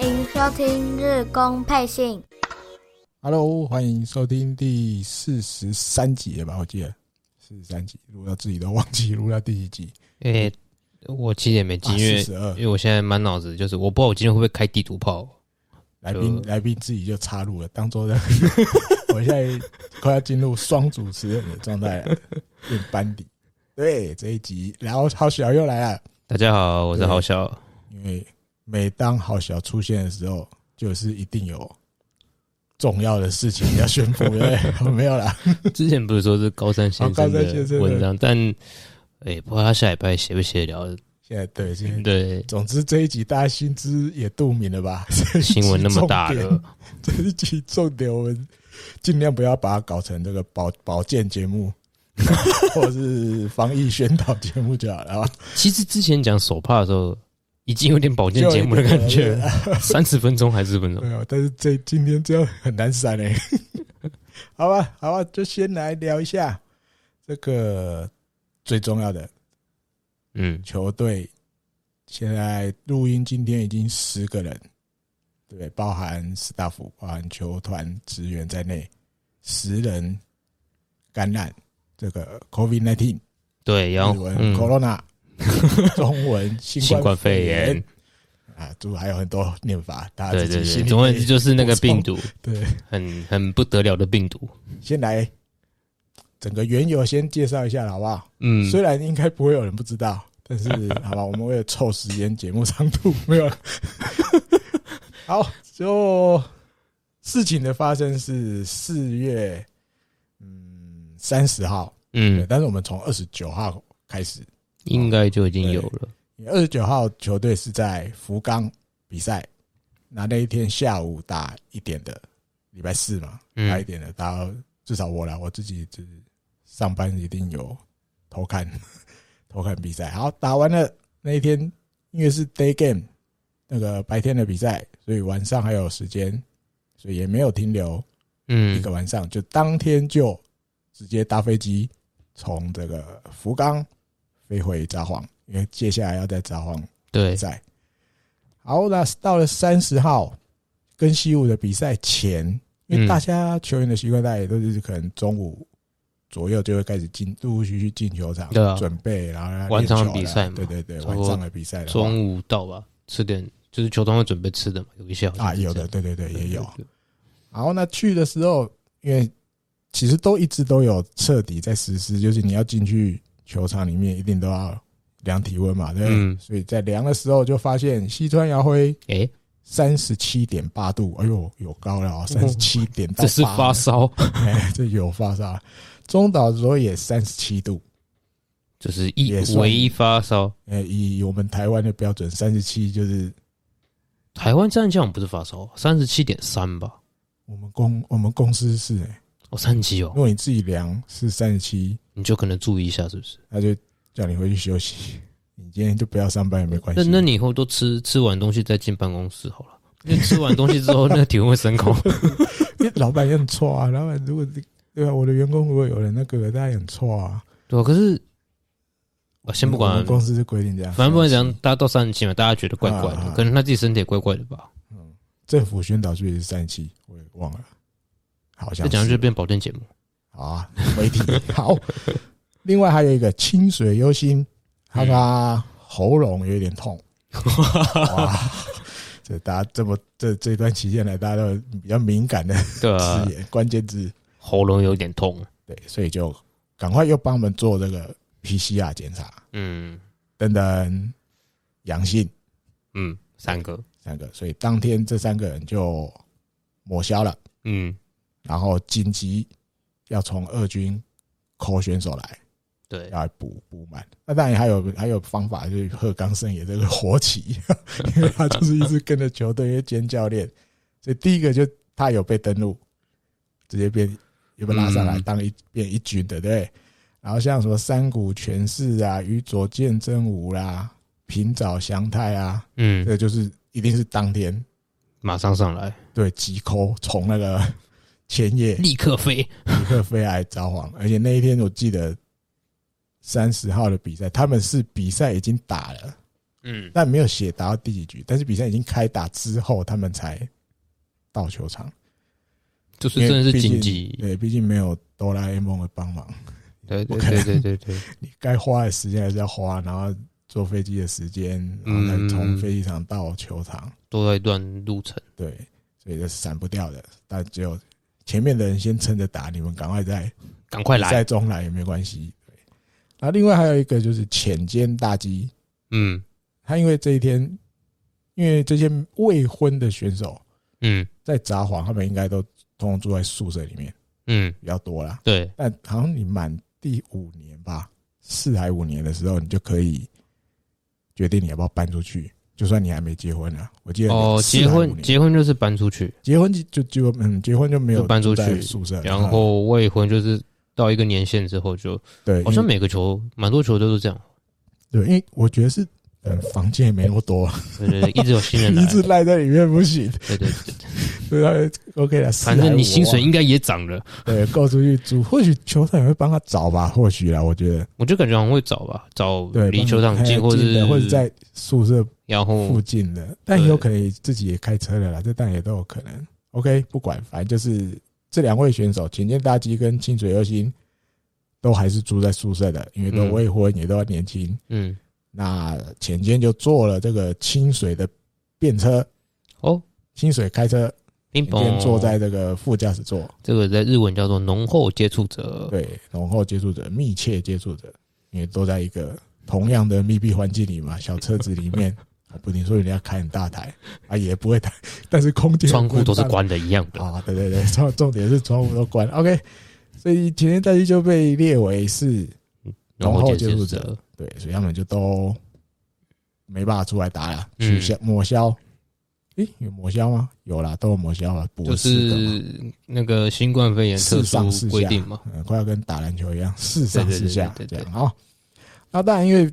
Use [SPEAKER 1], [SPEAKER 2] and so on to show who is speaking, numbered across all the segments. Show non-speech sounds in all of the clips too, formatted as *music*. [SPEAKER 1] 迎收听日工配信。
[SPEAKER 2] Hello，欢迎收听第四十三集了吧？我记得四十三集，录到自己都忘记录到第几集，
[SPEAKER 3] 诶、我其实也没记，
[SPEAKER 2] 啊，
[SPEAKER 3] 因
[SPEAKER 2] 四
[SPEAKER 3] 为
[SPEAKER 2] 十二
[SPEAKER 3] 因。为我现在满脑子就是，我不知道我今天会不会开地图炮。
[SPEAKER 2] 来宾
[SPEAKER 3] 就
[SPEAKER 2] 来宾自己就插入了，当做的。我现在快要进入双主持人的状态了，变班底。对这一集，然后好小又来了，
[SPEAKER 3] 大家好，我是
[SPEAKER 2] 对
[SPEAKER 3] 好小，
[SPEAKER 2] 因为每当好小出现的时候，就是一定有重要的事情要宣布，对不对？没有啦，
[SPEAKER 3] 之前不是说是高山先生
[SPEAKER 2] 哦高山先生
[SPEAKER 3] 的
[SPEAKER 2] 的
[SPEAKER 3] 文章，但诶、不知道他下礼拜写不写得了。
[SPEAKER 2] 现在对，现在，
[SPEAKER 3] 对
[SPEAKER 2] 总之这一集大家心知也肚明了
[SPEAKER 3] *laughs*
[SPEAKER 2] 吧？这一集
[SPEAKER 3] 新闻那
[SPEAKER 2] *laughs*
[SPEAKER 3] 么大
[SPEAKER 2] 重点，
[SPEAKER 3] 了，
[SPEAKER 2] 这一集重点我们尽量不要把它搞成这个保保健节目， *laughs* 或是防疫宣导节目就好了啊。
[SPEAKER 3] 其实之前讲手帕的时候，已经有点保健节目的感觉，三十分钟还是分钟。
[SPEAKER 2] 呃没有，但是这今天这样很难闪哎、 *laughs* 好吧，好吧，就先来聊一下这个最重要的
[SPEAKER 3] 嗯，
[SPEAKER 2] 球队。现在录音今天已经十个人，对不对？包含 staff、包含球团职员在内，十人感染这个 COVID nineteen，
[SPEAKER 3] 对，然
[SPEAKER 2] 日
[SPEAKER 3] 后
[SPEAKER 2] 文、
[SPEAKER 3] 嗯， *laughs*
[SPEAKER 2] corona，中文
[SPEAKER 3] 新
[SPEAKER 2] 新
[SPEAKER 3] 冠
[SPEAKER 2] 冠
[SPEAKER 3] 肺炎
[SPEAKER 2] 炎，啊，就还有很多念法，大家
[SPEAKER 3] 对
[SPEAKER 2] 自己
[SPEAKER 3] 对
[SPEAKER 2] 心
[SPEAKER 3] 对，
[SPEAKER 2] 里
[SPEAKER 3] 总而言之就是那个
[SPEAKER 2] 补充
[SPEAKER 3] 病毒，
[SPEAKER 2] 对。
[SPEAKER 3] 很很不得了的病毒。
[SPEAKER 2] 先来整个缘由先介绍一下，好不好？
[SPEAKER 3] 嗯，
[SPEAKER 2] 虽然应该不会有人不知
[SPEAKER 3] *laughs*
[SPEAKER 2] 道，但是好吧，我们为了凑时间，节目长度 *laughs* 没有了。好，就事情的发生是四月嗯三十号，对，
[SPEAKER 3] 嗯，
[SPEAKER 2] 但是我们从二十九号开始，
[SPEAKER 3] 应该就已经有了。
[SPEAKER 2] 二十九号球队是在福冈比赛，那那一天下午打一点的，礼拜四嘛，大一
[SPEAKER 3] 嗯，
[SPEAKER 2] 点的，大家至少我啦，我自己就是上班一定有偷看 *laughs* 偷看比赛。好，打完了那一天，因为是 day game，那个白天的比赛，所以晚上还有时间，所以也没有停留一
[SPEAKER 3] 嗯
[SPEAKER 2] 个，晚上，就当天就直接搭飞机从这个福冈飞回札幌，因为接下来要在札幌
[SPEAKER 3] 对
[SPEAKER 2] 比，赛。好，那到了三十号跟西武的比赛前，因为
[SPEAKER 3] 嗯
[SPEAKER 2] 大家球员的习惯，大家也都是可能中午左右就会开始进，陆陆续续进球场，
[SPEAKER 3] 对啊
[SPEAKER 2] 准备，然后要练
[SPEAKER 3] 晚上的
[SPEAKER 2] 球了
[SPEAKER 3] 比赛嘛
[SPEAKER 2] 对对对，
[SPEAKER 3] 差不
[SPEAKER 2] 晚
[SPEAKER 3] 多
[SPEAKER 2] 上的比赛的话
[SPEAKER 3] 中午到吧，吃点就是球团会准备吃的嘛，有一些好像
[SPEAKER 2] 啊，
[SPEAKER 3] 是
[SPEAKER 2] 有
[SPEAKER 3] 这
[SPEAKER 2] 的，
[SPEAKER 3] 样
[SPEAKER 2] 对对对，也有。
[SPEAKER 3] 对对
[SPEAKER 2] 然后呢，去的时候，因为其实都一直都有彻底在实施，就是你要进去球场里面，一定都要量体温嘛，对不对？
[SPEAKER 3] 嗯
[SPEAKER 2] 所以在量的时候就发现西川遥辉
[SPEAKER 3] 对诶，
[SPEAKER 2] 三十七点八度，哎呦，有高了啊、哦，三十七点到
[SPEAKER 3] 嗯这是
[SPEAKER 2] 8 *laughs*
[SPEAKER 3] 发，烧，
[SPEAKER 2] 哎，这有发烧。中岛卓也三十七度，
[SPEAKER 3] 就是一
[SPEAKER 2] 也算
[SPEAKER 3] 唯一发烧。
[SPEAKER 2] 哎，以我们台湾的标准，三十七就是
[SPEAKER 3] 台湾战将不是发烧，三十七点三吧？
[SPEAKER 2] 我们公我们公司是、哎
[SPEAKER 3] 哦，三十七
[SPEAKER 2] 如
[SPEAKER 3] 哦，
[SPEAKER 2] 果你自己量是三十七，
[SPEAKER 3] 你就可能注意一下，是不是？
[SPEAKER 2] 他就叫你回去休息， *laughs* 你今天就不要上班也没关系
[SPEAKER 3] 那。那你以后都吃吃完东西再进办公室好了，因为吃完东西之后那个体温会
[SPEAKER 2] *laughs*
[SPEAKER 3] 升高。
[SPEAKER 2] 因为老板也很错啊，老板如果对啊，我的员工如果有人那个，他也很错啊。
[SPEAKER 3] 对啊，可是啊，先不
[SPEAKER 2] 我
[SPEAKER 3] 管
[SPEAKER 2] 们，公司是规定这样，
[SPEAKER 3] 反正不管怎样，大家到三十七嘛，大家觉得怪怪
[SPEAKER 2] 啊啊
[SPEAKER 3] 的，可能他自己身体也怪怪的吧。
[SPEAKER 2] 嗯，政府宣导数也是三十七，我也忘了，好像
[SPEAKER 3] 再讲
[SPEAKER 2] 是
[SPEAKER 3] 就变保健节目，
[SPEAKER 2] 好啊，媒体 *laughs* 好。另外还有一个清水优心，他他喉咙有点痛，哇！这大家这么这这段期间来，大家都有比较敏感的
[SPEAKER 3] 对啊
[SPEAKER 2] 字，眼、关键字，
[SPEAKER 3] 喉咙有点痛。
[SPEAKER 2] 对，所以就赶快又帮我们做这个 PCR 检查，
[SPEAKER 3] 嗯
[SPEAKER 2] 等等阳性
[SPEAKER 3] 嗯，三个。
[SPEAKER 2] 三个，所以当天这三个人就抹消了，
[SPEAKER 3] 嗯，
[SPEAKER 2] 然后紧急要从二军扣选手来。
[SPEAKER 3] 对，
[SPEAKER 2] 要来补补满。那当然还有还有方法，就是贺刚胜也这个火起，因为他就是一直跟着球队，因为兼教练，所以第一个就他有被登录，直接变有被拉上来
[SPEAKER 3] 嗯
[SPEAKER 2] 当一变一军的，对不对。然后像什么山谷全士啊、宇佐见真吾啦、平沼祥太啊，这
[SPEAKER 3] 嗯，
[SPEAKER 2] 个就是一定是当天
[SPEAKER 3] 马上上来，
[SPEAKER 2] 对急抠从那个前夜
[SPEAKER 3] 立刻飞。
[SPEAKER 2] 尼克飞来札幌，而且那一天我记得三十号的比赛，他们是比赛已经打了，
[SPEAKER 3] 嗯，
[SPEAKER 2] 但没有写打到第几局，但是比赛已经开打之后，他们才到球场。
[SPEAKER 3] 就是
[SPEAKER 2] 因为
[SPEAKER 3] 真的是
[SPEAKER 2] 毕竟
[SPEAKER 3] 紧急，
[SPEAKER 2] 对，毕竟没有哆啦 A 梦的帮忙，
[SPEAKER 3] 对
[SPEAKER 2] 不
[SPEAKER 3] 对
[SPEAKER 2] 可
[SPEAKER 3] 对
[SPEAKER 2] 能
[SPEAKER 3] 对对对，
[SPEAKER 2] 你该花的时间还是要花，然后坐飞机的时间，然后再从
[SPEAKER 3] 嗯
[SPEAKER 2] 飞机场到球场，
[SPEAKER 3] 多了一段路程，
[SPEAKER 2] 对，所以这是闪不掉的。但只有前面的人先撑着打，你们赶快在
[SPEAKER 3] 赶快
[SPEAKER 2] 比赛
[SPEAKER 3] 啊来，
[SPEAKER 2] 中来也没关系。对，然后另外还有一个就是浅间大基，
[SPEAKER 3] 嗯
[SPEAKER 2] 他因为这一天，因为这些未婚的选手
[SPEAKER 3] 嗯
[SPEAKER 2] 在札幌，他们应该都通通住在宿舍里面
[SPEAKER 3] 嗯，
[SPEAKER 2] 比较多啦。
[SPEAKER 3] 对，
[SPEAKER 2] 但好像你满第五年吧，四还五年的时候，你就可以决定你要不要搬出去。就算你还没结婚啊，我记得
[SPEAKER 3] 哦，
[SPEAKER 2] 四
[SPEAKER 3] 结
[SPEAKER 2] 还五
[SPEAKER 3] 婚
[SPEAKER 2] 年
[SPEAKER 3] 结婚就是搬出去，
[SPEAKER 2] 结婚就就就嗯，结婚就没有
[SPEAKER 3] 就搬出去
[SPEAKER 2] 住在宿舍，
[SPEAKER 3] 然后未婚就是到一个年限之后就，
[SPEAKER 2] 对，
[SPEAKER 3] 好像
[SPEAKER 2] 因为
[SPEAKER 3] 每个球蛮多球都是这样，
[SPEAKER 2] 对，因为我觉得是嗯，房间也没那么多，*laughs*
[SPEAKER 3] 对对对，一直有新人来
[SPEAKER 2] 一，直赖在里面不行，
[SPEAKER 3] 对对对，
[SPEAKER 2] 对啊，OK 了，
[SPEAKER 3] 反正你
[SPEAKER 2] 4还5啊
[SPEAKER 3] 薪水应该也涨了，
[SPEAKER 2] 对够出去租，或许球场也会帮他找吧，或许啦，我觉得
[SPEAKER 3] 我就感觉好像会找吧，找
[SPEAKER 2] 对，
[SPEAKER 3] 嗯离球
[SPEAKER 2] 帮
[SPEAKER 3] 场
[SPEAKER 2] 你
[SPEAKER 3] 近，
[SPEAKER 2] 开
[SPEAKER 3] 或
[SPEAKER 2] 近
[SPEAKER 3] 是
[SPEAKER 2] 的或者在宿舍
[SPEAKER 3] 然后
[SPEAKER 2] 附近的，但
[SPEAKER 3] 嗯
[SPEAKER 2] 也有可能自己也开车了啦，这当然也都有可能。OK，不管，反正就是这两位选手，浅见大基跟清水优心，都还是住在宿舍的，因为都
[SPEAKER 3] 嗯
[SPEAKER 2] 未婚，也都年轻。
[SPEAKER 3] 嗯，
[SPEAKER 2] 那浅见就坐了这个清水的便车，
[SPEAKER 3] 哦，
[SPEAKER 2] 清水开车，
[SPEAKER 3] 冰
[SPEAKER 2] 浅见
[SPEAKER 3] 雹
[SPEAKER 2] 坐在这个副驾驶座，
[SPEAKER 3] 哦这个在日文叫做浓厚接触者，
[SPEAKER 2] 对，浓厚接触者、密切接触者，因为都在一个同样的密闭环境里嘛，小车子里面。啊不听说人家开很大台啊，也不会台，但是空间
[SPEAKER 3] 窗户都是
[SPEAKER 2] 很大
[SPEAKER 3] 关的一样的，
[SPEAKER 2] 啊，对对对，重重点是窗户都关。OK，所以前天大机就被列为是
[SPEAKER 3] 浓
[SPEAKER 2] 浓厚
[SPEAKER 3] 厚
[SPEAKER 2] 接
[SPEAKER 3] 接
[SPEAKER 2] 触
[SPEAKER 3] 触
[SPEAKER 2] 者
[SPEAKER 3] 者，
[SPEAKER 2] 对，所以他们就都没办法出来打了，
[SPEAKER 3] 嗯
[SPEAKER 2] 取消抹消。诶、有抹消吗？有啦，都有抹消啊，补
[SPEAKER 3] 就
[SPEAKER 2] 了四个嘛，
[SPEAKER 3] 是那个新冠肺炎特
[SPEAKER 2] 四上
[SPEAKER 3] 殊
[SPEAKER 2] 四
[SPEAKER 3] 规
[SPEAKER 2] 下
[SPEAKER 3] 定嘛，
[SPEAKER 2] 嗯，快要跟打篮球一样，四上
[SPEAKER 3] 对对
[SPEAKER 2] 四
[SPEAKER 3] 对
[SPEAKER 2] 下
[SPEAKER 3] 对
[SPEAKER 2] 这
[SPEAKER 3] 对
[SPEAKER 2] 样啊。那当然，因为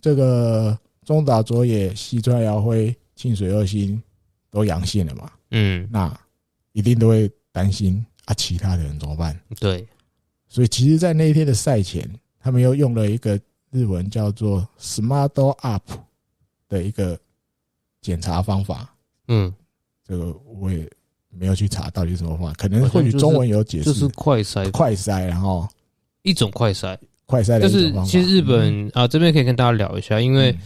[SPEAKER 2] 这个中岛卓也、西川遥辉、清水二星都阳性了嘛，
[SPEAKER 3] 嗯，
[SPEAKER 2] 那一定都会担心啊，其他的人怎么办？
[SPEAKER 3] 对，
[SPEAKER 2] 所以其实，在那一天的赛前，他们又用了一个日文叫做 “smart up” 的一个检查方法。
[SPEAKER 3] 嗯，
[SPEAKER 2] 这个我也没有去查到底是什么方法，可能
[SPEAKER 3] 好像
[SPEAKER 2] 或许
[SPEAKER 3] 就是
[SPEAKER 2] 中文有解
[SPEAKER 3] 就
[SPEAKER 2] 释，
[SPEAKER 3] 是快筛
[SPEAKER 2] 快筛，然后
[SPEAKER 3] 一种快筛，
[SPEAKER 2] 快筛的
[SPEAKER 3] 就
[SPEAKER 2] 一
[SPEAKER 3] 是
[SPEAKER 2] 种方法。
[SPEAKER 3] 其实日本啊这边可以跟大家聊一下，因
[SPEAKER 2] 嗯，
[SPEAKER 3] 为
[SPEAKER 2] 嗯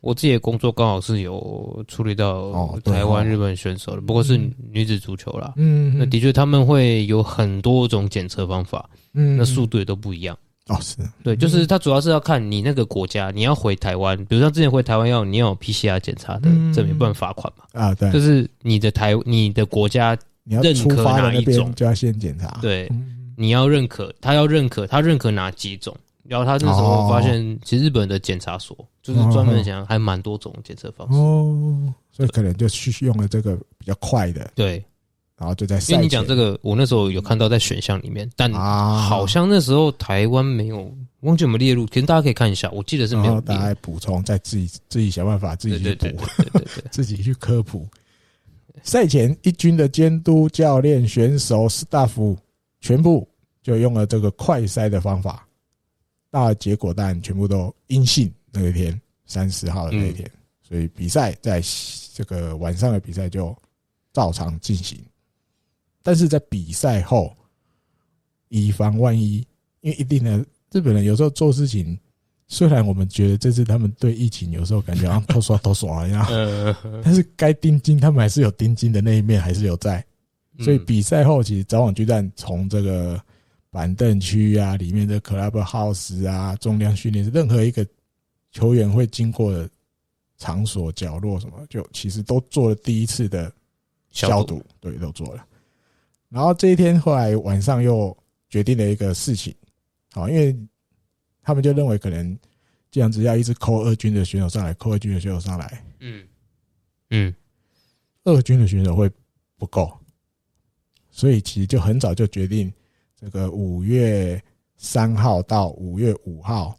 [SPEAKER 3] 我自己的工作刚好是有处理到
[SPEAKER 2] 哦对哦
[SPEAKER 3] 台湾、日本选手的，不过是
[SPEAKER 2] 嗯
[SPEAKER 3] 女子足球啦。
[SPEAKER 2] 嗯，
[SPEAKER 3] 那的确他们会有很多种检测方法，
[SPEAKER 2] 嗯
[SPEAKER 3] 那速度也都不一样。
[SPEAKER 2] 哦是
[SPEAKER 3] 对，就是它主要是要看你那个国家，你要回台湾，比如像之前回台湾要你要有 PCR 检查的
[SPEAKER 2] 嗯
[SPEAKER 3] 证明，不然罚款嘛。
[SPEAKER 2] 啊，对，
[SPEAKER 3] 就是你的台你的国家，
[SPEAKER 2] 你要
[SPEAKER 3] 认
[SPEAKER 2] 出
[SPEAKER 3] 可
[SPEAKER 2] 发的
[SPEAKER 3] 哪
[SPEAKER 2] 那
[SPEAKER 3] 一
[SPEAKER 2] 边
[SPEAKER 3] 种
[SPEAKER 2] 就要先检查。
[SPEAKER 3] 对
[SPEAKER 2] 嗯，
[SPEAKER 3] 你要认可，他要认可，他认可哪几种？然后他那时
[SPEAKER 2] 哦
[SPEAKER 3] 候发现，其实日本的检查所就是专门讲还蛮多种检测方式。
[SPEAKER 2] 哦，所以可能就去用了这个比较快的，
[SPEAKER 3] 对，
[SPEAKER 2] 然后就在
[SPEAKER 3] 因
[SPEAKER 2] 赛
[SPEAKER 3] 为你讲
[SPEAKER 2] 前
[SPEAKER 3] 这个，我那时候有看到在选项里面，但
[SPEAKER 2] 啊，
[SPEAKER 3] 好像那时候台湾没有，忘记有没有列入，可能大家可以看一下，我记得是
[SPEAKER 2] 然
[SPEAKER 3] 没有
[SPEAKER 2] 后
[SPEAKER 3] 列
[SPEAKER 2] 哦大。家补充，再自己自己想办法，自
[SPEAKER 3] 对
[SPEAKER 2] 己去
[SPEAKER 3] 对
[SPEAKER 2] 补，
[SPEAKER 3] 对对对对对，
[SPEAKER 2] 自己去科普。赛前一军的监督、教练、选手、staff 全部就用了这个快筛的方法，那结果当然全部都阴性。那一天三十号的那一天，所以比赛在这个晚上的比赛就照常进行。但是在比赛后，以防万一，因为一定的日本人有时候做事情，虽然我们觉得这次他们对疫情有时候感觉好像偷耍偷耍一样，
[SPEAKER 3] 呃，
[SPEAKER 2] 但是该钉金他们还是有钉金的那一面还是有在， *laughs* 所以
[SPEAKER 3] 嗯
[SPEAKER 2] 比赛后其实早晚巨蛋从这个板凳区啊里面的 club house 啊重量训练室任何一个球员会经过的场所角落什么，就其实都做了第一次的消
[SPEAKER 3] 消
[SPEAKER 2] 毒
[SPEAKER 3] 毒，
[SPEAKER 2] 对，都做了。然后这一天后来晚上又决定了一个事情，好，因为他们就认为可能这样子要一直扣二军的选手上来，扣二军的选手上来，
[SPEAKER 3] 嗯嗯
[SPEAKER 2] 二军的选手会不够，所以其实就很早就决定，这个五月三号到五月五号，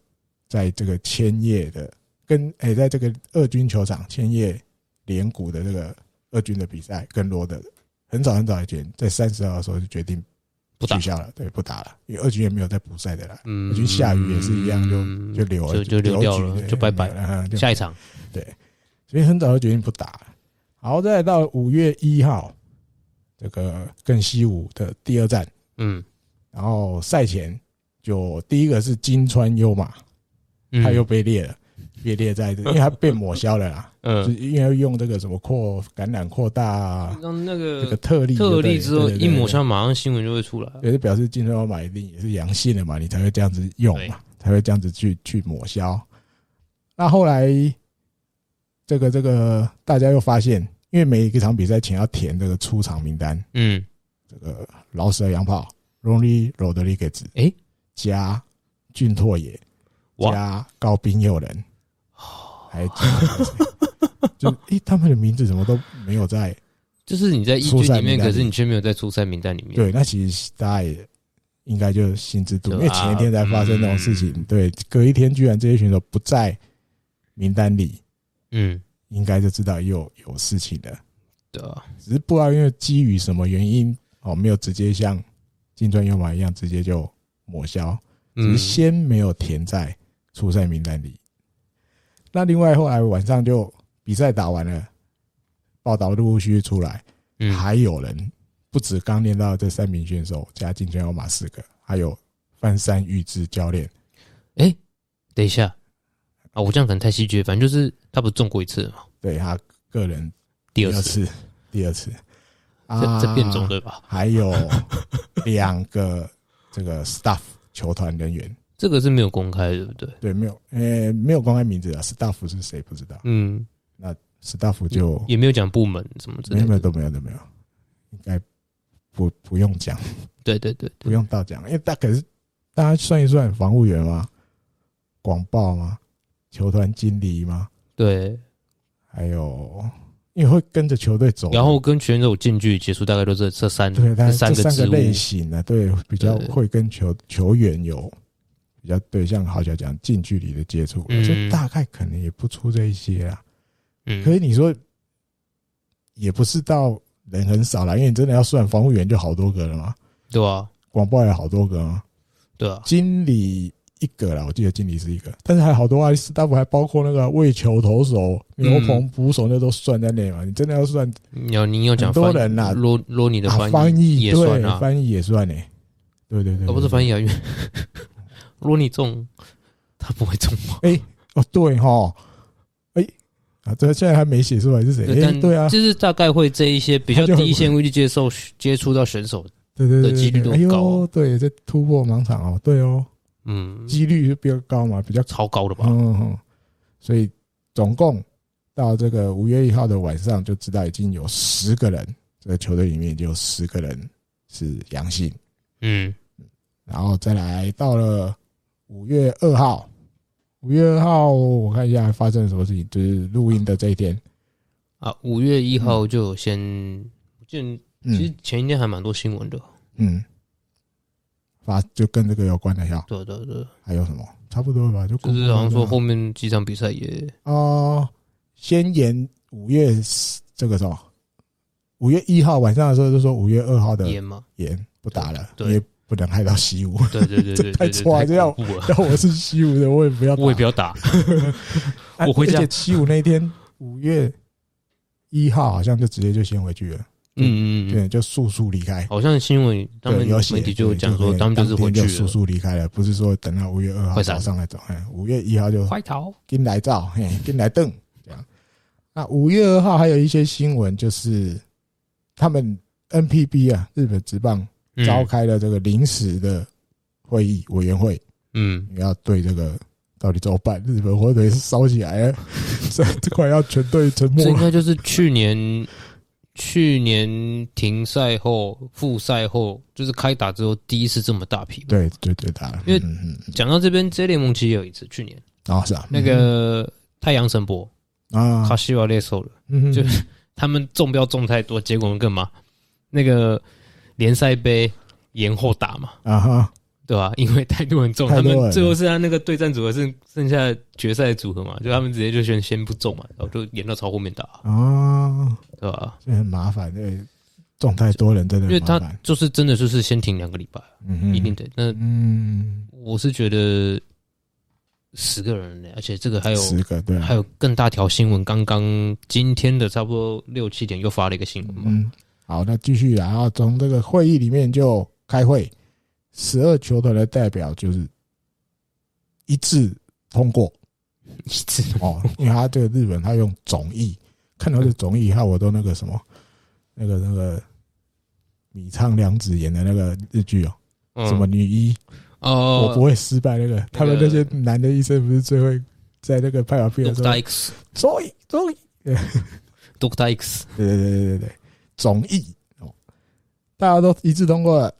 [SPEAKER 2] 在这个千叶的跟诶、在这个二军球场千叶连谷的这个二军的比赛跟罗德，很早很早以前，在三十号的时候就决定
[SPEAKER 3] 不打
[SPEAKER 2] 取消了，对，不打了，因为二局也没有在补赛的啦。
[SPEAKER 3] 嗯
[SPEAKER 2] 我觉得下雨也是一样，就就留
[SPEAKER 3] 就
[SPEAKER 2] 了，
[SPEAKER 3] 就流掉
[SPEAKER 2] 局
[SPEAKER 3] 了，
[SPEAKER 2] 对
[SPEAKER 3] 就拜拜
[SPEAKER 2] 没了嗯就
[SPEAKER 3] 下一场
[SPEAKER 2] 所以很早就决定不打了。好，再来到五月一号，这个更西武的第二站，
[SPEAKER 3] 嗯，
[SPEAKER 2] 然后赛前就第一个是金川优马，
[SPEAKER 3] 嗯
[SPEAKER 2] 他又被列了，被列在这，因为他被抹消了啦，就是
[SPEAKER 3] 嗯，
[SPEAKER 2] 因为用这个什么扩感染扩大啊
[SPEAKER 3] 让嗯那
[SPEAKER 2] 这个
[SPEAKER 3] 个
[SPEAKER 2] 特例
[SPEAKER 3] 特例之后
[SPEAKER 2] 对对对
[SPEAKER 3] 一
[SPEAKER 2] 对
[SPEAKER 3] 抹消，马上新闻就会出来。
[SPEAKER 2] 也是表示金川优马一定也是阳性的嘛，你才会这样子用
[SPEAKER 3] 对
[SPEAKER 2] 嘛，才会这样子去去抹消。那后来这个这个大家又发现，因为每一个场比赛前要填这个出场名单，
[SPEAKER 3] 嗯，
[SPEAKER 2] 这个老舍洋炮 r o n y r o d r i g u e z
[SPEAKER 3] 诶
[SPEAKER 2] 加俊拓也，
[SPEAKER 3] 哇哦
[SPEAKER 2] 加高滨佑人，还加 *laughs* 就诶、他们的名字怎么都没有在？
[SPEAKER 3] 就是你在一
[SPEAKER 2] 初
[SPEAKER 3] 军
[SPEAKER 2] 赛
[SPEAKER 3] 里面，
[SPEAKER 2] 名单
[SPEAKER 3] 可
[SPEAKER 2] 里
[SPEAKER 3] 是你却没有在初赛名单里面。
[SPEAKER 2] 对，那其实大家也应该就心知肚明，
[SPEAKER 3] 就
[SPEAKER 2] 因为前一天才发生这种事情，
[SPEAKER 3] 啊嗯
[SPEAKER 2] 对，隔一天居然这些选手不在名单里，
[SPEAKER 3] 嗯，
[SPEAKER 2] 应该就知道又有事情了。
[SPEAKER 3] 对啊，
[SPEAKER 2] 只是不知道因为基于什么原因哦，没有直接像金砖优马一样直接就抹消，只
[SPEAKER 3] 嗯
[SPEAKER 2] 是，先没有填在初赛名单里。那另外后来晚上就比赛打完了，报道陆陆续续出来，
[SPEAKER 3] 嗯
[SPEAKER 2] 还有人不止刚念到这三名选手加金砖优马四个，还有翻山玉志教练，
[SPEAKER 3] 等一下啊，我这样可能太戏剧了，反正就是他不是中过一次嘛，
[SPEAKER 2] 对他个人
[SPEAKER 3] 第二
[SPEAKER 2] 次，
[SPEAKER 3] 次，
[SPEAKER 2] 啊第二次，
[SPEAKER 3] 这这变种
[SPEAKER 2] 的，
[SPEAKER 3] 对吧？
[SPEAKER 2] 还
[SPEAKER 3] *laughs*
[SPEAKER 2] 有两个这个 staff 球团人员。
[SPEAKER 3] 这个是没有公开的，对不对？
[SPEAKER 2] 对，没有，呃，没有公开名字啊，staff 是谁不知道
[SPEAKER 3] 嗯，
[SPEAKER 2] ，staff 就
[SPEAKER 3] 也没有讲部门什么之
[SPEAKER 2] 没
[SPEAKER 3] 类
[SPEAKER 2] 有没有
[SPEAKER 3] 的。
[SPEAKER 2] 都没有都没有，应该不不用讲，
[SPEAKER 3] 对对对
[SPEAKER 2] 不
[SPEAKER 3] 对，
[SPEAKER 2] 用到讲，因为大可是大家算一算，防务员吗？广报吗？球团经理吗？
[SPEAKER 3] 对，
[SPEAKER 2] 还有因为会跟着球队走，
[SPEAKER 3] 然后跟选手近距离接触，大概都是这三
[SPEAKER 2] 对他
[SPEAKER 3] 这
[SPEAKER 2] 这
[SPEAKER 3] 三个
[SPEAKER 2] 三个
[SPEAKER 3] 职务。
[SPEAKER 2] 类型呢、对比较
[SPEAKER 3] 对
[SPEAKER 2] 会跟球球员有比较对，像好像讲近距离的接触，
[SPEAKER 3] 嗯
[SPEAKER 2] 所以大概可能也不出这一些啊。可
[SPEAKER 3] 嗯，
[SPEAKER 2] 是你说也不是到人很少啦，因为你真的要算防务员就好多个了嘛，
[SPEAKER 3] 对啊，
[SPEAKER 2] 广报也好多个嘛，
[SPEAKER 3] 对啊，
[SPEAKER 2] 经理一个啦，我记得经理是一个，但是还有好多啊，斯大夫还包括那个为球投手、牛棚捕手那都算在内嘛。你真的要算
[SPEAKER 3] 你要你要讲
[SPEAKER 2] 很多
[SPEAKER 3] 翻译
[SPEAKER 2] 人呐
[SPEAKER 3] 罗罗你的
[SPEAKER 2] 啊，
[SPEAKER 3] 翻
[SPEAKER 2] 翻译
[SPEAKER 3] 也算
[SPEAKER 2] 对
[SPEAKER 3] 啊，，
[SPEAKER 2] 翻译也算呢、对对对
[SPEAKER 3] 哦，不是
[SPEAKER 2] 译
[SPEAKER 3] 翻译啊，
[SPEAKER 2] *laughs*
[SPEAKER 3] 因为罗你中，他不会中吗？
[SPEAKER 2] 哦，对哈，哎、啊，对，现在还没写出来是谁？哎、
[SPEAKER 3] 但
[SPEAKER 2] 对啊，
[SPEAKER 3] 就是大概会这一些比较
[SPEAKER 2] 他就很
[SPEAKER 3] 低线位去接受接触到选手，
[SPEAKER 2] 对对对
[SPEAKER 3] 的几率
[SPEAKER 2] 对
[SPEAKER 3] 都
[SPEAKER 2] 对，哎
[SPEAKER 3] 很高啊
[SPEAKER 2] 呦，对，这突破盲场哦，对哦，
[SPEAKER 3] 嗯，
[SPEAKER 2] 几率就比较高嘛，比较
[SPEAKER 3] 超高的吧？
[SPEAKER 2] 嗯嗯，嗯所以总共到这个五月一号的晚上，就知道已经有十个人，这个球队里面已经有十个人是阳性。
[SPEAKER 3] 嗯
[SPEAKER 2] 然后再来到了五月二号，五月二号我看一下发生了什么事情，就是录音的这一天。
[SPEAKER 3] 啊，五月一号就有先，我记得其
[SPEAKER 2] 嗯
[SPEAKER 3] 实前一天还蛮多新闻的，
[SPEAKER 2] 嗯，发就跟这个有关的呀，
[SPEAKER 3] 对对对，啊
[SPEAKER 2] 还有什么差不多吧，就
[SPEAKER 3] 就是好像说后面几场比赛也
[SPEAKER 2] 哦，先延五月10这个什么，五月一号晚上的时候就说五月二号的
[SPEAKER 3] 淹嘛，
[SPEAKER 2] 盐不打了，
[SPEAKER 3] 对
[SPEAKER 2] 你也不能害到西武。 *laughs*
[SPEAKER 3] 对对对
[SPEAKER 2] 这
[SPEAKER 3] 对，
[SPEAKER 2] 太
[SPEAKER 3] 对对
[SPEAKER 2] 抓这样
[SPEAKER 3] 恐怖了，
[SPEAKER 2] 但我是西武的，我也不要打，
[SPEAKER 3] 我也不要
[SPEAKER 2] *laughs*
[SPEAKER 3] 打，
[SPEAKER 2] 啊
[SPEAKER 3] 我回家
[SPEAKER 2] 而且西武那一天五月一号好像就直接就先回去了，
[SPEAKER 3] 嗯嗯嗯，
[SPEAKER 2] 对，就速速离开。
[SPEAKER 3] 好像新闻他们
[SPEAKER 2] 对，有写
[SPEAKER 3] 媒体就有讲说
[SPEAKER 2] 对
[SPEAKER 3] 他们就是回
[SPEAKER 2] 当
[SPEAKER 3] 去
[SPEAKER 2] 天就速
[SPEAKER 3] 了，
[SPEAKER 2] 速离开了，不是说等到五月二号
[SPEAKER 3] 快闪
[SPEAKER 2] 早上来找。哎，五月一号就
[SPEAKER 3] 快逃，
[SPEAKER 2] 跟来照，嘿，跟来瞪这样。那五月二号还有一些新闻，就是他们 NPB 啊，日本职棒
[SPEAKER 3] 嗯
[SPEAKER 2] 召开了这个临时的会议委员会，
[SPEAKER 3] 嗯，
[SPEAKER 2] 你要对这个到底怎么办？日本火腿是烧起来了， *laughs* 这这快要全队沉默
[SPEAKER 3] 这应
[SPEAKER 2] 了。
[SPEAKER 3] 该就是去年去年停赛后、复赛后，就是开打之后第一次这么大批。，
[SPEAKER 2] 对对对，打了，
[SPEAKER 3] 因为
[SPEAKER 2] 嗯嗯嗯
[SPEAKER 3] 讲到这边，J 联盟其实也有一次，去年
[SPEAKER 2] 哦是啊，
[SPEAKER 3] 那个太阳神博
[SPEAKER 2] 嗯啊
[SPEAKER 3] 卡，西瓦列受了，
[SPEAKER 2] 嗯
[SPEAKER 3] 就他们中标中太多，结果我们干嘛？那个联赛杯延后打嘛，
[SPEAKER 2] 啊哈，
[SPEAKER 3] 对吧、 *laughs* 因为太多人中，
[SPEAKER 2] 太
[SPEAKER 3] 他
[SPEAKER 2] 多人
[SPEAKER 3] 们最后是他那个对战组合剩剩下决赛组合嘛，就他们直接就先先不中嘛，然后就延到超后面打，
[SPEAKER 2] 啊，
[SPEAKER 3] 对吧、
[SPEAKER 2] 这很麻烦，对，状态多人真的
[SPEAKER 3] 因为
[SPEAKER 2] 很麻
[SPEAKER 3] 他
[SPEAKER 2] 烦，
[SPEAKER 3] 就是真的就是先停两个礼拜，
[SPEAKER 2] 嗯哼
[SPEAKER 3] 一定，得。那
[SPEAKER 2] 嗯，
[SPEAKER 3] 我是觉得十个人呢，而且这个还有
[SPEAKER 2] 十个对啊，
[SPEAKER 3] 还有更大条新闻，刚刚今天的差不多六七点又发了一个新闻嘛，
[SPEAKER 2] 嗯，好，那继续啊，然后从这个会议里面就开会，十二球团的代表就是一致通过
[SPEAKER 3] 一直
[SPEAKER 2] 哦，因为他这个日本他用总意，看到这总意，害我都那个什么，那个那个米仓凉子演的那个日剧哦，什么女一，我不
[SPEAKER 3] 嗯哦，
[SPEAKER 2] 会失败那个，他们那些男的医生不是最会在那个拍完片的时
[SPEAKER 3] Doctor
[SPEAKER 2] 候，
[SPEAKER 3] X
[SPEAKER 2] 所以所以
[SPEAKER 3] Doctor X
[SPEAKER 2] 对对对对对对，总议哦，大家都一致通过了。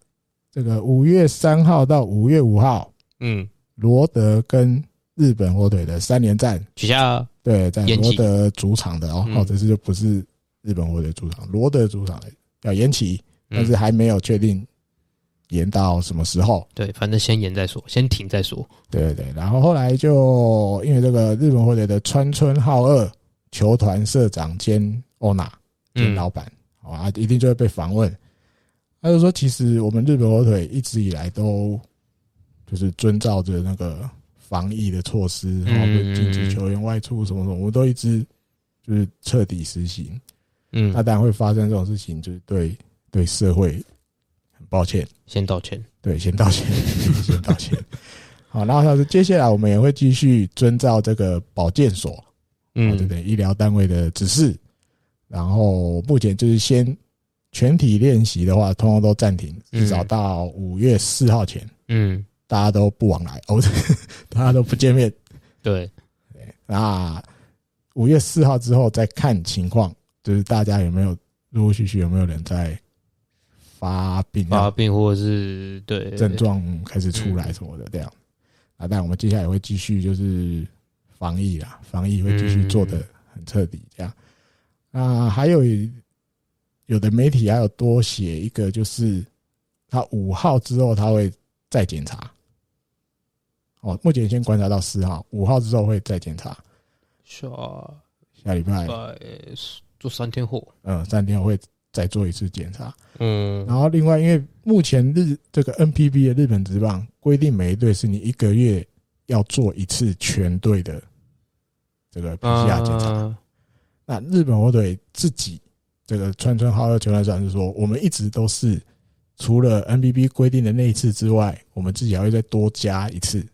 [SPEAKER 2] 这个五月三号到五月五号，
[SPEAKER 3] 嗯，
[SPEAKER 2] 罗德跟日本火腿的三连战，
[SPEAKER 3] 取啊下
[SPEAKER 2] 对，在
[SPEAKER 3] 延
[SPEAKER 2] 罗
[SPEAKER 3] 期
[SPEAKER 2] 德主场的哦，
[SPEAKER 3] 嗯
[SPEAKER 2] 哦，这次就不是日本火腿主场，罗德主场的要延期，但是
[SPEAKER 3] 嗯
[SPEAKER 2] 还没有确定延到什么时候。
[SPEAKER 3] 对，反正先延再说，先停再说。
[SPEAKER 2] 对对对，然后后来就因为这个日本火腿的川村浩二球团社长兼哦欧娜，就是
[SPEAKER 3] 嗯，
[SPEAKER 2] 老板，好啊，一定就会被访问。他就说，其实我们日本火腿一直以来都就是遵照着那个防疫的措施，然后
[SPEAKER 3] 嗯
[SPEAKER 2] 禁止球员外出什么什么，我们都一直就是彻底实行。
[SPEAKER 3] 嗯
[SPEAKER 2] 那，当然会发生这种事情，就是对对社会很抱歉，
[SPEAKER 3] 先道歉。
[SPEAKER 2] 对，先道歉， *laughs* 先道歉。好，然后他说，接下来我们也会继续遵照这个保健所
[SPEAKER 3] 嗯，
[SPEAKER 2] 哦对不对？医疗单位的指示。然后目前就是先全体练习的话，通通都暂停，
[SPEAKER 3] 嗯
[SPEAKER 2] 至少到五月四号前，
[SPEAKER 3] 嗯，
[SPEAKER 2] 大家都不往来，哦，不 *laughs* 是大家都不见面。
[SPEAKER 3] 对，
[SPEAKER 2] 那五月四号之后再看情况，就是大家有没有陆陆续续有没有人在发病啊
[SPEAKER 3] 发病或者是对
[SPEAKER 2] 症，状开始出来什么的这样。啊，但我们接下来会继续就是防疫啦，防疫会继续做的很彻底这样。啊，还有有的媒体还有多写一个，就是他五号之后他会再检查。哦，目前先观察到四号，五号之后会再检查。
[SPEAKER 3] 下
[SPEAKER 2] 下礼拜
[SPEAKER 3] 拜，做三天后。
[SPEAKER 2] 嗯，三天后会再做一次检查。
[SPEAKER 3] 嗯，
[SPEAKER 2] 然后另外，因为目前日这个 NPB 的日本职棒规定，每一队是你一个月要做一次全队的这个 PCR 检查。
[SPEAKER 3] 啊
[SPEAKER 2] 那日本火腿自己这个川村浩二球团长是说，我们一直都是除了 NPB 规定的那一次之外，我们自己还会再多加一次，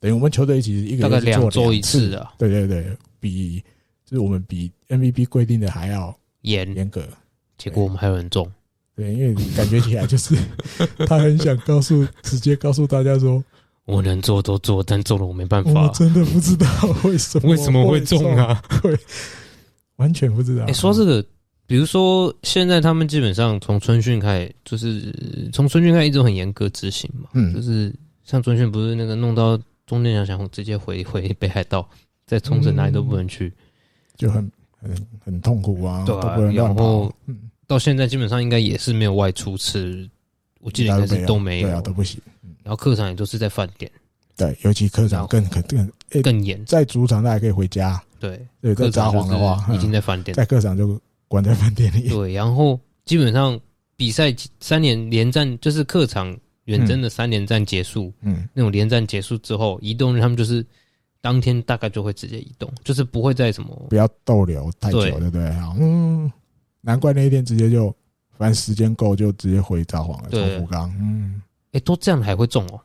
[SPEAKER 2] 等于我们球队其实一个
[SPEAKER 3] 大
[SPEAKER 2] 月是
[SPEAKER 3] 概
[SPEAKER 2] 做
[SPEAKER 3] 两周一
[SPEAKER 2] 两次
[SPEAKER 3] 次。啊，
[SPEAKER 2] 对对对，比就是我们比 NPB 规定的还要
[SPEAKER 3] 延，
[SPEAKER 2] 严格。
[SPEAKER 3] 结果我们还有人中。
[SPEAKER 2] 嗯对，因为感觉起来就是 *laughs* 他很想告诉，直接告诉大家说，
[SPEAKER 3] 我能做都做，但中了我没办
[SPEAKER 2] 我
[SPEAKER 3] 法
[SPEAKER 2] 们。真的不知道为什么
[SPEAKER 3] *laughs* 为什么会中，啊？
[SPEAKER 2] 完全不知道。
[SPEAKER 3] 哎、说这个，比如说现在他们基本上从春训开始，就是呃从春训开始一直都很严格执行嘛，就
[SPEAKER 2] 嗯，
[SPEAKER 3] 是像春训不是那个弄到中间想想直接回回北海道，在冲绳哪里都不能去，
[SPEAKER 2] 就很很很痛苦啊，
[SPEAKER 3] 对
[SPEAKER 2] 都
[SPEAKER 3] 啊
[SPEAKER 2] 不能乱
[SPEAKER 3] 然
[SPEAKER 2] 跑
[SPEAKER 3] 后，
[SPEAKER 2] 嗯，
[SPEAKER 3] 到现在基本上应该也是没有外出吃，我记得
[SPEAKER 2] 大
[SPEAKER 3] 应
[SPEAKER 2] 家
[SPEAKER 3] 该是
[SPEAKER 2] 都
[SPEAKER 3] 都没有，
[SPEAKER 2] 对啊，都不行。
[SPEAKER 3] 然后客场也都是在饭店，
[SPEAKER 2] 对，尤其科长
[SPEAKER 3] 然后
[SPEAKER 2] 更更更，哎
[SPEAKER 3] 更严，
[SPEAKER 2] 在主场大家可以回家，
[SPEAKER 3] 对，
[SPEAKER 2] 对，在
[SPEAKER 3] 客
[SPEAKER 2] 札
[SPEAKER 3] 场
[SPEAKER 2] 幌的话，
[SPEAKER 3] 就是已经
[SPEAKER 2] 嗯
[SPEAKER 3] 在饭店，
[SPEAKER 2] 在客场就关在饭店里。
[SPEAKER 3] 对，然后基本上比赛三连连战就是客场远征的三连战结束。
[SPEAKER 2] 嗯，
[SPEAKER 3] 那种连战结束之后，移动日他们就是当天大概就会直接移动，就是不会在什么
[SPEAKER 2] 不要逗留太久，
[SPEAKER 3] 对
[SPEAKER 2] 对不对？好嗯，难怪那一天直接就，反正时间够就直接回札幌了，
[SPEAKER 3] 对
[SPEAKER 2] 从福冈，嗯。
[SPEAKER 3] 哎、都这样还会中哦，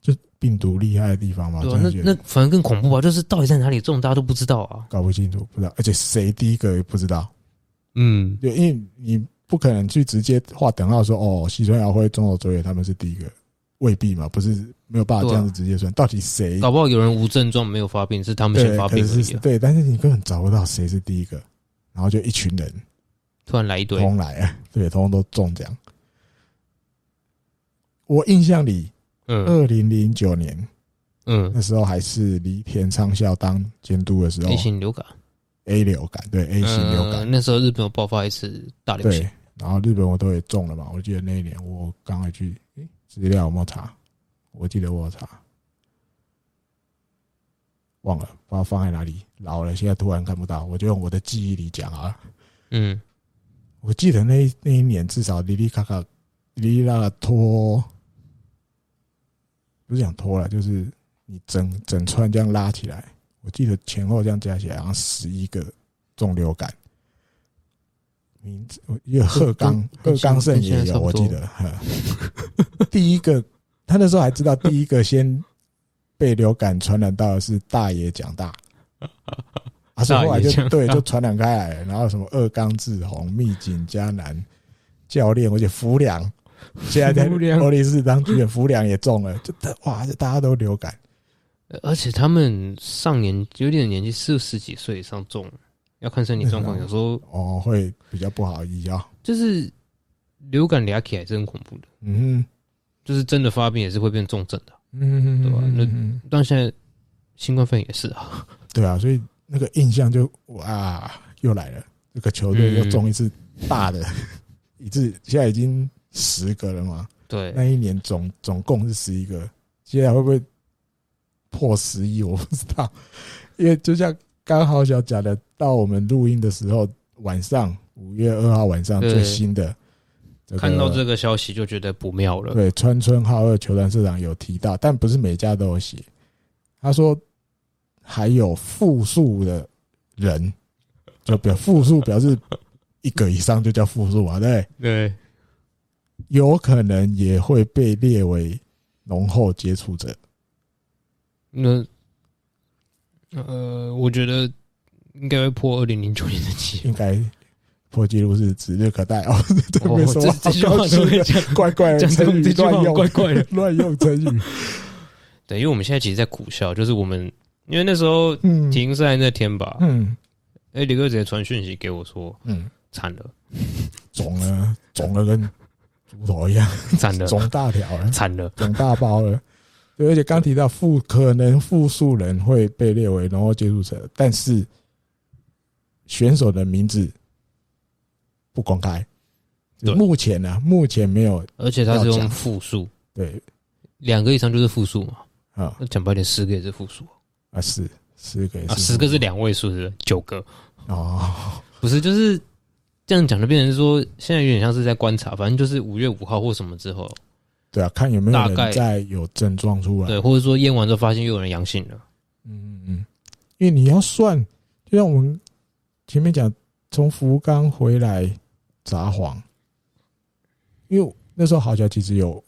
[SPEAKER 2] 就病毒厉害的地方嘛，
[SPEAKER 3] 对
[SPEAKER 2] 啊真
[SPEAKER 3] 吧、
[SPEAKER 2] 的
[SPEAKER 3] 那
[SPEAKER 2] 觉得
[SPEAKER 3] 那反而更恐怖吧，啊就是到底在哪里中，大家都不知道啊。
[SPEAKER 2] 搞不清楚，不知道，而且谁第一个也不知道，
[SPEAKER 3] 嗯，
[SPEAKER 2] 就因为你不可能去直接画等号说哦，西村遥辉、中岛卓也他们是第一个，未必嘛，不是没有办法
[SPEAKER 3] 对
[SPEAKER 2] 这
[SPEAKER 3] 啊
[SPEAKER 2] 样子直接算，到底谁
[SPEAKER 3] 搞不好有人无症状没有发病，是他们先
[SPEAKER 2] 对，
[SPEAKER 3] 发
[SPEAKER 2] 可
[SPEAKER 3] 病而
[SPEAKER 2] 能
[SPEAKER 3] 已
[SPEAKER 2] 是
[SPEAKER 3] 啊、
[SPEAKER 2] 对，但是你根本找不到谁是第一个，然后就一群人
[SPEAKER 3] 突然来一堆，
[SPEAKER 2] 通来啊，对，通通都中奖。我印象里，
[SPEAKER 3] 嗯
[SPEAKER 2] 二零零九年
[SPEAKER 3] 嗯，
[SPEAKER 2] 那时候还是黎田昌孝当监督的时候
[SPEAKER 3] A 型流感
[SPEAKER 2] A 流感，对 A 型哦流感
[SPEAKER 3] 呃，，那时候日本有爆发一次大流行
[SPEAKER 2] 对，，然后日本我都也中了嘛。我记得那一年我刚回去，诶资料有没有查？我记得我有查，忘了，不知道放在哪里。老了，现在突然看不到，我就用我的记忆里讲啊。
[SPEAKER 3] 嗯，
[SPEAKER 2] 我记得那一那一年至少里里卡卡里里拉拉拖，不是讲拖了，就是你整整串这样拉起来，我记得前后这样加起来好像十一个中流感。名字，我因为贺刚贺
[SPEAKER 3] 跟
[SPEAKER 2] 刚胜也
[SPEAKER 3] 跟现在
[SPEAKER 2] 有，
[SPEAKER 3] 差不
[SPEAKER 2] 我
[SPEAKER 3] 多
[SPEAKER 2] 记得。呵 *laughs* 第一个，他那时候还知道，第一个先被流感传染到的是大爷蒋 *laughs* 大，啊，所以后来
[SPEAKER 3] 大爷
[SPEAKER 2] 就
[SPEAKER 3] 蒋
[SPEAKER 2] 对
[SPEAKER 3] 大
[SPEAKER 2] 就传染开来了，然后什么二冈志宏、密景迦南教练，而且福良，现在在
[SPEAKER 3] 福良
[SPEAKER 2] 欧力士当主演，福良也中了，就大哇，这大家都流感，
[SPEAKER 3] 而且他们上年有点年纪，四十几岁以上中，要看身体状
[SPEAKER 2] 嗯
[SPEAKER 3] 况，有时候
[SPEAKER 2] 哦，会比较不好医啊，
[SPEAKER 3] 就是流感俩起来是很恐怖的，
[SPEAKER 2] 嗯
[SPEAKER 3] 就是真的发病也是会变重症的。
[SPEAKER 2] 哼嗯
[SPEAKER 3] 对
[SPEAKER 2] 哼
[SPEAKER 3] 啊
[SPEAKER 2] 嗯
[SPEAKER 3] 那
[SPEAKER 2] 哼
[SPEAKER 3] 但现在新冠肺炎也是啊，
[SPEAKER 2] 对啊，所以那个印象就哇，又来了，这个球队又中一次大的， *laughs* 一次现在已经十个了嘛，
[SPEAKER 3] 对，
[SPEAKER 2] 那一年总总共是十一个，接下来会不会破十一？我不知道，因为就像刚好小讲的，到我们录音的时候，晚上五月二号晚上
[SPEAKER 3] 对
[SPEAKER 2] 最新的、这个
[SPEAKER 3] 看到这个消息就觉得不妙了。
[SPEAKER 2] 对，川村浩二球团社长有提到，但不是每家都有写。他说还有复数的人，就表复数表示一个以上就叫复数啊，对，
[SPEAKER 3] 对，
[SPEAKER 2] 有可能也会被列为浓厚接触者。
[SPEAKER 3] 那呃，我觉得应该会破二零零九年的记
[SPEAKER 2] *laughs*
[SPEAKER 3] 录。
[SPEAKER 2] 应该破纪录是指日可待
[SPEAKER 3] *laughs*
[SPEAKER 2] 哦。这
[SPEAKER 3] 哦
[SPEAKER 2] 没什么
[SPEAKER 3] 这
[SPEAKER 2] 好
[SPEAKER 3] 这句话
[SPEAKER 2] 高兴
[SPEAKER 3] 怎么
[SPEAKER 2] 的
[SPEAKER 3] *laughs* 讲
[SPEAKER 2] 怪怪的
[SPEAKER 3] 讲这
[SPEAKER 2] 成语
[SPEAKER 3] 这句话
[SPEAKER 2] 乱用，
[SPEAKER 3] 怪怪的
[SPEAKER 2] 乱用成语。
[SPEAKER 3] 对，因为我们现在其实，在苦笑，就是我们因为那时候
[SPEAKER 2] 嗯
[SPEAKER 3] 停赛那天吧，
[SPEAKER 2] 嗯
[SPEAKER 3] 哎、李哥直接传讯息给我说，
[SPEAKER 2] 嗯，
[SPEAKER 3] 惨了，
[SPEAKER 2] 肿了肿了跟猪头
[SPEAKER 3] *laughs*
[SPEAKER 2] 一样，
[SPEAKER 3] 惨了，
[SPEAKER 2] 肿大条啊了。
[SPEAKER 3] 惨了，
[SPEAKER 2] 长大包了。 *laughs* 对，而且刚提到复可能复数人会被列为浓厚接触者，但是选手的名字不公开。
[SPEAKER 3] 对
[SPEAKER 2] 目前呢、目前没有
[SPEAKER 3] 而且他是
[SPEAKER 2] 要讲
[SPEAKER 3] 用复数，
[SPEAKER 2] 对
[SPEAKER 3] 两个以上就是复数嘛。
[SPEAKER 2] 啊
[SPEAKER 3] 那讲白点，十个也是复数
[SPEAKER 2] 啊是十个也
[SPEAKER 3] 啊，
[SPEAKER 2] 是
[SPEAKER 3] 十个是两位数是不是九个，
[SPEAKER 2] 哦，
[SPEAKER 3] 不是就是这样讲就变成说，现在有点像是在观察，反正就是五月五号或什么之后，
[SPEAKER 2] 对啊，看有没有
[SPEAKER 3] 大概
[SPEAKER 2] 人在有症状出来。
[SPEAKER 3] 对，或者说验完之后发现又有人阳性了，
[SPEAKER 2] 嗯嗯嗯，因为你要算，就像我们前面讲，从福冈回来札幌，因为那时候好巧其实有，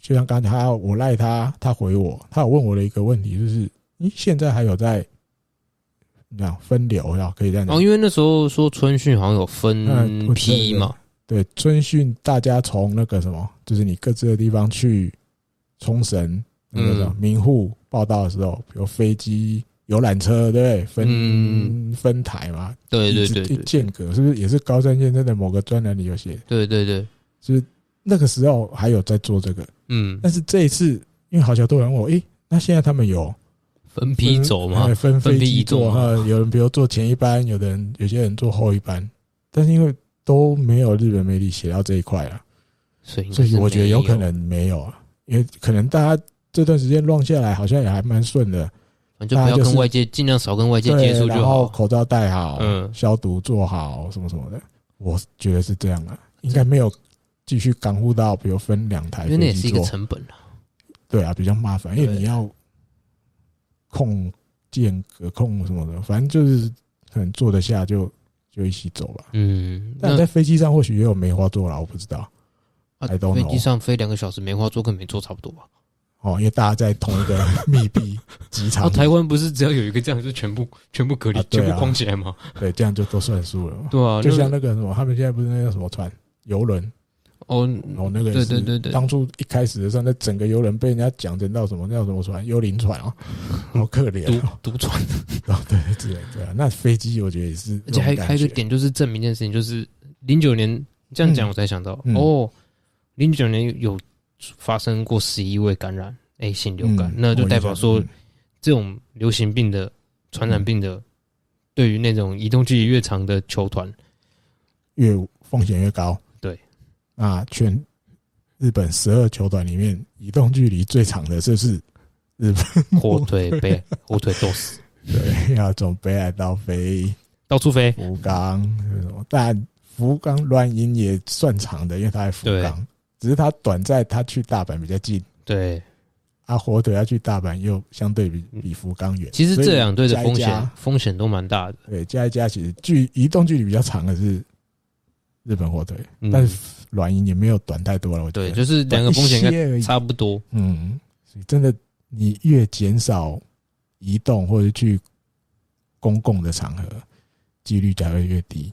[SPEAKER 2] 就像刚才他我赖他，他回我，他有问我的一个问题，就是你现在还有在，你讲分流要可以这样
[SPEAKER 3] 然
[SPEAKER 2] 讲，
[SPEAKER 3] 后因为那时候说春训好像有
[SPEAKER 2] 嗯
[SPEAKER 3] 分
[SPEAKER 2] 我知道
[SPEAKER 3] 批嘛，
[SPEAKER 2] 对，遵循大家从那个什么，就是你各自的地方去冲绳那个什么
[SPEAKER 3] 嗯
[SPEAKER 2] 名护报道的时候，比如飞机、游览车，对不对？分、
[SPEAKER 3] 嗯
[SPEAKER 2] 分台嘛，
[SPEAKER 3] 对对
[SPEAKER 2] 一直
[SPEAKER 3] 对
[SPEAKER 2] 一
[SPEAKER 3] 对
[SPEAKER 2] 间隔是不是也是高山先生的某个专栏里有写？
[SPEAKER 3] 对对对，
[SPEAKER 2] 就是那个时候还有在做这个，
[SPEAKER 3] 嗯，
[SPEAKER 2] 但是这一次因为好像多人问我，诶、那现在他们有
[SPEAKER 3] 分批走嘛
[SPEAKER 2] 哎，分
[SPEAKER 3] 分
[SPEAKER 2] 飞
[SPEAKER 3] 批
[SPEAKER 2] 机
[SPEAKER 3] 移动
[SPEAKER 2] 坐哈，
[SPEAKER 3] 嘛
[SPEAKER 2] 呃有人比如坐前一班，有的人有些人坐后一班，但是因为都没有日本媒体写到这一块啊了。
[SPEAKER 3] 所以应该
[SPEAKER 2] 所以
[SPEAKER 3] 是
[SPEAKER 2] 嗯我觉得
[SPEAKER 3] 没
[SPEAKER 2] 有可，能没有，啊，因为可能大家这段时间乱下来，好像也还蛮顺的，
[SPEAKER 3] 反正就不
[SPEAKER 2] 大家
[SPEAKER 3] 要
[SPEAKER 2] 就是
[SPEAKER 3] 跟外界尽量少跟外界
[SPEAKER 2] 对，
[SPEAKER 3] 接触
[SPEAKER 2] 然
[SPEAKER 3] 就
[SPEAKER 2] 后
[SPEAKER 3] 好。
[SPEAKER 2] 口罩戴好，
[SPEAKER 3] 嗯
[SPEAKER 2] 消毒做好，什么什么的，我觉得是这样啊，应该没有继续港护到，比如分两台
[SPEAKER 3] 因为那
[SPEAKER 2] 飞
[SPEAKER 3] 也是
[SPEAKER 2] 机
[SPEAKER 3] 一个
[SPEAKER 2] 坐，
[SPEAKER 3] 成本啦。
[SPEAKER 2] 对啊，比较麻烦，因为
[SPEAKER 3] 对
[SPEAKER 2] 你要控间隔控什么的，反正就是可能坐得下就就一起走吧。
[SPEAKER 3] 嗯，
[SPEAKER 2] 但
[SPEAKER 3] 那
[SPEAKER 2] 在飞机上或许也有梅花座啦，我不知道
[SPEAKER 3] 啊
[SPEAKER 2] I don't
[SPEAKER 3] 飞
[SPEAKER 2] know
[SPEAKER 3] 机上飞两个小时，梅花座跟没做差不多吧？
[SPEAKER 2] 哦，因为大家在同一个 *laughs* 密闭机场
[SPEAKER 3] 啊，
[SPEAKER 2] 里，
[SPEAKER 3] 台湾不是只要有一个这样，就全部全部隔离
[SPEAKER 2] 啊，对啊
[SPEAKER 3] 全部框起来吗？
[SPEAKER 2] 对，这样就都算数了嘛。
[SPEAKER 3] 对啊，
[SPEAKER 2] 就
[SPEAKER 3] 那
[SPEAKER 2] 像那个什么，他们现在不是那个什么船游轮，
[SPEAKER 3] 哦，
[SPEAKER 2] 然后那个也
[SPEAKER 3] 对
[SPEAKER 2] 是
[SPEAKER 3] 对对对，
[SPEAKER 2] 当初一开始的时候，那整个游轮被人家讲成到什么叫什么船，幽灵船哦，
[SPEAKER 3] *laughs*
[SPEAKER 2] 好可怜
[SPEAKER 3] 独
[SPEAKER 2] 哦，
[SPEAKER 3] 独传，
[SPEAKER 2] *laughs* 哦对对对啊，那飞机我觉得也是，
[SPEAKER 3] 而且还还有一个，点就是证明一件事情，就是零九年这样讲我才想到
[SPEAKER 2] 嗯
[SPEAKER 3] 哦，零九年有发生过十一位感染 A 型流感
[SPEAKER 2] 嗯，嗯
[SPEAKER 3] 那就代表
[SPEAKER 2] 我
[SPEAKER 3] 说
[SPEAKER 2] 印象
[SPEAKER 3] 这种流行病的传染病的，对于那种移动距离越长的球团，
[SPEAKER 2] 嗯越风险越高，
[SPEAKER 3] 对，
[SPEAKER 2] 啊，全日本十二球团里面移动距离最长的就是日本
[SPEAKER 3] 火腿
[SPEAKER 2] *laughs*
[SPEAKER 3] 被火腿冻死，
[SPEAKER 2] 对，要从北海道飞
[SPEAKER 3] 到处飞，
[SPEAKER 2] 福冈，什么但福冈乱音也算长的，因为他在福
[SPEAKER 3] 对
[SPEAKER 2] 冈，只是他短在他去大阪比较近，
[SPEAKER 3] 对，
[SPEAKER 2] 啊，火腿要去大阪又相对比比福冈远。
[SPEAKER 3] 其实
[SPEAKER 2] 所以
[SPEAKER 3] 这两队的
[SPEAKER 2] 加一
[SPEAKER 3] 风险
[SPEAKER 2] 加
[SPEAKER 3] 风险都蛮大的。
[SPEAKER 2] 对加一加，其实距移动距离比较长的是日本火腿，
[SPEAKER 3] 嗯
[SPEAKER 2] 但是软银也没有短太多了。我觉得
[SPEAKER 3] 对，就是两个风险应
[SPEAKER 2] 短
[SPEAKER 3] 该
[SPEAKER 2] 一些而已
[SPEAKER 3] 差不多。
[SPEAKER 2] 嗯，所以真的，你越减少移动或者去公共的场合，几率才会越低，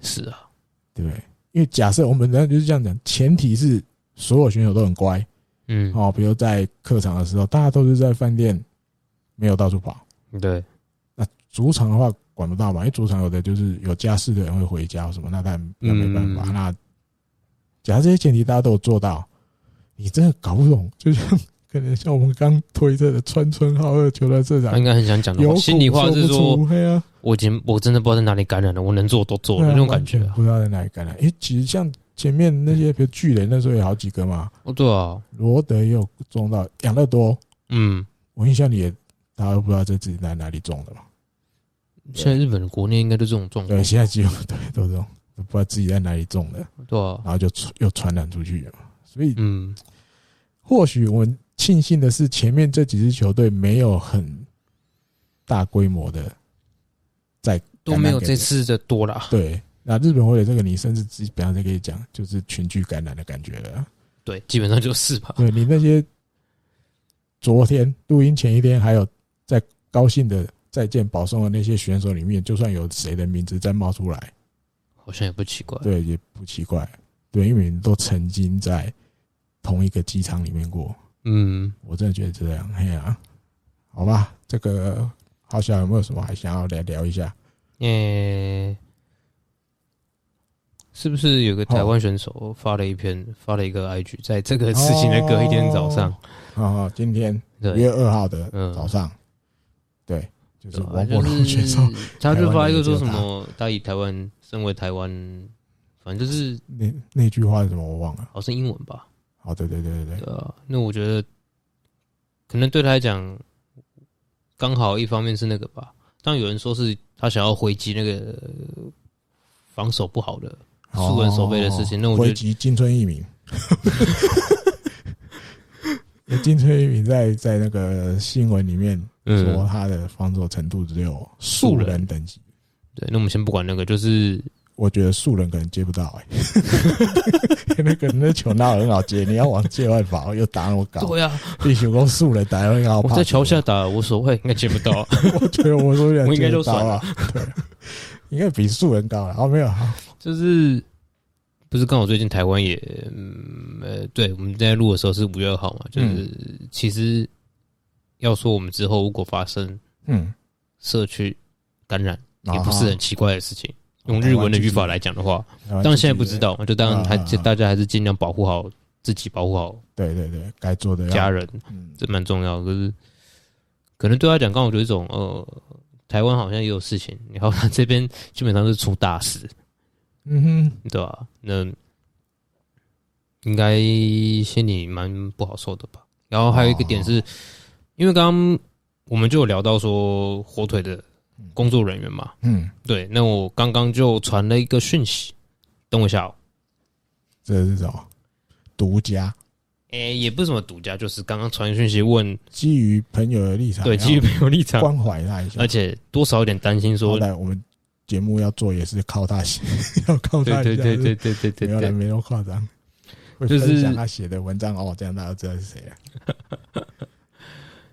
[SPEAKER 3] 是啊，
[SPEAKER 2] 对不对？因为假设我们人就是这样讲，前提是所有选手都很乖
[SPEAKER 3] 嗯，
[SPEAKER 2] 哦，比如在客场的时候，大家都是在饭店，没有到处跑。
[SPEAKER 3] 对，
[SPEAKER 2] 主场的话管不到嘛，因为主场有的就是有家室的人会回家或什么，那但那没办法。
[SPEAKER 3] 嗯
[SPEAKER 2] 那假设这些前提大家都有做到，你真的搞不懂，就像 *laughs* 可能像我们刚推测的川村浩二球的社
[SPEAKER 3] 他
[SPEAKER 2] 长
[SPEAKER 3] 应，该很想讲的
[SPEAKER 2] 有
[SPEAKER 3] 话。
[SPEAKER 2] 苦
[SPEAKER 3] 心里话
[SPEAKER 2] 说不
[SPEAKER 3] 是说，
[SPEAKER 2] 出，嘿啊，
[SPEAKER 3] 我已经我真的不知道在哪里感染了，我能做都做了
[SPEAKER 2] 对啊
[SPEAKER 3] 那种
[SPEAKER 2] 完
[SPEAKER 3] 感觉
[SPEAKER 2] 全
[SPEAKER 3] 啊。
[SPEAKER 2] 不知道在哪里感染。诶，其实像前面那些，比如巨人那时候有好几个嘛，
[SPEAKER 3] 哦，对啊，
[SPEAKER 2] 罗德也有中到，养乐多，
[SPEAKER 3] 嗯，
[SPEAKER 2] 我印象里也大家都不知道这自己在哪里中的嘛。
[SPEAKER 3] 现在日本的国内应该都这种状况
[SPEAKER 2] 对，，啊现在几乎对都中，都不知道自己在哪里中的。
[SPEAKER 3] 对啊，
[SPEAKER 2] 然后就传又传染出去了嘛。所以
[SPEAKER 3] 嗯，
[SPEAKER 2] 或许我们庆幸的是，前面这几支球队没有很大规模的在
[SPEAKER 3] 都没有这次的多啦。
[SPEAKER 2] 对。那日本火腿这个，你甚至基本上就可以讲，就是群聚感染的感觉了。
[SPEAKER 3] 对，基本上就是吧。
[SPEAKER 2] 对你那些昨天录音前一天还有在高兴的再见保送的那些选手里面，就算有谁的名字再冒出来，
[SPEAKER 3] 好像也不奇怪。
[SPEAKER 2] 对，也不奇怪。对，因为你们都曾经在同一个机场里面过。
[SPEAKER 3] 嗯，
[SPEAKER 2] 我真的觉得这样，嘿啊，好吧，这个好像有没有什么还想要来聊一下？
[SPEAKER 3] 诶、是不是有个台湾选手发了一篇、发了一个 IG，在这个事情的隔一天早上，
[SPEAKER 2] 哦，今天五
[SPEAKER 3] 对
[SPEAKER 2] 月二号的
[SPEAKER 3] 嗯
[SPEAKER 2] 早上，对，就是
[SPEAKER 3] 对啊
[SPEAKER 2] 王柏荣
[SPEAKER 3] 就是
[SPEAKER 2] 选手，
[SPEAKER 3] 他就发一个说
[SPEAKER 2] 台湾人就只
[SPEAKER 3] 什
[SPEAKER 2] 有他
[SPEAKER 3] 么，他以台湾身为台湾，反正就是
[SPEAKER 2] 那那句话是什么我忘了。
[SPEAKER 3] 好像英文吧，
[SPEAKER 2] 哦，对对对对
[SPEAKER 3] 对
[SPEAKER 2] 对，
[SPEAKER 3] 啊，那我觉得可能对他来讲，刚好一方面是那个吧，当有人说是他想要回击那个呃防守不好的素人守备的事情，那我觉
[SPEAKER 2] 回
[SPEAKER 3] 得
[SPEAKER 2] 击哦金春一鸣。
[SPEAKER 3] *laughs*
[SPEAKER 2] 金春一鸣在在那个新闻里面说
[SPEAKER 3] 嗯，
[SPEAKER 2] 他的防守程度只有素
[SPEAKER 3] 素
[SPEAKER 2] 人
[SPEAKER 3] 人
[SPEAKER 2] 等级，
[SPEAKER 3] 对，那我们先不管那个，就是
[SPEAKER 2] 我觉得素人可能接不到、欸， *laughs* 那个那球那很好接，你要往界外跑又打我搞，
[SPEAKER 3] 对啊，
[SPEAKER 2] 地球攻素人打得很好啊
[SPEAKER 3] 我
[SPEAKER 2] 跑。
[SPEAKER 3] 在桥下，打无所谓，应该接不到。 *laughs*
[SPEAKER 2] 我觉得我说
[SPEAKER 3] 我应该就
[SPEAKER 2] 高
[SPEAKER 3] 算
[SPEAKER 2] 啊，对，应该比素人高了。哦，没有，好
[SPEAKER 3] 就是不是刚好最近台湾也，嗯呃，对，我们在录的时候是五月二号嘛，就是、
[SPEAKER 2] 嗯
[SPEAKER 3] 其实要说我们之后如果发生
[SPEAKER 2] 嗯，哦
[SPEAKER 3] 社区感染，也不是很奇怪的事情。用
[SPEAKER 2] 台湾
[SPEAKER 3] 日文的
[SPEAKER 2] 自己
[SPEAKER 3] 语法来讲的话，
[SPEAKER 2] 然后
[SPEAKER 3] 当然现在不知，道嘛，就当然还
[SPEAKER 2] 啊啊啊
[SPEAKER 3] 大家还是尽量保护好自己，保护好
[SPEAKER 2] 对对对，该做的要
[SPEAKER 3] 家，人，
[SPEAKER 2] 嗯，
[SPEAKER 3] 这蛮重要的。可是可能对他讲，刚好有一种呃，台湾好像也有事情，然后他这边基本上是出大事，
[SPEAKER 2] 嗯哼，
[SPEAKER 3] 对吧、那应该心里蛮不好受的吧。然后还有一个点
[SPEAKER 2] 哦
[SPEAKER 3] 是，因为刚刚我们就有聊到说火腿的工作人员嘛，
[SPEAKER 2] 嗯，
[SPEAKER 3] 对，那我刚刚就传了一个讯息，等我一下哦。
[SPEAKER 2] 这是什么？独家，
[SPEAKER 3] 诶、也不是什么独家，就是刚刚传讯息问，
[SPEAKER 2] 基于朋友的立场，
[SPEAKER 3] 对，基于朋友立场，
[SPEAKER 2] 关怀他一下
[SPEAKER 3] 而。且多少有点担心
[SPEAKER 2] 好
[SPEAKER 3] 说，
[SPEAKER 2] 歹我们节目要做也是靠他写， *laughs* 要靠
[SPEAKER 3] 对
[SPEAKER 2] 他一下。
[SPEAKER 3] 对对对对对
[SPEAKER 2] 没有
[SPEAKER 3] 对
[SPEAKER 2] 啦，
[SPEAKER 3] 对，
[SPEAKER 2] 没那么夸张。会
[SPEAKER 3] 就是
[SPEAKER 2] 分享他写的文章哦，这样大家知道是谁啊了。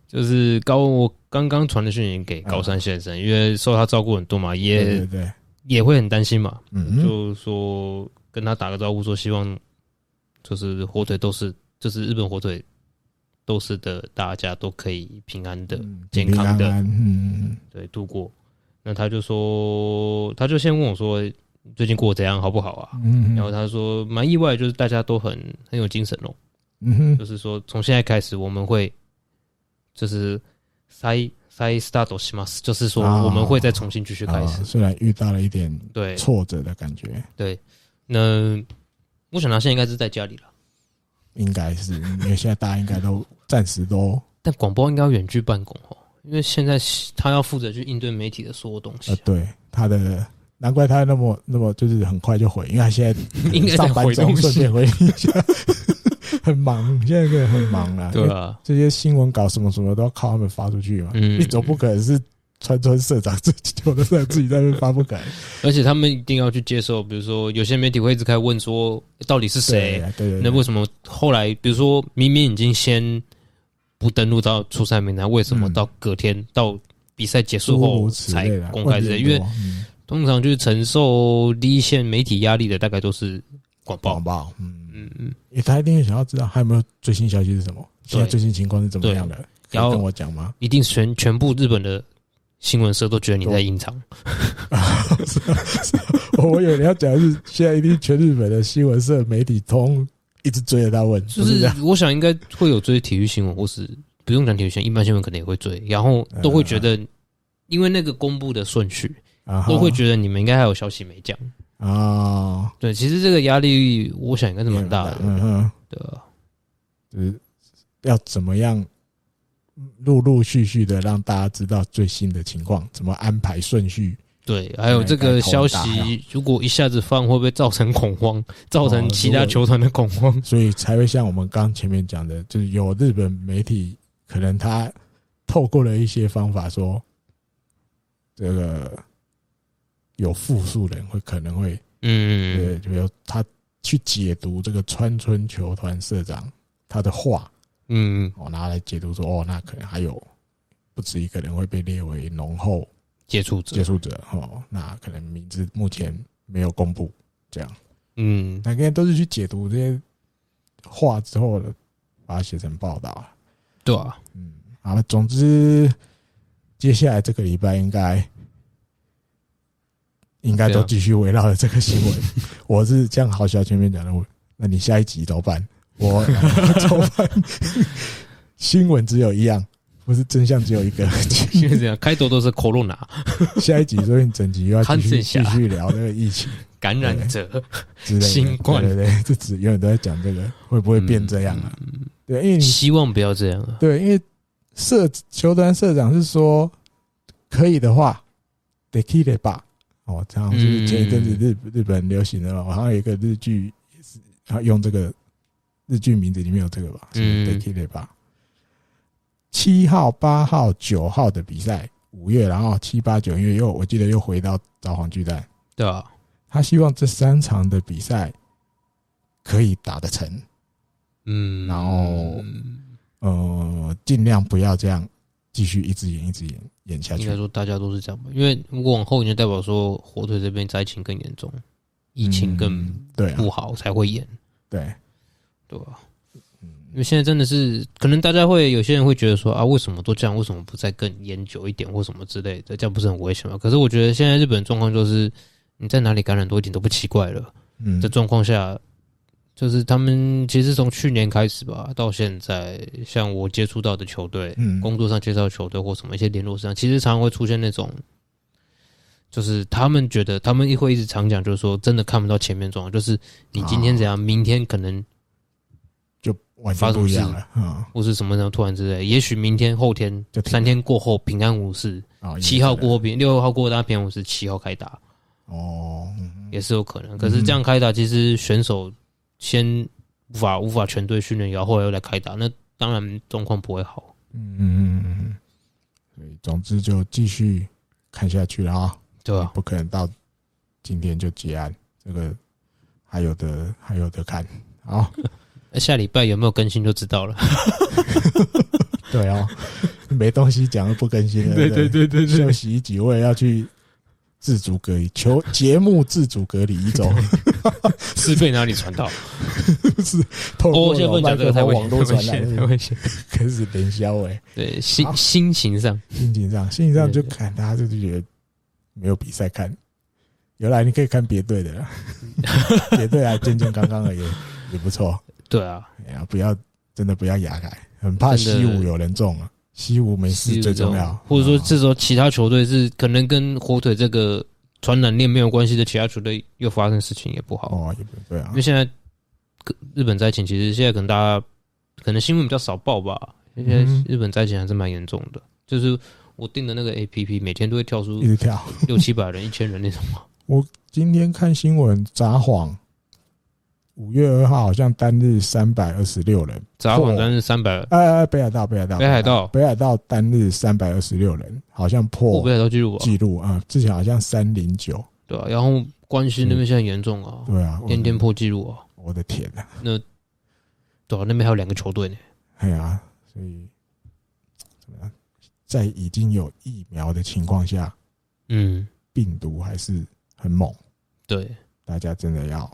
[SPEAKER 3] 就是高我刚刚传的讯息给高山先生，因为受他照顾很多嘛，
[SPEAKER 2] 对
[SPEAKER 3] 也
[SPEAKER 2] 对对，
[SPEAKER 3] 也会很担心嘛，
[SPEAKER 2] 嗯，
[SPEAKER 3] 就说跟他打个招呼，说希望就是火腿都是，就是日本火腿都是的，大家都可以平安的，
[SPEAKER 2] 嗯
[SPEAKER 3] 健康
[SPEAKER 2] 平
[SPEAKER 3] 的
[SPEAKER 2] 平安安嗯，
[SPEAKER 3] 对度过。那他就说，他就先问我说最近过得怎样，好不好啊？
[SPEAKER 2] 嗯，
[SPEAKER 3] 然后他说蛮意外，就是大家都很很有精神哦，
[SPEAKER 2] 嗯哼
[SPEAKER 3] 就是说从现在开始我们会就是再再 start します，就是说
[SPEAKER 2] 啊
[SPEAKER 3] 我们会再重新继续开始
[SPEAKER 2] 啊。虽然遇到了一点
[SPEAKER 3] 对，
[SPEAKER 2] 挫折的感觉，
[SPEAKER 3] 那我想他现在应该是在家里了，
[SPEAKER 2] 应该是因为现在大家应该都暂时都
[SPEAKER 3] 但广播应该要远距办公哦，因为现在他要负责去应对媒体的所有东西
[SPEAKER 2] 呃，，对他的难怪他那么那么就是很快就回，因为他现
[SPEAKER 3] 应
[SPEAKER 2] 在呃
[SPEAKER 3] 该在
[SPEAKER 2] 上班
[SPEAKER 3] 回
[SPEAKER 2] 中
[SPEAKER 3] 东西
[SPEAKER 2] 顺便回一下，很
[SPEAKER 3] *laughs*
[SPEAKER 2] 忙，现在真的很忙啦。
[SPEAKER 3] 对啊，
[SPEAKER 2] 这些新闻稿什么什么都要靠他们发出去嘛，*laughs*
[SPEAKER 3] 嗯
[SPEAKER 2] 你总不可能是川川社长自己有的社自己在那边发不可能，
[SPEAKER 3] 而且他们一定要去接受，比如说有些媒体会一直开始问说到底是谁，
[SPEAKER 2] 对啊对对，
[SPEAKER 3] 那为什么后来，比如说明明已经先不登录到初赛名单，为什么
[SPEAKER 2] 嗯
[SPEAKER 3] 到隔天、到比赛结束
[SPEAKER 2] 诸
[SPEAKER 3] 后
[SPEAKER 2] 如此
[SPEAKER 3] 才
[SPEAKER 2] 类啊的
[SPEAKER 3] 公开这些？因为
[SPEAKER 2] 嗯
[SPEAKER 3] 通常就是承受第一线媒体压力的，大概都是广
[SPEAKER 2] 不好
[SPEAKER 3] 报。
[SPEAKER 2] 报，嗯，
[SPEAKER 3] 嗯嗯，
[SPEAKER 2] 因为他一定想要知道还有没有最新消息是什么，现在最新情况是怎么样的，可以
[SPEAKER 3] 然后
[SPEAKER 2] 跟我讲吗？
[SPEAKER 3] 一定全全部日本的新闻社都觉得你在隐藏。
[SPEAKER 2] *laughs* 我以为你要讲的是现在一定全日本的新闻社媒体通一直追着他问，
[SPEAKER 3] 就
[SPEAKER 2] 不是这
[SPEAKER 3] 是
[SPEAKER 2] 样，
[SPEAKER 3] 我想应该会有追体育新闻，或是不用讲体育新闻，一般新闻可能也会追，然后都会觉得，因为那个公布的顺序，
[SPEAKER 2] 啊嗯
[SPEAKER 3] 都会觉得你们应该还有消息没讲。
[SPEAKER 2] 得啊，
[SPEAKER 3] 对，其实这个压力，我想应该是蛮大的。
[SPEAKER 2] 嗯哼，
[SPEAKER 3] 对啊，
[SPEAKER 2] 就是要怎么样陆陆续续的让大家知道最新的情况，怎么安排顺序，
[SPEAKER 3] 对，还有这个消
[SPEAKER 2] 应该哎头很
[SPEAKER 3] 息，如果一下子放，会不会造成恐慌，造成其他球团的恐慌？
[SPEAKER 2] 所以才会像我们刚前面讲的，就是有日本媒体可能他透过了一些方法说，这个有复数人会可能会
[SPEAKER 3] 嗯，
[SPEAKER 2] 对，就有他去解读这个川村球团社长他的话，
[SPEAKER 3] 嗯，
[SPEAKER 2] 哦，拿来解读说，哦，那可能还有不止一个人会被列为浓厚
[SPEAKER 3] 接触
[SPEAKER 2] 接
[SPEAKER 3] 者，
[SPEAKER 2] 触者，哦，那可能名字目前没有公布，这样，
[SPEAKER 3] 嗯，
[SPEAKER 2] 那应该都是去解读这些话之后的，把它写成报道。
[SPEAKER 3] 对啊，
[SPEAKER 2] 嗯，好，总之，接下来这个礼拜应该应该
[SPEAKER 3] 对
[SPEAKER 2] 都
[SPEAKER 3] 啊
[SPEAKER 2] 继续围绕着这个新闻。我是像好小前面讲的，我那你下一集怎么办？我 *laughs* 怎么办？新闻只有一样，不是真相只有一个。 *laughs*
[SPEAKER 3] 现在这样，开头都是 corona
[SPEAKER 2] 下一集所以你整集又要继续
[SPEAKER 3] 看这
[SPEAKER 2] 继
[SPEAKER 3] 下
[SPEAKER 2] 续聊那个疫情
[SPEAKER 3] 感染者，
[SPEAKER 2] 之类的，
[SPEAKER 3] 新冠
[SPEAKER 2] 对对对，这只永远都在讲这个会不会变这样啊？
[SPEAKER 3] 嗯
[SPEAKER 2] 对，因为你
[SPEAKER 3] 希望不要这样啊。
[SPEAKER 2] 对，因为社球团社长是说，可以的话，得 k i 吧。哦，这样就是前一阵子日、日本流行的嘛，好像有一个日剧也是，然后用这个日剧名字里面有这个吧，
[SPEAKER 3] 嗯
[SPEAKER 2] 得 k i 吧。七号、八号、九号的比赛，五月，然后七八九月又，我记得又回到札幌巨蛋。
[SPEAKER 3] 对啊，
[SPEAKER 2] 他希望这三场的比赛可以打得成，
[SPEAKER 3] 嗯，
[SPEAKER 2] 然后呃，尽量不要这样继续一直演一直演演下去
[SPEAKER 3] 应该。说大家都是这样吧，因为如果往后，你就代表说火腿这边灾情更严重，疫情更
[SPEAKER 2] 嗯对啊
[SPEAKER 3] 不好才会演，
[SPEAKER 2] 对，
[SPEAKER 3] 对吧？因
[SPEAKER 2] 嗯
[SPEAKER 3] 为现在真的是，可能大家会有些人会觉得说啊，为什么都这样？为什么不再更研究一点或什么之类的？这样不是很危险吗？可是我觉得现在日本状况就是，你在哪里感染多一点都不奇怪了。
[SPEAKER 2] 嗯
[SPEAKER 3] 这状况下，就是他们其实从去年开始吧，到现在，像我接触到的球队，
[SPEAKER 2] 嗯
[SPEAKER 3] 工作上介绍球队或什么一些联络上，其实常常会出现那种，就是他们觉得他们会一直常讲，就是说真的看不到前面状况，就是你今天怎样，明天可能
[SPEAKER 2] 就完全不一样了啊
[SPEAKER 3] 或是什么时候突然之类，也许明天、后天
[SPEAKER 2] 就停了
[SPEAKER 3] 三天过后平安无事，！
[SPEAKER 2] 哦
[SPEAKER 3] 七号过后平六号过后大家平安无事，七号开打
[SPEAKER 2] 哦，嗯
[SPEAKER 3] 也是有可能。可是这样开打，其实选手先无法无法全队训练，然后后来又来开打，那当然状况不会好。
[SPEAKER 2] 嗯嗯嗯嗯嗯，所以总之就继续看下去了啊，
[SPEAKER 3] 对啊，
[SPEAKER 2] 不可能到今天就结案，这个还有的还有的看。哦好，
[SPEAKER 3] 那下礼拜有没有更新就知道了。
[SPEAKER 2] 对哦， *laughs* 没东西讲就不更新了。不
[SPEAKER 3] *laughs* 对啊
[SPEAKER 2] *laughs*
[SPEAKER 3] 对
[SPEAKER 2] 休息一集，我也要去自主隔离， *laughs* 求节目自主隔离一周，
[SPEAKER 3] 是被哪里传到？
[SPEAKER 2] *laughs* 透
[SPEAKER 3] 哦，
[SPEAKER 2] 过
[SPEAKER 3] 现在不
[SPEAKER 2] 有
[SPEAKER 3] 能
[SPEAKER 2] 麦
[SPEAKER 3] 讲这
[SPEAKER 2] 克
[SPEAKER 3] 个太
[SPEAKER 2] 风
[SPEAKER 3] 危
[SPEAKER 2] 网络
[SPEAKER 3] 险，太危
[SPEAKER 2] 传
[SPEAKER 3] 险，太
[SPEAKER 2] 来，
[SPEAKER 3] 危险。
[SPEAKER 2] 开始连销哎，
[SPEAKER 3] *laughs* 对，心心情上，
[SPEAKER 2] 心情上，心情上就
[SPEAKER 3] 对对对
[SPEAKER 2] 看大家就觉得没有比赛看，原来你可以看别队的啦， *laughs* 别队啊，健健康康的也也不错，
[SPEAKER 3] 对啊，
[SPEAKER 2] 哎呀，不要真的不要牙改，很怕西
[SPEAKER 3] 真
[SPEAKER 2] 武
[SPEAKER 3] 的
[SPEAKER 2] 有人中了，西武没
[SPEAKER 3] 是
[SPEAKER 2] 事
[SPEAKER 3] 有
[SPEAKER 2] 最
[SPEAKER 3] 这种
[SPEAKER 2] 重要，
[SPEAKER 3] 或者说
[SPEAKER 2] 啊
[SPEAKER 3] 这时候其他球队是可能跟火腿这个传染链没有关系的，其他球队又发生事情也不好。
[SPEAKER 2] 哦也不对啊
[SPEAKER 3] 因为，现在呃日本灾情，其实现在可能大家可能新闻比较少报吧，现在
[SPEAKER 2] 嗯
[SPEAKER 3] 日本灾情还是蛮严重的。就是我订的那个 A P P，每天都会跳出
[SPEAKER 2] 一直跳，
[SPEAKER 3] 六七百人、一千人那种嘛，
[SPEAKER 2] 我今天看新闻，札幌五月二号好像单日三百二十六人，
[SPEAKER 3] 札幌单是三百，
[SPEAKER 2] 呃，北海道，北海道，
[SPEAKER 3] 北海道
[SPEAKER 2] 北海道单日三百二十六人，好像
[SPEAKER 3] 哦
[SPEAKER 2] 破
[SPEAKER 3] 北海道记录啊，
[SPEAKER 2] 纪录啊，之前好像三零九，
[SPEAKER 3] 对啊，然后关西
[SPEAKER 2] 嗯
[SPEAKER 3] 那边现在很严重啊，
[SPEAKER 2] 对啊，我
[SPEAKER 3] 天天
[SPEAKER 2] 的
[SPEAKER 3] 破纪录啊，
[SPEAKER 2] 我的天呐、
[SPEAKER 3] 对啊，那边还有两个球队呢，
[SPEAKER 2] 哎呀，所以怎么样，在已经有疫苗的情况下，
[SPEAKER 3] 嗯，
[SPEAKER 2] 病毒还是很猛，
[SPEAKER 3] 对，
[SPEAKER 2] 大家真的要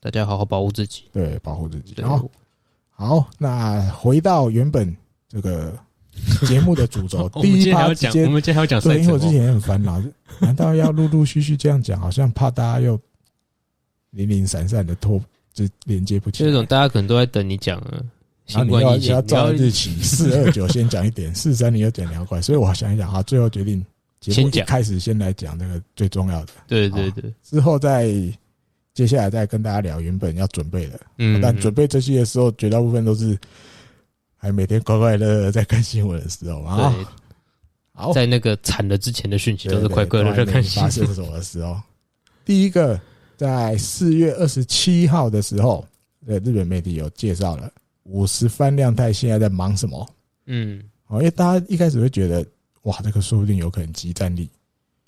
[SPEAKER 3] 大家好好保护自己，
[SPEAKER 2] 对保护自己。
[SPEAKER 3] 对，，
[SPEAKER 2] 好，好，那回到原本这个节目的主轴
[SPEAKER 3] *laughs* 我
[SPEAKER 2] 第
[SPEAKER 3] 们今
[SPEAKER 2] 一
[SPEAKER 3] 天还
[SPEAKER 2] 趴
[SPEAKER 3] 要
[SPEAKER 2] 直
[SPEAKER 3] 讲，
[SPEAKER 2] 接
[SPEAKER 3] 我们今天还要讲
[SPEAKER 2] 对，
[SPEAKER 3] 赛
[SPEAKER 2] 因为
[SPEAKER 3] 程
[SPEAKER 2] 我之
[SPEAKER 3] 哦，
[SPEAKER 2] 前也很烦恼，就难道要陆陆续续这样讲？好像怕大家又零零散散的拖，就连接不起
[SPEAKER 3] 就
[SPEAKER 2] 来。
[SPEAKER 3] 那种大家可能都在等你讲啊，
[SPEAKER 2] 然后
[SPEAKER 3] 新
[SPEAKER 2] 你
[SPEAKER 3] 冠
[SPEAKER 2] 要
[SPEAKER 3] 疫
[SPEAKER 2] 你
[SPEAKER 3] 情
[SPEAKER 2] 要，
[SPEAKER 3] 你
[SPEAKER 2] 照
[SPEAKER 3] 要
[SPEAKER 2] 日期四二九先讲一
[SPEAKER 3] *laughs*
[SPEAKER 2] 点，四三零又讲两块，所以我想一想哈，最后决定节目
[SPEAKER 3] 先
[SPEAKER 2] 一
[SPEAKER 3] 讲
[SPEAKER 2] 开始先来讲这个最重要的，
[SPEAKER 3] 对对对，
[SPEAKER 2] 之后再接下来再跟大家聊原本要准备的。
[SPEAKER 3] 嗯，
[SPEAKER 2] 但准备这些的时候，绝大部分都是还每天快快乐乐在看新闻的时候啊。
[SPEAKER 3] 嗯对，
[SPEAKER 2] 好，
[SPEAKER 3] 在那个惨了之前的讯息都是快快乐乐
[SPEAKER 2] 看
[SPEAKER 3] 看
[SPEAKER 2] 发
[SPEAKER 3] 新
[SPEAKER 2] 生
[SPEAKER 3] 闻，
[SPEAKER 2] 什么的时候。第一个，在四月二十七号的时候，呃，日本媒体有介绍了五十番亮太现在在忙什么。
[SPEAKER 3] 嗯，
[SPEAKER 2] 哦，因为大家一开始会觉得，哇，这个说不定有可能集战力。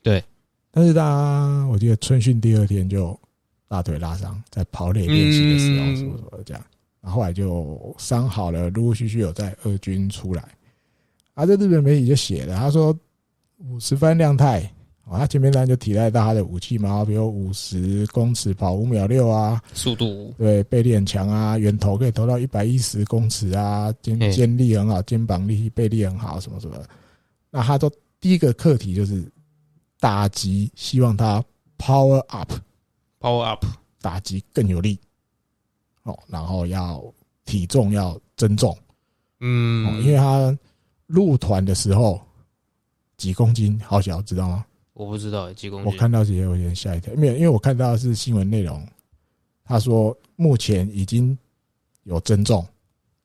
[SPEAKER 3] 对。
[SPEAKER 2] 但是大家，我记得春训第二天就大腿拉伤，在跑垒练习的时候
[SPEAKER 3] 嗯
[SPEAKER 2] 什么什么的这样，然后后来就伤好了，陆陆续续有在二军出来。啊，这日本媒体就写了，他说五十番亮太，啊，他前面当然就提到他的武器嘛，比如五十公尺跑五秒六啊，
[SPEAKER 3] 速度，
[SPEAKER 2] 对，背力很强啊，远投可以投到一百一十公尺啊，肩
[SPEAKER 3] 嗯
[SPEAKER 2] 肩力很好，肩膀力、背力很好，什么什么的。那他都第一个课题就是打击，希望他 power up，
[SPEAKER 3] power up，
[SPEAKER 2] 打击更有力。哦，然后要体重要增重，哦
[SPEAKER 3] 嗯，
[SPEAKER 2] 因为他入团的时候几公斤，好小知道吗？
[SPEAKER 3] 我不知道欸几公
[SPEAKER 2] 我
[SPEAKER 3] 斤，
[SPEAKER 2] 看到这些我有点吓一跳，没有，因为我看到的是新闻内容，他说目前已经有增重，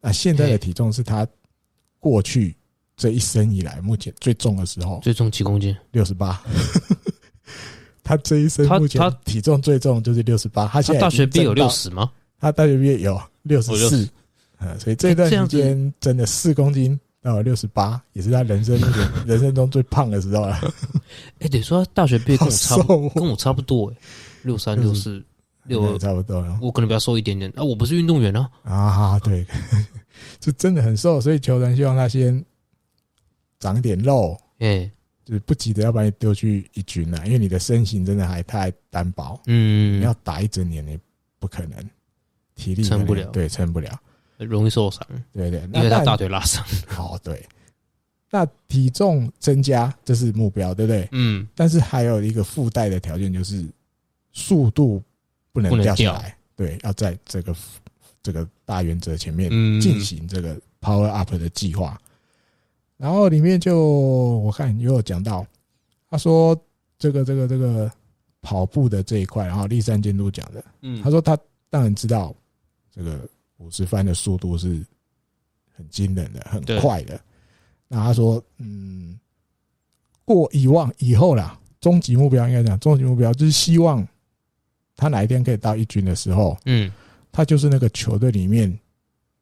[SPEAKER 2] 啊，现在的
[SPEAKER 3] 嘿
[SPEAKER 2] 体重是他过去这一生以来目前最重的时候，
[SPEAKER 3] 最重几公斤，
[SPEAKER 2] 六十八。 *laughs* 他这一生
[SPEAKER 3] 他
[SPEAKER 2] 目前
[SPEAKER 3] 他
[SPEAKER 2] 体重最重就是六十八，他
[SPEAKER 3] 他
[SPEAKER 2] 现在
[SPEAKER 3] 大学毕业有
[SPEAKER 2] 已经增
[SPEAKER 3] 六
[SPEAKER 2] 到，
[SPEAKER 3] 十哦吗？
[SPEAKER 2] 他大学毕业有六十四
[SPEAKER 3] 60，
[SPEAKER 2] 呃，所以这段
[SPEAKER 3] 这
[SPEAKER 2] 时
[SPEAKER 3] 样子
[SPEAKER 2] 间真的四公斤到六十八，也是他人生目
[SPEAKER 3] *laughs*
[SPEAKER 2] 前人生中最胖的时候了，
[SPEAKER 3] 哎，得说他大学毕业
[SPEAKER 2] 好
[SPEAKER 3] 跟我差
[SPEAKER 2] 瘦
[SPEAKER 3] 不，
[SPEAKER 2] 哦，
[SPEAKER 3] 跟我差不多哎，六三六四六
[SPEAKER 2] 嗯 *laughs*
[SPEAKER 3] 二，
[SPEAKER 2] 差不多了。
[SPEAKER 3] 我可能比较瘦一点点啊，我不是运动员啊，
[SPEAKER 2] 啊，对， *laughs* 就真的很瘦，所以球团希望他先长一点肉，
[SPEAKER 3] 哎，
[SPEAKER 2] 就是不急着要把你丢去一军了、因为你的身形真的还太单薄，你
[SPEAKER 3] 嗯
[SPEAKER 2] 要，打一整年也不可能，体力
[SPEAKER 3] 撑不
[SPEAKER 2] 可能
[SPEAKER 3] 了
[SPEAKER 2] 对，撑不了，
[SPEAKER 3] 嗯容易受伤，
[SPEAKER 2] 对对，
[SPEAKER 3] 因为他大
[SPEAKER 2] 腿
[SPEAKER 3] 腿拉伤，
[SPEAKER 2] 好，哦对，那体重增加这是目标，对不对？
[SPEAKER 3] 嗯，
[SPEAKER 2] 但是还有一个附带的条件就是速度不能
[SPEAKER 3] 不能
[SPEAKER 2] 掉下
[SPEAKER 3] 掉
[SPEAKER 2] 来，对，要在这个这个大原则前面
[SPEAKER 3] 嗯
[SPEAKER 2] 进行这个 Power Up 的计划。然后里面就我看也有讲到，他说这个这个这个跑步的这一块，然后立山监督讲的，
[SPEAKER 3] 嗯，
[SPEAKER 2] 他说他当然知道这个五十番的速度是很惊人的，很
[SPEAKER 3] 对
[SPEAKER 2] 快的。那他说，嗯，过以往以后啦，终极目标应该讲，终极目标就是希望他哪一天可以到一军的时候，
[SPEAKER 3] 嗯，
[SPEAKER 2] 他就是那个球队里面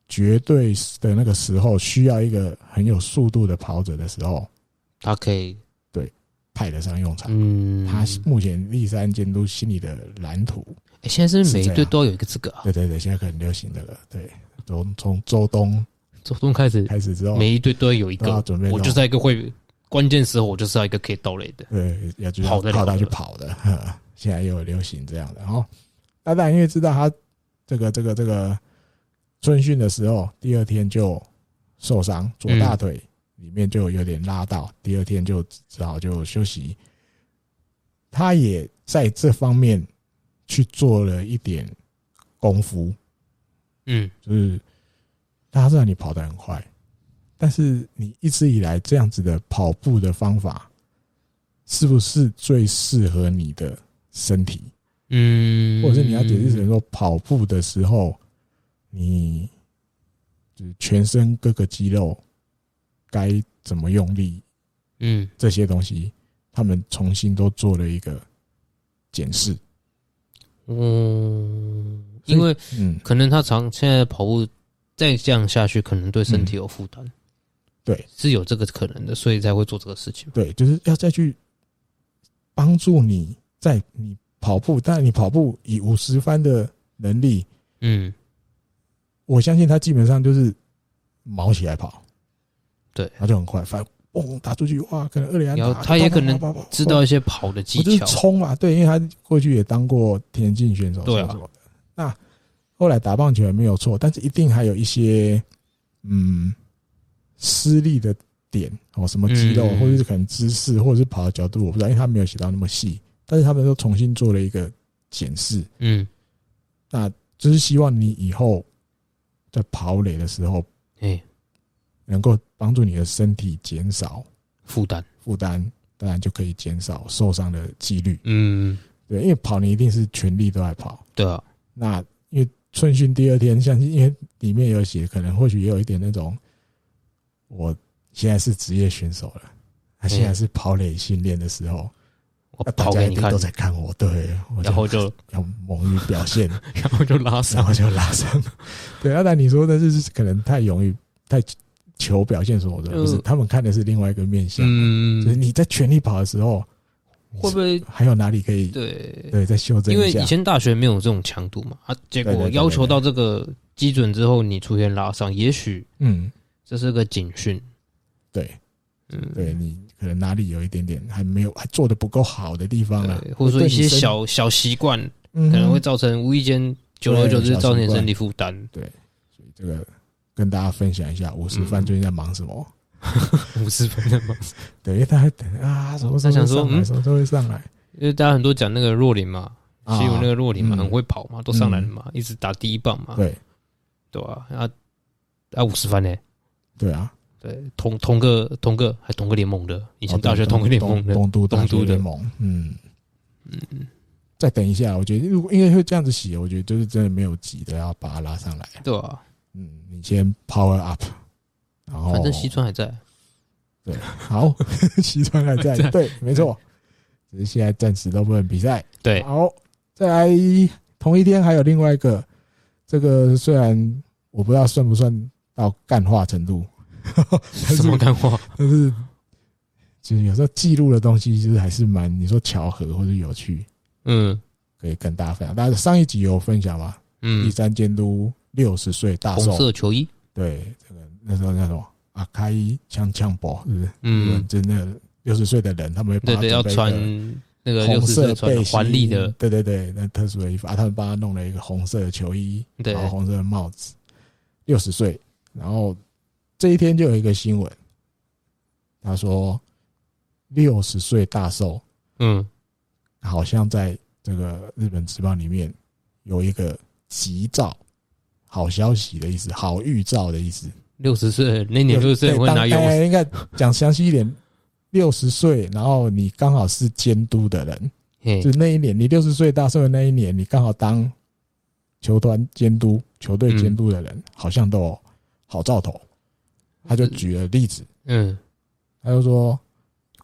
[SPEAKER 2] 绝对的那个时候需要一个很有速度的跑者的时候
[SPEAKER 3] 他可以，
[SPEAKER 2] 派得上用场。
[SPEAKER 3] 嗯，
[SPEAKER 2] 他目前立山监督心里的蓝图，
[SPEAKER 3] 哎现在是不是每
[SPEAKER 2] 是这
[SPEAKER 3] 一队
[SPEAKER 2] 样
[SPEAKER 3] 都要有一个这个啊？
[SPEAKER 2] 对对对，现在可很流行这个，对，从从周东
[SPEAKER 3] 从从开始，
[SPEAKER 2] 开始之后，
[SPEAKER 3] 每一队都要有一
[SPEAKER 2] 都要
[SPEAKER 3] 个
[SPEAKER 2] 准备，弄
[SPEAKER 3] 我就是要一个会关键时候，我就是要一个可以倒垒的，
[SPEAKER 2] 对，要就是
[SPEAKER 3] 跑得了
[SPEAKER 2] 靠他
[SPEAKER 3] 的
[SPEAKER 2] 去跑的。呵现在又有流行这样的哦。那当然，因为知道他这个这个这个春训的时候，第二天就受伤，
[SPEAKER 3] 嗯
[SPEAKER 2] 左大腿里面就有点拉到，第二天就只好就休息。他也在这方面去做了一点功夫，
[SPEAKER 3] 嗯，
[SPEAKER 2] 就是大家知道你跑得很快，但是你一直以来这样子的跑步的方法，是不是最适合你的身体？
[SPEAKER 3] 嗯，
[SPEAKER 2] 或者是你要解释成说，跑步的时候，你就是全身各个肌肉该怎么用力，
[SPEAKER 3] 嗯，
[SPEAKER 2] 这些东西，他们重新都做了一个检视。
[SPEAKER 3] 嗯，
[SPEAKER 2] 所以
[SPEAKER 3] 因为
[SPEAKER 2] 嗯，
[SPEAKER 3] 可能他长现在跑步再这样下去，可能对身体有负担、
[SPEAKER 2] 嗯对，
[SPEAKER 3] 是有这个可能的，所以才会做这个事情。
[SPEAKER 2] 对，就是要再去帮助你在你跑步，但你跑步以五十番的能力，
[SPEAKER 3] 嗯，
[SPEAKER 2] 我相信他基本上就是毛起来跑， *laughs*
[SPEAKER 3] 对
[SPEAKER 2] 然后就很快，反正嘣打出去，哇，可能二连
[SPEAKER 3] 然后
[SPEAKER 2] 打，
[SPEAKER 3] 他也可能
[SPEAKER 2] 啪啪啪啪啪
[SPEAKER 3] 知道一些跑的技
[SPEAKER 2] 我就是
[SPEAKER 3] 巧。
[SPEAKER 2] 冲嘛，对，因为他过去也当过田径选手，
[SPEAKER 3] 对啊
[SPEAKER 2] 什么什么的。那后来打棒球也没有错，但是一定还有一些嗯失利的点哦，什么肌肉，
[SPEAKER 3] 嗯
[SPEAKER 2] 或者是可能姿势，或者是跑的角度，我不知道，因为他没有写到那么细。但是他们都重新做了一个检视，
[SPEAKER 3] 嗯，
[SPEAKER 2] 就是希望你以后在跑垒的时候，
[SPEAKER 3] 哎、
[SPEAKER 2] 能够帮助你的身体减少
[SPEAKER 3] 负担。
[SPEAKER 2] 负担，当然就可以减少受伤的几率。
[SPEAKER 3] 嗯，
[SPEAKER 2] 对，因为跑你一定是全力都在跑，
[SPEAKER 3] 对啊，
[SPEAKER 2] 那因为春训第二天，相信因为里面有写，可能或许也有一点那种，我现在是职业选手了，他现在是跑垒训练的时候，
[SPEAKER 3] 我
[SPEAKER 2] 那大
[SPEAKER 3] 嗯跑
[SPEAKER 2] 家
[SPEAKER 3] 给
[SPEAKER 2] 一
[SPEAKER 3] 你
[SPEAKER 2] 定
[SPEAKER 3] 看
[SPEAKER 2] 都，在看我，对，我就
[SPEAKER 3] 然后就
[SPEAKER 2] *laughs* 要猛于表现， *laughs*
[SPEAKER 3] 然后就拉
[SPEAKER 2] 然
[SPEAKER 3] 伤。
[SPEAKER 2] 后就拉伤。对，那但你说的是可能太勇于太求表现什么的，
[SPEAKER 3] 嗯
[SPEAKER 2] 不是？他们看的是另外一个面向，
[SPEAKER 3] 嗯
[SPEAKER 2] 就是，你在全力跑的时候，
[SPEAKER 3] 会不会
[SPEAKER 2] 还有哪里可以
[SPEAKER 3] 对？
[SPEAKER 2] 对再修正
[SPEAKER 3] 因为
[SPEAKER 2] 一下
[SPEAKER 3] 以？前大学没有这种强度嘛，啊，结
[SPEAKER 2] 对对
[SPEAKER 3] 果
[SPEAKER 2] 对对
[SPEAKER 3] 要求到这个基准之后，你出现拉伤，也许
[SPEAKER 2] 嗯，
[SPEAKER 3] 这是个警讯。
[SPEAKER 2] 对。
[SPEAKER 3] 嗯，
[SPEAKER 2] 对你可能哪里有一点点还没有还做的不够好的地方
[SPEAKER 3] 对，
[SPEAKER 2] 啊，嗯
[SPEAKER 3] 或者说
[SPEAKER 2] 对
[SPEAKER 3] 一
[SPEAKER 2] 你
[SPEAKER 3] 些
[SPEAKER 2] 身
[SPEAKER 3] 小小习惯，
[SPEAKER 2] 可
[SPEAKER 3] 可能会造成无意间，久而久之
[SPEAKER 2] 对小习惯
[SPEAKER 3] 造成你身体
[SPEAKER 2] *laughs*
[SPEAKER 3] 负担。
[SPEAKER 2] 这个跟大家分享一下五
[SPEAKER 3] 嗯
[SPEAKER 2] 十番最近在忙什么。
[SPEAKER 3] 五十分的嘛，
[SPEAKER 2] 对，因为大家等啊，什么时候
[SPEAKER 3] 他
[SPEAKER 2] 会
[SPEAKER 3] 想说
[SPEAKER 2] 上来，
[SPEAKER 3] 嗯
[SPEAKER 2] 什么时候会上来
[SPEAKER 3] 因为大家很多讲那个若林嘛，
[SPEAKER 2] 啊
[SPEAKER 3] 西武那个若林嘛，
[SPEAKER 2] 嗯
[SPEAKER 3] 很会跑嘛，都上来了嘛，一直打第一棒嘛，
[SPEAKER 2] 对
[SPEAKER 3] 对吧？啊啊，五十分呢？
[SPEAKER 2] 对啊，
[SPEAKER 3] 对，同同个同个还同个联盟的，以前大学
[SPEAKER 2] 哦对
[SPEAKER 3] 同个联盟的，
[SPEAKER 2] 东东东
[SPEAKER 3] 东
[SPEAKER 2] 都
[SPEAKER 3] 都的
[SPEAKER 2] 联盟，嗯，
[SPEAKER 3] 嗯，
[SPEAKER 2] 再等一下，我觉得如果因为会这样子写，我觉得就是真的没有急的要把他拉上来。
[SPEAKER 3] 对啊，
[SPEAKER 2] 嗯，你先 power up，然后
[SPEAKER 3] 反正西川还在，
[SPEAKER 2] 好， *laughs* 西川还
[SPEAKER 3] *laughs*
[SPEAKER 2] 在，对，没错，只是现在暂时都不能比赛。
[SPEAKER 3] 对，
[SPEAKER 2] 好，再来同一天还有另外一个，这个虽然我不知道算不算到干化程度， *laughs* 但
[SPEAKER 3] 什
[SPEAKER 2] 是
[SPEAKER 3] 么干话？
[SPEAKER 2] 但是就是有时候记录的东西，就是还是蛮你说巧合或者有趣，
[SPEAKER 3] 嗯
[SPEAKER 2] 可以跟大家分享。大家上一集有分享嘛？第
[SPEAKER 3] 嗯，
[SPEAKER 2] 三监督六十岁大
[SPEAKER 3] 红
[SPEAKER 2] 寿，
[SPEAKER 3] 色球衣，
[SPEAKER 2] 对，这个那时候叫什么？阿开枪枪博是不是？
[SPEAKER 3] 嗯，
[SPEAKER 2] 真的六十岁的人，他们会帮
[SPEAKER 3] 对
[SPEAKER 2] 他
[SPEAKER 3] 对，要
[SPEAKER 2] 准备一个
[SPEAKER 3] 穿那个六
[SPEAKER 2] 红
[SPEAKER 3] 十
[SPEAKER 2] 色
[SPEAKER 3] 岁穿
[SPEAKER 2] 背
[SPEAKER 3] 的
[SPEAKER 2] 心
[SPEAKER 3] 环力的，
[SPEAKER 2] 对对对，那特殊的衣服啊，他们帮他弄了一个红色的球衣，
[SPEAKER 3] 对
[SPEAKER 2] 然后红色的帽子，六十岁，然后这一天就有一个新闻，他说六十岁大寿，
[SPEAKER 3] 嗯，
[SPEAKER 2] 好像在这个日本职棒里面有一个吉兆，好消息的意思，好预兆的意思。
[SPEAKER 3] 六十岁那年六十
[SPEAKER 2] 对
[SPEAKER 3] 岁会
[SPEAKER 2] 当
[SPEAKER 3] 拿
[SPEAKER 2] 当
[SPEAKER 3] 勇
[SPEAKER 2] 然应该讲详细一点，六十岁，然后你刚好是监督的人。
[SPEAKER 3] 嘿
[SPEAKER 2] 就，那一年，你六十岁大寿的那一年，你刚好当球团监督、球队监督的人，好像都有好兆头。他就举了例子，
[SPEAKER 3] 嗯
[SPEAKER 2] 他就说，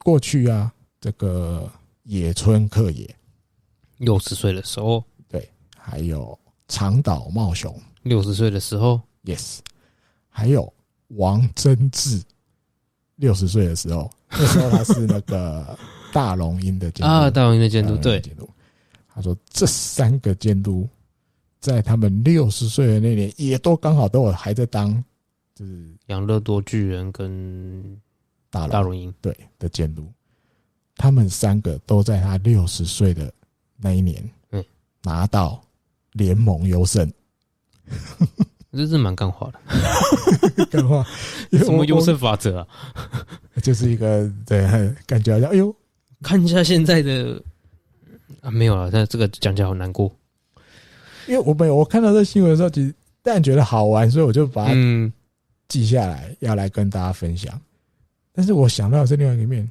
[SPEAKER 2] 过去啊，这个野村克也，
[SPEAKER 3] 六十岁的时候，
[SPEAKER 2] 还有长岛茂雄
[SPEAKER 3] 六十岁的时候，
[SPEAKER 2] ，yes，还有王贞治，六十岁的时候，那时候他是那个大龙鹰的监督
[SPEAKER 3] 啊，大龙鹰的监督，
[SPEAKER 2] 呃
[SPEAKER 3] 对，
[SPEAKER 2] 监督。他说这三个监督在他们六十岁的那年，也都刚好都有还在当就是
[SPEAKER 3] 养乐多巨人跟
[SPEAKER 2] 大
[SPEAKER 3] 大
[SPEAKER 2] 佬
[SPEAKER 3] 龙鹰，
[SPEAKER 2] 对的监督，他们三个都在他六十岁的那一年，
[SPEAKER 3] 嗯，
[SPEAKER 2] 拿到联盟优胜。 *laughs*
[SPEAKER 3] 这是蛮干话的，
[SPEAKER 2] 干话，
[SPEAKER 3] *laughs* 什么优
[SPEAKER 2] 优
[SPEAKER 3] 胜法则啊？
[SPEAKER 2] 就是一个对，感觉好像哎呦，
[SPEAKER 3] 看一下现在的啊，没有了，但这个讲起来好难过，
[SPEAKER 2] 因为我没有我看到这新闻的时候，其实但觉得好玩，所以我就把它
[SPEAKER 3] 嗯，
[SPEAKER 2] 记下来，要来跟大家分享。但是我想到的是另外一个面，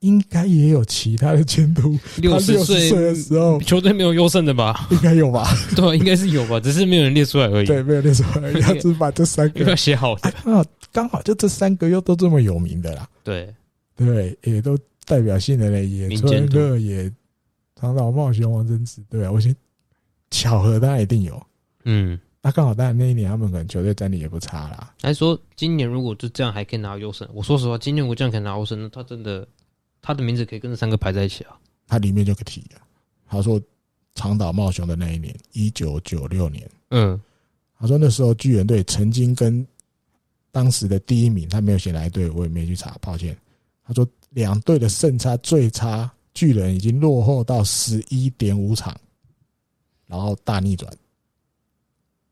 [SPEAKER 2] 应该也有其他的监督。
[SPEAKER 3] 六
[SPEAKER 2] 他
[SPEAKER 3] 十嗯
[SPEAKER 2] 六十岁的时候，
[SPEAKER 3] 球队没有优胜
[SPEAKER 2] *laughs*
[SPEAKER 3] 的吧？
[SPEAKER 2] 应该有吧？
[SPEAKER 3] *laughs* 对啊，应该是有吧，只是没有人列出来而已。
[SPEAKER 2] 对，没有那时候，他只把这三
[SPEAKER 3] *laughs* 要不要
[SPEAKER 2] 个
[SPEAKER 3] 写好的？
[SPEAKER 2] 啊，刚好就这三个又都这么有名的啦，
[SPEAKER 3] 对，
[SPEAKER 2] 对，也都代表性的嘞，野
[SPEAKER 3] 民间
[SPEAKER 2] 村
[SPEAKER 3] 的
[SPEAKER 2] 乐也长岛茂雄、王贞治，对啊，我觉得巧合当然一定有。
[SPEAKER 3] 嗯，
[SPEAKER 2] 那刚好，当然那一年他们可能球队战力也不差啦。
[SPEAKER 3] 还说今年如果就这样还可以拿优胜，我说实话，今年我这样可以拿优胜，那他真的他的名字可以跟这三个排在一起啊。
[SPEAKER 2] 他里面就可以提了，他说长岛茂雄的那一年，一九九六年，
[SPEAKER 3] 嗯，
[SPEAKER 2] 他说那时候巨人队曾经跟当时的第一名，他没有写来队，我也没去查，抱歉。他说两队的胜差最差，巨人已经落后到十一点五场，然后大逆转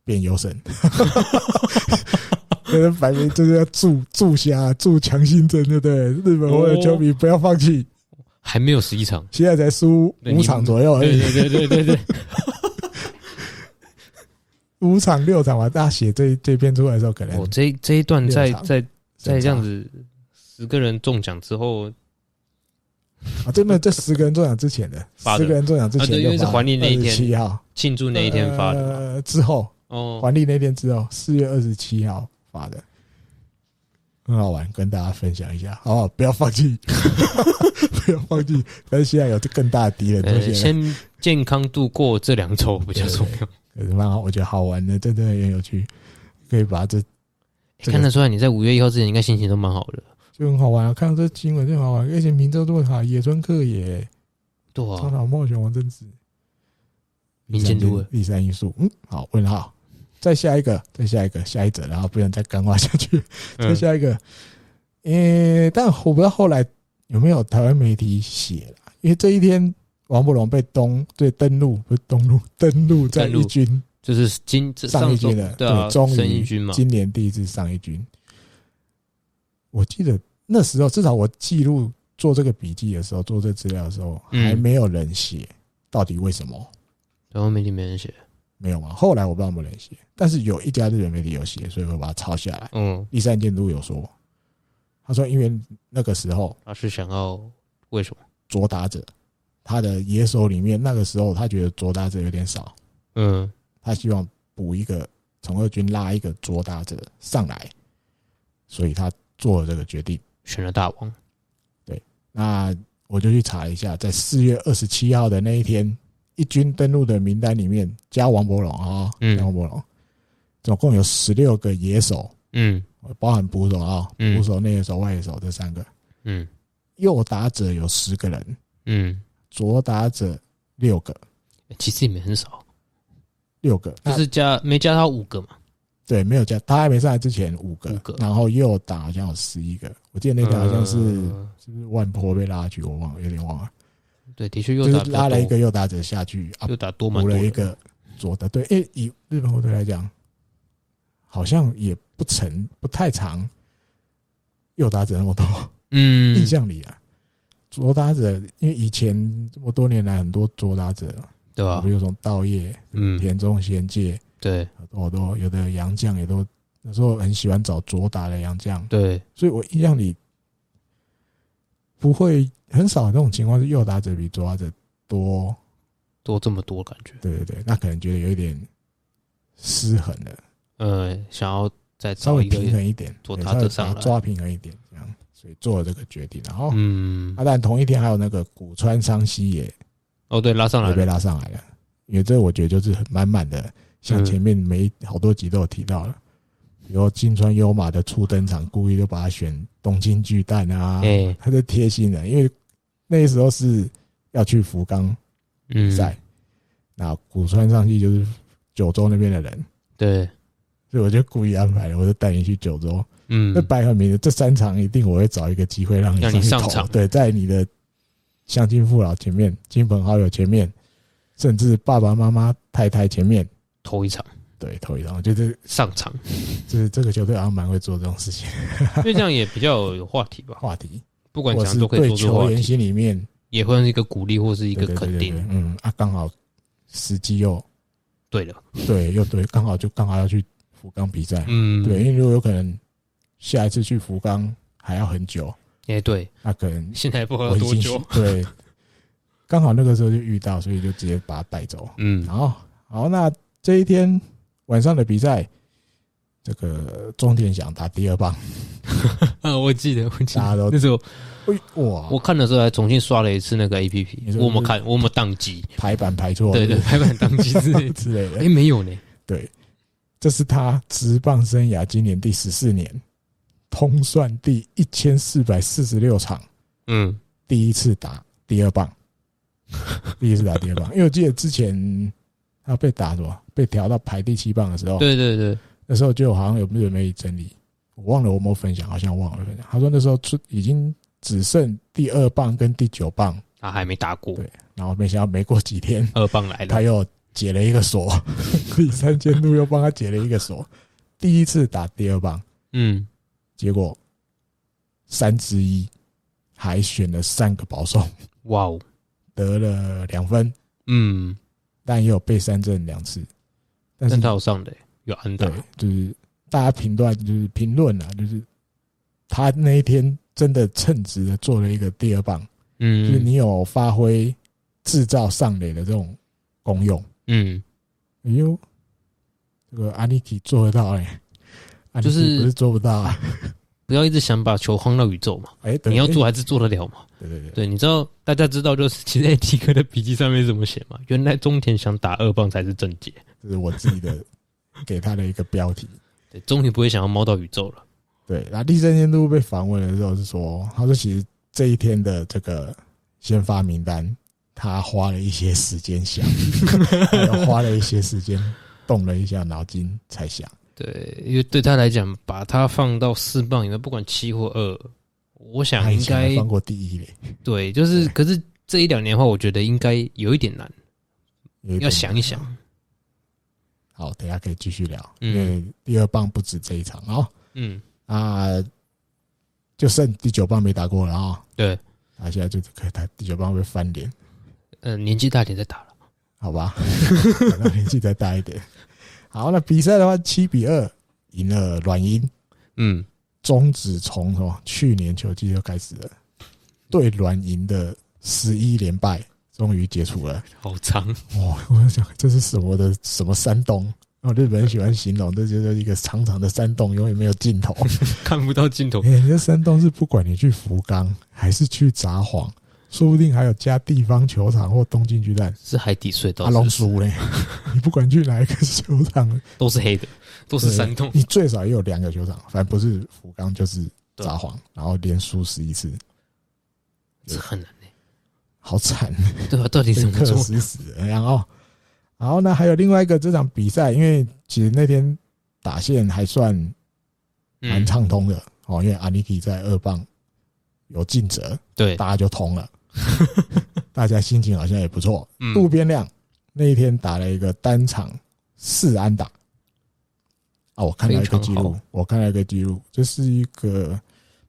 [SPEAKER 2] 变优
[SPEAKER 3] *laughs*
[SPEAKER 2] 胜，就是摆明就是要助助瞎助强心针，对不对？日本我的球
[SPEAKER 3] 哦
[SPEAKER 2] 迷不要放弃，
[SPEAKER 3] *laughs* 还没有十一场。
[SPEAKER 2] 现在才输
[SPEAKER 3] 对
[SPEAKER 2] 五
[SPEAKER 3] 你
[SPEAKER 2] 场左右而
[SPEAKER 3] 对
[SPEAKER 2] 已，
[SPEAKER 3] 对对对对
[SPEAKER 2] *laughs*
[SPEAKER 3] 对，
[SPEAKER 2] 五场六场完，大家写这这篇出来的时候，可能
[SPEAKER 3] 我这这一段在
[SPEAKER 2] 六场
[SPEAKER 3] 在
[SPEAKER 2] 胜
[SPEAKER 3] 在这样
[SPEAKER 2] 差
[SPEAKER 3] 子十个人中奖之后，
[SPEAKER 2] 啊，真的，这十个人中奖之前的，
[SPEAKER 3] 发的
[SPEAKER 2] 十个人中奖之前
[SPEAKER 3] 啊对因为是还利那一天
[SPEAKER 2] 七号
[SPEAKER 3] 庆祝那一天发的嘛。
[SPEAKER 2] 呃，之后
[SPEAKER 3] 哦，
[SPEAKER 2] 还利那天之后，四月二十七号发的，很好玩，跟大家分享一下，好不好？不要放
[SPEAKER 3] *laughs*
[SPEAKER 2] 弃， *laughs* 不要放弃，但是现在有更大的敌人出
[SPEAKER 3] 呃，
[SPEAKER 2] 现
[SPEAKER 3] 先
[SPEAKER 2] 了，
[SPEAKER 3] 健康度过这两周比较重要。
[SPEAKER 2] 可是蛮好，我觉得好玩的，真的很有趣，可以把这这个
[SPEAKER 3] 哎看得出来，你在五月一号之前应该心情都蛮好的。
[SPEAKER 2] 就很好玩啊，看到这新闻就很好玩，而且明州这么好，野村克也。
[SPEAKER 3] 对
[SPEAKER 2] 超
[SPEAKER 3] 啊，
[SPEAKER 2] 脑冒险王贞治，
[SPEAKER 3] 民间都会
[SPEAKER 2] 第三因素。嗯，好，问号。再下一个，再下一个，下一则，然后不能再干挖下去。再
[SPEAKER 3] 嗯
[SPEAKER 2] 下一个，呃、但我不知道后来有没有台湾媒体写了，因为这一天王伯龙被东对登陆不是登陆登陆在
[SPEAKER 3] 登陆
[SPEAKER 2] 一军
[SPEAKER 3] 就是今这
[SPEAKER 2] 上一
[SPEAKER 3] 周
[SPEAKER 2] 军了，
[SPEAKER 3] 对啊，
[SPEAKER 2] 终
[SPEAKER 3] 升一
[SPEAKER 2] 于
[SPEAKER 3] 军嘛，
[SPEAKER 2] 今年第一次上一军。我记得那时候，至少我记录做这个笔记的时候，做这资料的时候，
[SPEAKER 3] 嗯
[SPEAKER 2] 还没有人写到底为什么
[SPEAKER 3] 然后媒体没人写。
[SPEAKER 2] 没有嘛？后来我不知道有没有人写，但是有一家日本媒体有写，所以我把它抄下来。
[SPEAKER 3] 嗯，
[SPEAKER 2] 第三监督有说，他说因为那个时候
[SPEAKER 3] 他是想要为什么？
[SPEAKER 2] 左打者他的野手里面，那个时候他觉得左打者有点少，
[SPEAKER 3] 嗯，
[SPEAKER 2] 他希望补一个从二军拉一个左打者上来，所以他做了这个决定。
[SPEAKER 3] 选了大王。
[SPEAKER 2] 那我就去查一下，在四月二十七号的那一天，一军登陆的名单里面加王伯龙啊，
[SPEAKER 3] 嗯
[SPEAKER 2] 加王伯龙，总共有十六个野手，
[SPEAKER 3] 嗯
[SPEAKER 2] 包含捕手啊，
[SPEAKER 3] 嗯
[SPEAKER 2] 捕手、内野手、外野手这三个，
[SPEAKER 3] 嗯
[SPEAKER 2] 右打者有十个人，
[SPEAKER 3] 嗯，
[SPEAKER 2] 左打者六个，
[SPEAKER 3] 其实也没很少，
[SPEAKER 2] 六个，
[SPEAKER 3] 就
[SPEAKER 2] 那
[SPEAKER 3] 是加没加他五个嘛。
[SPEAKER 2] 对，没有加，他还没上来之前五个，
[SPEAKER 3] 五个
[SPEAKER 2] 然后右打好像有十一个，我记得那个好像是、
[SPEAKER 3] 嗯
[SPEAKER 2] 是不是万坡被拉去，我忘了，有点忘了，
[SPEAKER 3] 对，的确又
[SPEAKER 2] 就
[SPEAKER 3] 打
[SPEAKER 2] 是拉了一
[SPEAKER 3] 比较
[SPEAKER 2] 个右打者下去啊
[SPEAKER 3] 多，，又打多蛮
[SPEAKER 2] 补
[SPEAKER 3] 多
[SPEAKER 2] 了
[SPEAKER 3] 的
[SPEAKER 2] 一个左的，对，因为以日本火腿来讲，好像也不成不太长，右打者那么多，
[SPEAKER 3] 嗯，
[SPEAKER 2] 印象里啊，左打者因为以前这么多年来很多左打者，
[SPEAKER 3] 对吧
[SPEAKER 2] 比？如从道业、
[SPEAKER 3] 嗯，
[SPEAKER 2] 田中贤介，
[SPEAKER 3] 对
[SPEAKER 2] 我都有的洋将也都那时候很喜欢找左打的洋将，
[SPEAKER 3] 对，
[SPEAKER 2] 所以我印象里不会很少那种情况是右打者比左打者多。
[SPEAKER 3] 多这么多感觉，
[SPEAKER 2] 对对对，那可能觉得有一点失衡了，
[SPEAKER 3] 呃，想要再
[SPEAKER 2] 稍
[SPEAKER 3] 找
[SPEAKER 2] 微
[SPEAKER 3] 一个
[SPEAKER 2] 平，衡一点，
[SPEAKER 3] 左
[SPEAKER 2] 对
[SPEAKER 3] 打
[SPEAKER 2] 稍微
[SPEAKER 3] 者
[SPEAKER 2] 把
[SPEAKER 3] 上
[SPEAKER 2] 它
[SPEAKER 3] 来
[SPEAKER 2] 抓平衡一点，这样，所以做了这个决定。然后，
[SPEAKER 3] 嗯
[SPEAKER 2] 啊，，但同一天还有那个古川商西也
[SPEAKER 3] 哦，对，拉上来
[SPEAKER 2] 也被
[SPEAKER 3] 了，
[SPEAKER 2] 拉上来了，因为这我觉得就是很满满的，
[SPEAKER 3] 嗯
[SPEAKER 2] 像前面每好多集都有提到了，比如金川优马的初登场，故意就把他选东京巨蛋啊，
[SPEAKER 3] 哎，
[SPEAKER 2] 他就贴心了，因为那时候是要去福冈比
[SPEAKER 3] 嗯，
[SPEAKER 2] 赛，那古川上去就是九州那边的人，
[SPEAKER 3] 对，
[SPEAKER 2] 所以我就故意安排了，我就带你去九州。
[SPEAKER 3] 嗯
[SPEAKER 2] 那，摆很明的，这三场一定我会找一个机会让你
[SPEAKER 3] 让你
[SPEAKER 2] 去
[SPEAKER 3] 上
[SPEAKER 2] 投
[SPEAKER 3] 场
[SPEAKER 2] 对，在你的乡亲父老前面、亲朋好友前面，甚至爸爸妈妈、太太前面，
[SPEAKER 3] 头一场
[SPEAKER 2] 对，投一张。我觉得
[SPEAKER 3] 上
[SPEAKER 2] *laughs*
[SPEAKER 3] 场，
[SPEAKER 2] 就是这个球队好像蛮会做这种事情。
[SPEAKER 3] 因为这样也比较有有话题吧，
[SPEAKER 2] 话
[SPEAKER 3] *laughs*
[SPEAKER 2] 题，
[SPEAKER 3] 不管
[SPEAKER 2] 或
[SPEAKER 3] 怎
[SPEAKER 2] 是
[SPEAKER 3] 样都可以
[SPEAKER 2] 对
[SPEAKER 3] 做出话
[SPEAKER 2] 球员
[SPEAKER 3] 题，
[SPEAKER 2] 心里面
[SPEAKER 3] 也会是一个鼓励或是一
[SPEAKER 2] 一
[SPEAKER 3] 个肯定。
[SPEAKER 2] 嗯啊，刚好时机又
[SPEAKER 3] 对了，
[SPEAKER 2] 对，又对，刚好就刚好要去福冈比赛，
[SPEAKER 3] 嗯，
[SPEAKER 2] 对，因为如果有可能下一次去福冈还要很久，
[SPEAKER 3] 哎，对，
[SPEAKER 2] 那可能
[SPEAKER 3] 现在不知
[SPEAKER 2] 我
[SPEAKER 3] 道
[SPEAKER 2] 已
[SPEAKER 3] 多
[SPEAKER 2] 经
[SPEAKER 3] 久，
[SPEAKER 2] 对，刚好那个时候就遇到，所以就直接把他带走。
[SPEAKER 3] 嗯
[SPEAKER 2] 然后，好，那这一天晚上的比赛，这个中田想打第二棒，
[SPEAKER 3] 啊，我记得，我记
[SPEAKER 2] 大家
[SPEAKER 3] 得
[SPEAKER 2] 都
[SPEAKER 3] 那时候
[SPEAKER 2] 哎哇，
[SPEAKER 3] 我看的时候还重新刷了一次那个 A P
[SPEAKER 2] 你
[SPEAKER 3] P，
[SPEAKER 2] 说
[SPEAKER 3] 我有没有看，我有没有宕机？
[SPEAKER 2] 排版排错，
[SPEAKER 3] 对对，排版宕机之类的。
[SPEAKER 2] *laughs* 之类
[SPEAKER 3] 哎、
[SPEAKER 2] 的。
[SPEAKER 3] 没有呢，
[SPEAKER 2] 对，这是他职棒生涯今年第十四年，通算第一千四百四十六场，
[SPEAKER 3] 嗯，
[SPEAKER 2] 第一次打第二棒， *laughs* 第一次打第二棒，因为我记得之前他被打什么，被调到排第七棒的时候，
[SPEAKER 3] 对对对，
[SPEAKER 2] 那时候就好像有没有没整理，我忘了我有没有分享，好像忘了分享。他说那时候出已经只剩第二棒跟第九棒，
[SPEAKER 3] 他啊还没打过
[SPEAKER 2] 对，然后没想到没过几天，
[SPEAKER 3] 二棒来
[SPEAKER 2] 他
[SPEAKER 3] 了，
[SPEAKER 2] 又解了一个锁，李三千度又帮他解了一个锁，第一次打第二棒，
[SPEAKER 3] 嗯，
[SPEAKER 2] 结果三之一还选了三个保送，
[SPEAKER 3] 哇哦，
[SPEAKER 2] 得了两分，
[SPEAKER 3] 嗯，
[SPEAKER 2] 但也有被三振两次，但是
[SPEAKER 3] 但他有上的有安打
[SPEAKER 2] 对，，就是大家评断就是评论啊，就是他那一天真的称职的做了一个第二棒，就是
[SPEAKER 3] 嗯
[SPEAKER 2] 你有发挥制造上垒的这种功用。
[SPEAKER 3] 嗯，
[SPEAKER 2] 哎呦，这个阿尼基做得到哎、阿尼
[SPEAKER 3] 就
[SPEAKER 2] 基
[SPEAKER 3] 是
[SPEAKER 2] 不是做不到啊？
[SPEAKER 3] 不要一直想把球荒到宇宙嘛，
[SPEAKER 2] 哎、对
[SPEAKER 3] 你要
[SPEAKER 2] 哎
[SPEAKER 3] 做还是做得了嘛？
[SPEAKER 2] 对对对，
[SPEAKER 3] 对，你知道大家知道就是其实 AT 哥的笔记上面是怎么写吗？原来中田想打二棒才是正解，
[SPEAKER 2] 这是我自己的给他的一个标题。
[SPEAKER 3] 对，中田不会想要猫到宇宙了，
[SPEAKER 2] 对，然后第三监督被访问的时候是说，他说其实这一天的这个先发名单，他花了一些时间想， *laughs* 还有花了一些时间动了一下脑筋才想。
[SPEAKER 3] 对，因为对他来讲，把他放到四棒里面，不管七或二，我
[SPEAKER 2] 他
[SPEAKER 3] 想
[SPEAKER 2] 以
[SPEAKER 3] 应
[SPEAKER 2] 前还
[SPEAKER 3] 该
[SPEAKER 2] 放过第一嘞，
[SPEAKER 3] 对，就是可是这一两年的话，我觉得应该有一点难，
[SPEAKER 2] 有一点
[SPEAKER 3] 要想一想，
[SPEAKER 2] 好，等一下可以继续聊，
[SPEAKER 3] 嗯
[SPEAKER 2] 因为第二棒不止这一场哦。
[SPEAKER 3] 嗯，
[SPEAKER 2] 啊，就剩第九棒没打过了啊、哦。
[SPEAKER 3] 对，
[SPEAKER 2] 啊，现在就可以打第九棒会翻脸，
[SPEAKER 3] 呃，年纪大点再打了，
[SPEAKER 2] 好 *laughs* 吧？等到年纪再大一点。好，那比赛的话，七比二赢了软银，
[SPEAKER 3] 嗯，
[SPEAKER 2] 终止从什么去年球季就开始了对软银的十一连败，终于解除了。
[SPEAKER 3] 好长， *laughs*
[SPEAKER 2] 哇、我在想这是什么的什么山洞？哦，日本人喜欢形容，这就是一个长长的山洞，永远没有尽 *laughs* 头。
[SPEAKER 3] 看不到尽头
[SPEAKER 2] 哎、，你这山洞是不管你去福冈还是去札幌，说不定还有加地方球场或东京巨蛋。
[SPEAKER 3] 是海底隧道，
[SPEAKER 2] 阿啊龙
[SPEAKER 3] 是不是
[SPEAKER 2] 叔嘞， *laughs* 你不管去哪一个球场，
[SPEAKER 3] 都是黑的，都是山洞，
[SPEAKER 2] 你最少也有两个球场，反正不是福冈就是札幌，然后连输十一次，
[SPEAKER 3] 这很难欸
[SPEAKER 2] 好惨，
[SPEAKER 3] 对吧？到底怎么
[SPEAKER 2] 克
[SPEAKER 3] 做？
[SPEAKER 2] 死死的。然后，哦然后呢，还有另外一个这场比赛，因为其实那天打线还算蛮
[SPEAKER 3] 嗯，
[SPEAKER 2] 畅通的、哦，因为阿尼基在二棒有尽责，
[SPEAKER 3] 对，
[SPEAKER 2] 大家就通了， *laughs* 大家心情好像也不错。
[SPEAKER 3] 嗯
[SPEAKER 2] 渡边亮那一天打了一个单场四安打，啊，我看到一个记
[SPEAKER 3] 非常
[SPEAKER 2] 录
[SPEAKER 3] 好，
[SPEAKER 2] 我看到一个记录，这是一个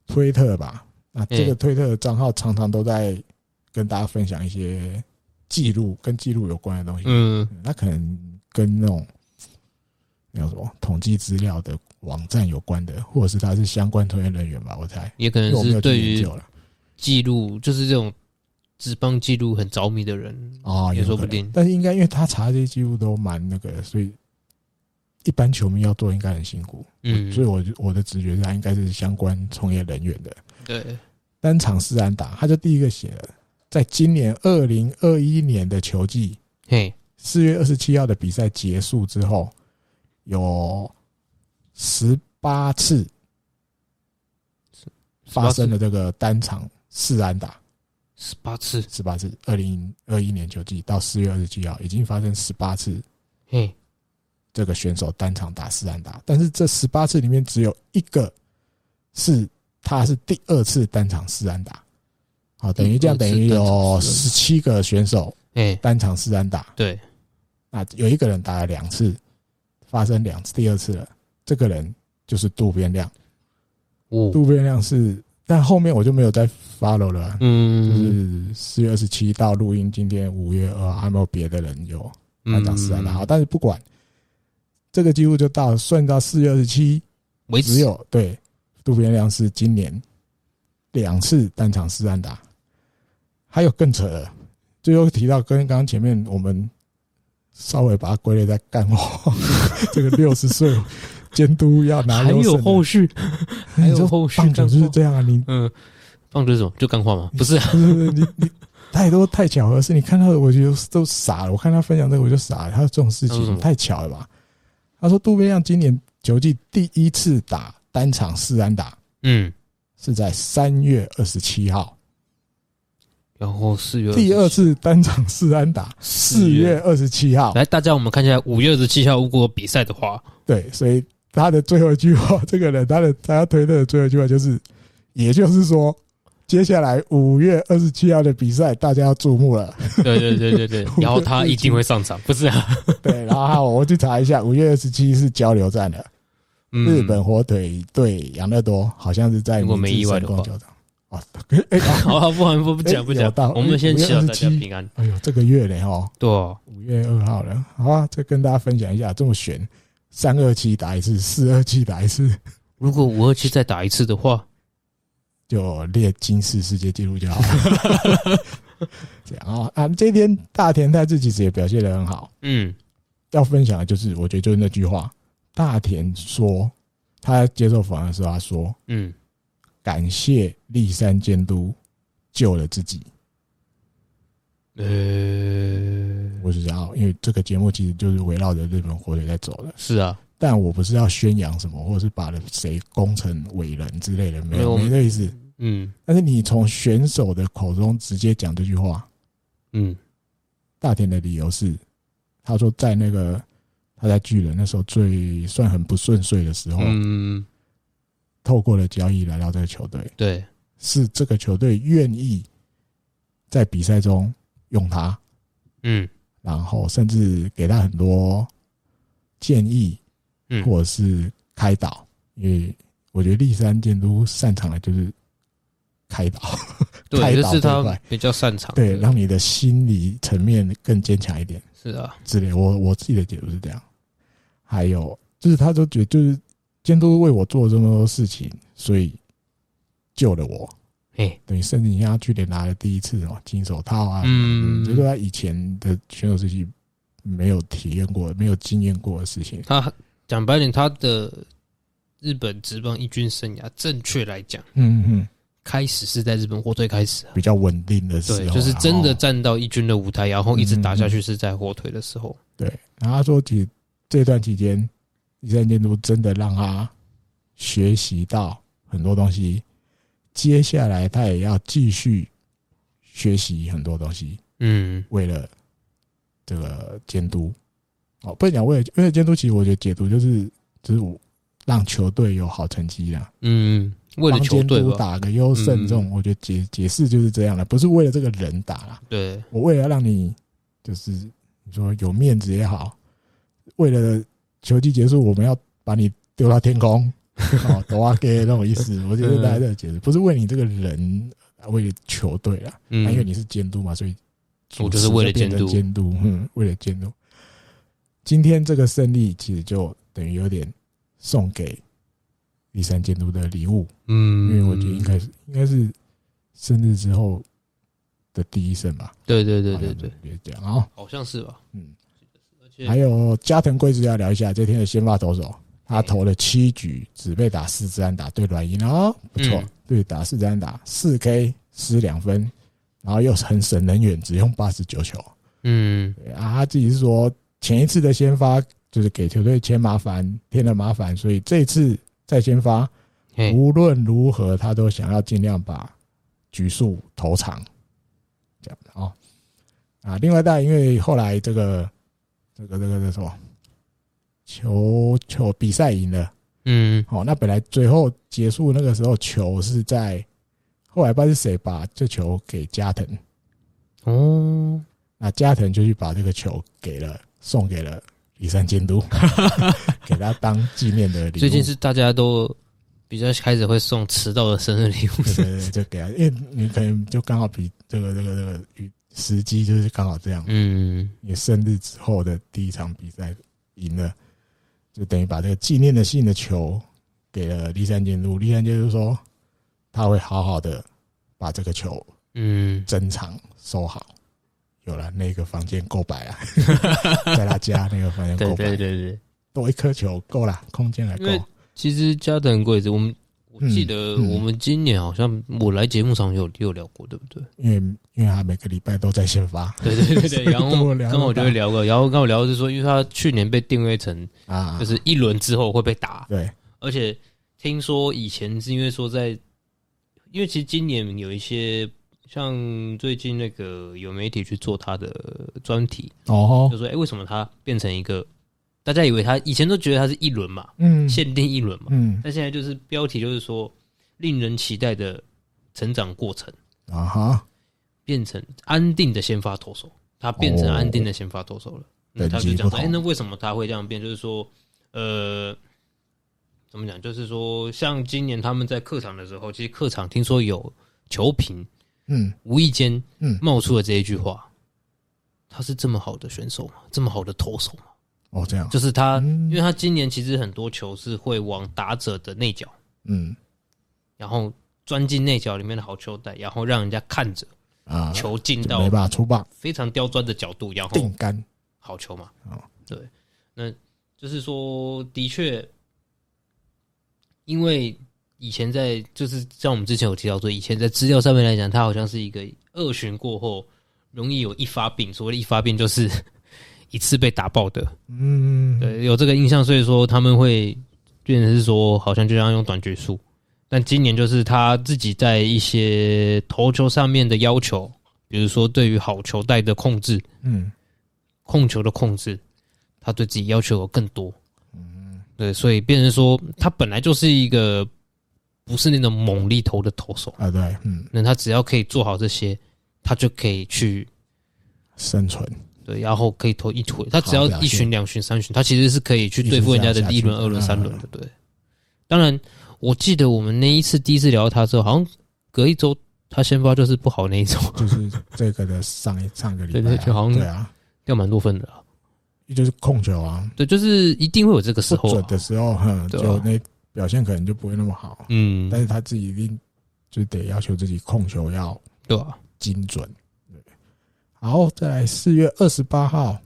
[SPEAKER 2] 推特吧？那这个
[SPEAKER 3] 嗯
[SPEAKER 2] 推特的账号常常都在跟大家分享一些记录跟记录有关的东西，
[SPEAKER 3] 嗯，
[SPEAKER 2] 那可能跟那种。那叫什么统计资料的网站有关的，或者是他是相关从业人员吧，我猜。
[SPEAKER 3] 也可
[SPEAKER 2] 因为
[SPEAKER 3] 能
[SPEAKER 2] 我没
[SPEAKER 3] 是
[SPEAKER 2] 有去
[SPEAKER 3] 对
[SPEAKER 2] 研
[SPEAKER 3] 于
[SPEAKER 2] 究了。
[SPEAKER 3] 记录，就是这种职棒记录很着迷的人，
[SPEAKER 2] 哦，
[SPEAKER 3] 也
[SPEAKER 2] 有
[SPEAKER 3] 说
[SPEAKER 2] 可
[SPEAKER 3] 不
[SPEAKER 2] 能
[SPEAKER 3] 定
[SPEAKER 2] 但是应该因为他查这些记录都蛮那个，所以一般球迷要做应该很辛苦。
[SPEAKER 3] 嗯，
[SPEAKER 2] 所以我就我的直觉是他应该是相关从业人员的。
[SPEAKER 3] 对，
[SPEAKER 2] 单场四安打，他就第一个写了，在今年二零二一年的球季
[SPEAKER 3] 嘿，
[SPEAKER 2] 四月二十七号的比赛结束之后，有十八次发生了这个单场四安打。
[SPEAKER 3] 十八次，
[SPEAKER 2] 十八次，二零二一年球季到四月二十七号，已经发生十八次
[SPEAKER 3] 嘿，
[SPEAKER 2] 这个选手单场打四安打，但是这十八次里面只有一个是他是第二次单场四安打，好，等于这样
[SPEAKER 3] 第二
[SPEAKER 2] 等
[SPEAKER 3] 次
[SPEAKER 2] 于有
[SPEAKER 3] 单场四
[SPEAKER 2] 十七个选手
[SPEAKER 3] 嘿，
[SPEAKER 2] 单场四安打，
[SPEAKER 3] 对，
[SPEAKER 2] 那有一个人打了两次，发生两次，第二次了，这个人就是渡边亮，
[SPEAKER 3] 哦，
[SPEAKER 2] 渡边亮是，但后面我就没有再 follow 了啊、就
[SPEAKER 3] 嗯，
[SPEAKER 2] 是四月二十七到录音，今天五月二，还没有别的人有班
[SPEAKER 3] 嗯，
[SPEAKER 2] 长四安打，好，但是不管，这个记录就到算到四月二十七，
[SPEAKER 3] 为
[SPEAKER 2] 只
[SPEAKER 3] 止，
[SPEAKER 2] 有对渡边亮是今年两次单场四安打，还有更扯的，最后提到跟刚刚前 *laughs* 面我们稍微把它归类在干话，这个六十岁监督要拿
[SPEAKER 3] 还
[SPEAKER 2] 优
[SPEAKER 3] 有
[SPEAKER 2] 胜
[SPEAKER 3] 后
[SPEAKER 2] 的。
[SPEAKER 3] 续，
[SPEAKER 2] *laughs*
[SPEAKER 3] 还
[SPEAKER 2] 你
[SPEAKER 3] 有
[SPEAKER 2] 就
[SPEAKER 3] 后续
[SPEAKER 2] 棒球就是
[SPEAKER 3] 干话
[SPEAKER 2] 这样啊，你
[SPEAKER 3] 嗯，棒球是什么？就干话吗？不是啊，
[SPEAKER 2] *laughs* 不是不是你你太多太巧合，是你看到的我觉得都傻了。我看他分享这个我就傻了，他说这种事
[SPEAKER 3] 他说什
[SPEAKER 2] 情
[SPEAKER 3] 么
[SPEAKER 2] 太巧了吧？他说渡边亮今年球季第一次打单场四安打
[SPEAKER 3] 嗯，
[SPEAKER 2] 是在三月二十七号，
[SPEAKER 3] 然后四月
[SPEAKER 2] 第二
[SPEAKER 3] 27
[SPEAKER 2] 次单场四安打四
[SPEAKER 3] 四
[SPEAKER 2] 月二十七号。
[SPEAKER 3] 来，大家我们看一下五月二十七号如果有比赛的 *laughs* 话，
[SPEAKER 2] 对，所以他的最后一句话，这个人他的他推特的最后一句话就是，也就是说，接下来五月二十七号的比赛大家要注目了。
[SPEAKER 3] 对对对对 *laughs* 对，然后他一定会上场，不是啊？ *laughs*
[SPEAKER 2] 对，然后还有我去查一下，五月二十七是交流战了，
[SPEAKER 3] 嗯
[SPEAKER 2] 日本火腿对养乐多，好像是在
[SPEAKER 3] 如果没意外的话
[SPEAKER 2] 明治神宫球场。哦， *laughs* 哎、
[SPEAKER 3] *laughs* 好啊，不不不讲
[SPEAKER 2] 哎
[SPEAKER 3] 不讲
[SPEAKER 2] 有道，
[SPEAKER 3] 我们先祈祷大家
[SPEAKER 2] 5
[SPEAKER 3] 平安。
[SPEAKER 2] 哎呦，这个月嘞哦，
[SPEAKER 3] 对哦，
[SPEAKER 2] 五月二号了，好啊，再跟大家分享一下，这么悬，三二七打一次，四二七打一次，
[SPEAKER 3] 如果五二七再打一次的话，
[SPEAKER 2] 就列金氏世界纪录就好了。
[SPEAKER 3] *laughs*
[SPEAKER 2] 这样啊、啊，这一天大田太志其实也表现得很好。
[SPEAKER 3] 嗯，
[SPEAKER 2] 要分享的就是，我觉得就是那句话，大田说他接受访问的时候，他说
[SPEAKER 3] 嗯，
[SPEAKER 2] 感谢立山监督救了自己。
[SPEAKER 3] 呃，
[SPEAKER 2] 我只知道，因为这个节目其实就是围绕着日本火腿在走的，
[SPEAKER 3] 是啊，
[SPEAKER 2] 但我不是要宣扬什么，或者是把谁功成伟人之类的，没
[SPEAKER 3] 没有
[SPEAKER 2] 有
[SPEAKER 3] 我
[SPEAKER 2] 没
[SPEAKER 3] 们
[SPEAKER 2] 这意思。
[SPEAKER 3] 嗯
[SPEAKER 2] 但是你从选手的口中直接讲这句话，
[SPEAKER 3] 嗯
[SPEAKER 2] 大田的理由是，他说在那个他在巨人那时候最算很不顺遂的时候，
[SPEAKER 3] 嗯，
[SPEAKER 2] 透过了交易来到这个球队，
[SPEAKER 3] 对，
[SPEAKER 2] 是这个球队愿意在比赛中用他，
[SPEAKER 3] 嗯
[SPEAKER 2] 然后甚至给他很多建议
[SPEAKER 3] 嗯，
[SPEAKER 2] 或者是开导，因为我觉得立山监督擅长的就是开导，开
[SPEAKER 3] *laughs* 对，这
[SPEAKER 2] 导这
[SPEAKER 3] 是
[SPEAKER 2] 一
[SPEAKER 3] 他啊
[SPEAKER 2] 块
[SPEAKER 3] 比较擅长的，
[SPEAKER 2] 对，让你的心理层面更坚强一点。
[SPEAKER 3] 是啊，
[SPEAKER 2] 之类。我我自己的解读是这样。还有就是，他都觉得就是监督为我做了这么多事情，所以救了我。
[SPEAKER 3] 哎，
[SPEAKER 2] 等于甚至你像他去年拿了第一次哦金手套啊，
[SPEAKER 3] 嗯
[SPEAKER 2] 这都他以前的选手时期没有体验过、没有经验过的事情。
[SPEAKER 3] 他讲白点，他的日本职棒一军生涯，正确来讲，
[SPEAKER 2] 嗯嗯，
[SPEAKER 3] 开始是在日本火腿开始啊，
[SPEAKER 2] 比较稳定的时候
[SPEAKER 3] 对，
[SPEAKER 2] 啦，
[SPEAKER 3] 就是真的
[SPEAKER 2] 哦
[SPEAKER 3] 站到一军的舞台，然后一直打下去是在火腿的时候，
[SPEAKER 2] 对。然后他说，其实这段期间，李三监督真的让他学习到很多东西。接下来他也要继续学习很多东西，
[SPEAKER 3] 嗯
[SPEAKER 2] 为了这个监督。哦，不能讲为了为了监督，其实我觉得解读就是就是我让球队有好成绩啦，
[SPEAKER 3] 嗯，为了
[SPEAKER 2] 帮
[SPEAKER 3] 球
[SPEAKER 2] 监
[SPEAKER 3] 队
[SPEAKER 2] 督
[SPEAKER 3] 吧，嗯
[SPEAKER 2] 打个优胜，这种我觉得解解释就是这样的，不是为了这个人打啦。
[SPEAKER 3] 对，
[SPEAKER 2] 我为了让你就是你说有面子也好，为了球季结束，我们要把你丢到天
[SPEAKER 3] *laughs*
[SPEAKER 2] 空，哦，懂啊？给那种意思，我觉得大家这个解释不是为你这个人，啊为了球队啦，
[SPEAKER 3] 嗯
[SPEAKER 2] 啊因为你是监督嘛，所以
[SPEAKER 3] 我就是为了监
[SPEAKER 2] 监
[SPEAKER 3] 督
[SPEAKER 2] 监督，嗯，为了监督。今天这个胜利其实就等于有点送给第三监督的礼物，因
[SPEAKER 3] 嗯，
[SPEAKER 2] 为我觉得应该是应该是生日之后的第一胜吧。
[SPEAKER 3] 对对对对对，，
[SPEAKER 2] 别讲啊，
[SPEAKER 3] 好像是吧，
[SPEAKER 2] 嗯，
[SPEAKER 3] 而且
[SPEAKER 2] 还有加藤贵之要聊一下这天的先发投手，他投了七局，只被打四支安打，对软银哦，不错
[SPEAKER 3] 嗯，
[SPEAKER 2] 对打四支安打，四 K 失两分，然后又很省能源，只用八十九球，
[SPEAKER 3] 嗯
[SPEAKER 2] 对啊，他自己是说前一次的先发就是给球队添麻烦，添了麻烦，所以这一次再先发，
[SPEAKER 3] 嘿，
[SPEAKER 2] 无论如何，他都想要尽量把局数投长，这样子哦。啊，另外，但因为后来这个这个这个这个什么球球比赛赢了，
[SPEAKER 3] 嗯
[SPEAKER 2] 哦，那本来最后结束那个时候球是在后来不知道是谁把这球给加藤，
[SPEAKER 3] 哦，
[SPEAKER 2] 那加藤就去把这个球给了送给了李山监督， *laughs* 给他当纪念的礼物。
[SPEAKER 3] *laughs* 最近是大家都比较开始会送迟到的生日礼物，
[SPEAKER 2] *laughs* 对对对，就给他，因为你可能就刚好比这个这个这个与时机就是刚好这样，
[SPEAKER 3] 嗯
[SPEAKER 2] 你生日之后的第一场比赛赢了，就等于把这个纪念的性的球给了立山监督，立山监督说他会好好的把这个球
[SPEAKER 3] 嗯，
[SPEAKER 2] 珍藏收好。
[SPEAKER 3] *laughs*
[SPEAKER 2] 有了那个房间够摆啊，在他家那个房间
[SPEAKER 3] 对
[SPEAKER 2] 够摆
[SPEAKER 3] 对，对对，
[SPEAKER 2] 多一颗球够啦，空间还够
[SPEAKER 3] 因。为其实加藤贵子，我们我记得
[SPEAKER 2] 嗯嗯
[SPEAKER 3] 我们今年好像我来节目上有有聊过，对不对？
[SPEAKER 2] 因为因为他每个礼拜都在先发
[SPEAKER 3] *laughs* 对对对对，
[SPEAKER 2] *laughs*
[SPEAKER 3] 然后
[SPEAKER 2] 多聊
[SPEAKER 3] 刚好就会聊过，然后刚好聊的是说，因为他去年被定位成
[SPEAKER 2] 啊
[SPEAKER 3] 就，是一轮之后会被打，
[SPEAKER 2] 对，
[SPEAKER 3] 而且听说以前是因为说在，因为其实今年有一些像最近那个有媒体去做他的专题，
[SPEAKER 2] 哦
[SPEAKER 3] 就，说哎、诶为什么他变成一个大家以为他以前都觉得他是一轮嘛，
[SPEAKER 2] 嗯
[SPEAKER 3] *laughs* 限定一轮嘛，
[SPEAKER 2] 嗯
[SPEAKER 3] 但现在就是标题就是说令人期待的成长过程，
[SPEAKER 2] 啊哈，
[SPEAKER 3] 变成安定的先发投手，他变成
[SPEAKER 2] 哦
[SPEAKER 3] 安定的先发投手了。那他就
[SPEAKER 2] 等级
[SPEAKER 3] 讲
[SPEAKER 2] 不
[SPEAKER 3] 说，哎、
[SPEAKER 2] 同
[SPEAKER 3] 那为什么他会这样变？就是说，呃，怎么讲？就是说，像今年他们在客场的时候，其实客场听说有球评
[SPEAKER 2] 嗯
[SPEAKER 3] 无意间
[SPEAKER 2] 嗯，
[SPEAKER 3] 冒出了这一句话：“他是这么好的选手吗？这么好的投手吗
[SPEAKER 2] 哦这样？”，
[SPEAKER 3] 就是他，
[SPEAKER 2] 嗯
[SPEAKER 3] 因为他今年其实很多球是会往打者的内角，
[SPEAKER 2] 嗯
[SPEAKER 3] 然后钻进内角里面的好球带，然后让人家看着
[SPEAKER 2] 啊，
[SPEAKER 3] 球进
[SPEAKER 2] 就
[SPEAKER 3] 到
[SPEAKER 2] 没办法出棒
[SPEAKER 3] 非常刁钻的角度，然后
[SPEAKER 2] 定杆，
[SPEAKER 3] 好球嘛。
[SPEAKER 2] 哦
[SPEAKER 3] 对，那就是说，的确，因为以前在就是像我们之前有提到说，以前在资料上面来讲，他好像是一个二巡过后容易有一发病，所谓的一发病就是 *laughs* 一次被打爆的，
[SPEAKER 2] 嗯，
[SPEAKER 3] 对，有这个印象，所以说他们会变成是说，好像就要用短局数。但今年就是他自己在一些投球上面的要求，比如说对于好球带的控制，
[SPEAKER 2] 嗯
[SPEAKER 3] 控球的控制，他对自己要求有更多。嗯，对，所以变成说他本来就是一个不是那种猛力投的投手，
[SPEAKER 2] 啊对，嗯，
[SPEAKER 3] 那他只要可以做好这些，他就可以去
[SPEAKER 2] 生存
[SPEAKER 3] 对，然后可以投一腿，他只要
[SPEAKER 2] 好了解
[SPEAKER 3] 一巡、两巡、三巡，他其实是可以去对付人家的第一轮、
[SPEAKER 2] 一
[SPEAKER 3] 二
[SPEAKER 2] 巡
[SPEAKER 3] 轮、
[SPEAKER 2] 下去
[SPEAKER 3] 三轮的。对，当然，我记得我们那一次第一次聊到他之后，好像隔一周他先发就是不好那一周， *laughs*
[SPEAKER 2] 就是这个的上一上个礼
[SPEAKER 3] 对
[SPEAKER 2] 拜
[SPEAKER 3] 对
[SPEAKER 2] 啊，
[SPEAKER 3] 就好像
[SPEAKER 2] 对啊，
[SPEAKER 3] 掉蛮多分的啊。
[SPEAKER 2] 就是控球啊，
[SPEAKER 3] 对，就是一定会有这个时
[SPEAKER 2] 不
[SPEAKER 3] 候
[SPEAKER 2] 准
[SPEAKER 3] 啊、
[SPEAKER 2] 的时候，哼，
[SPEAKER 3] 对啊
[SPEAKER 2] 就那表现可能就不会那么好，
[SPEAKER 3] 嗯，
[SPEAKER 2] 但是他自己一定就得要求自己控球要
[SPEAKER 3] 对啊吧、
[SPEAKER 2] 精准。对，好，再来四月二十八号，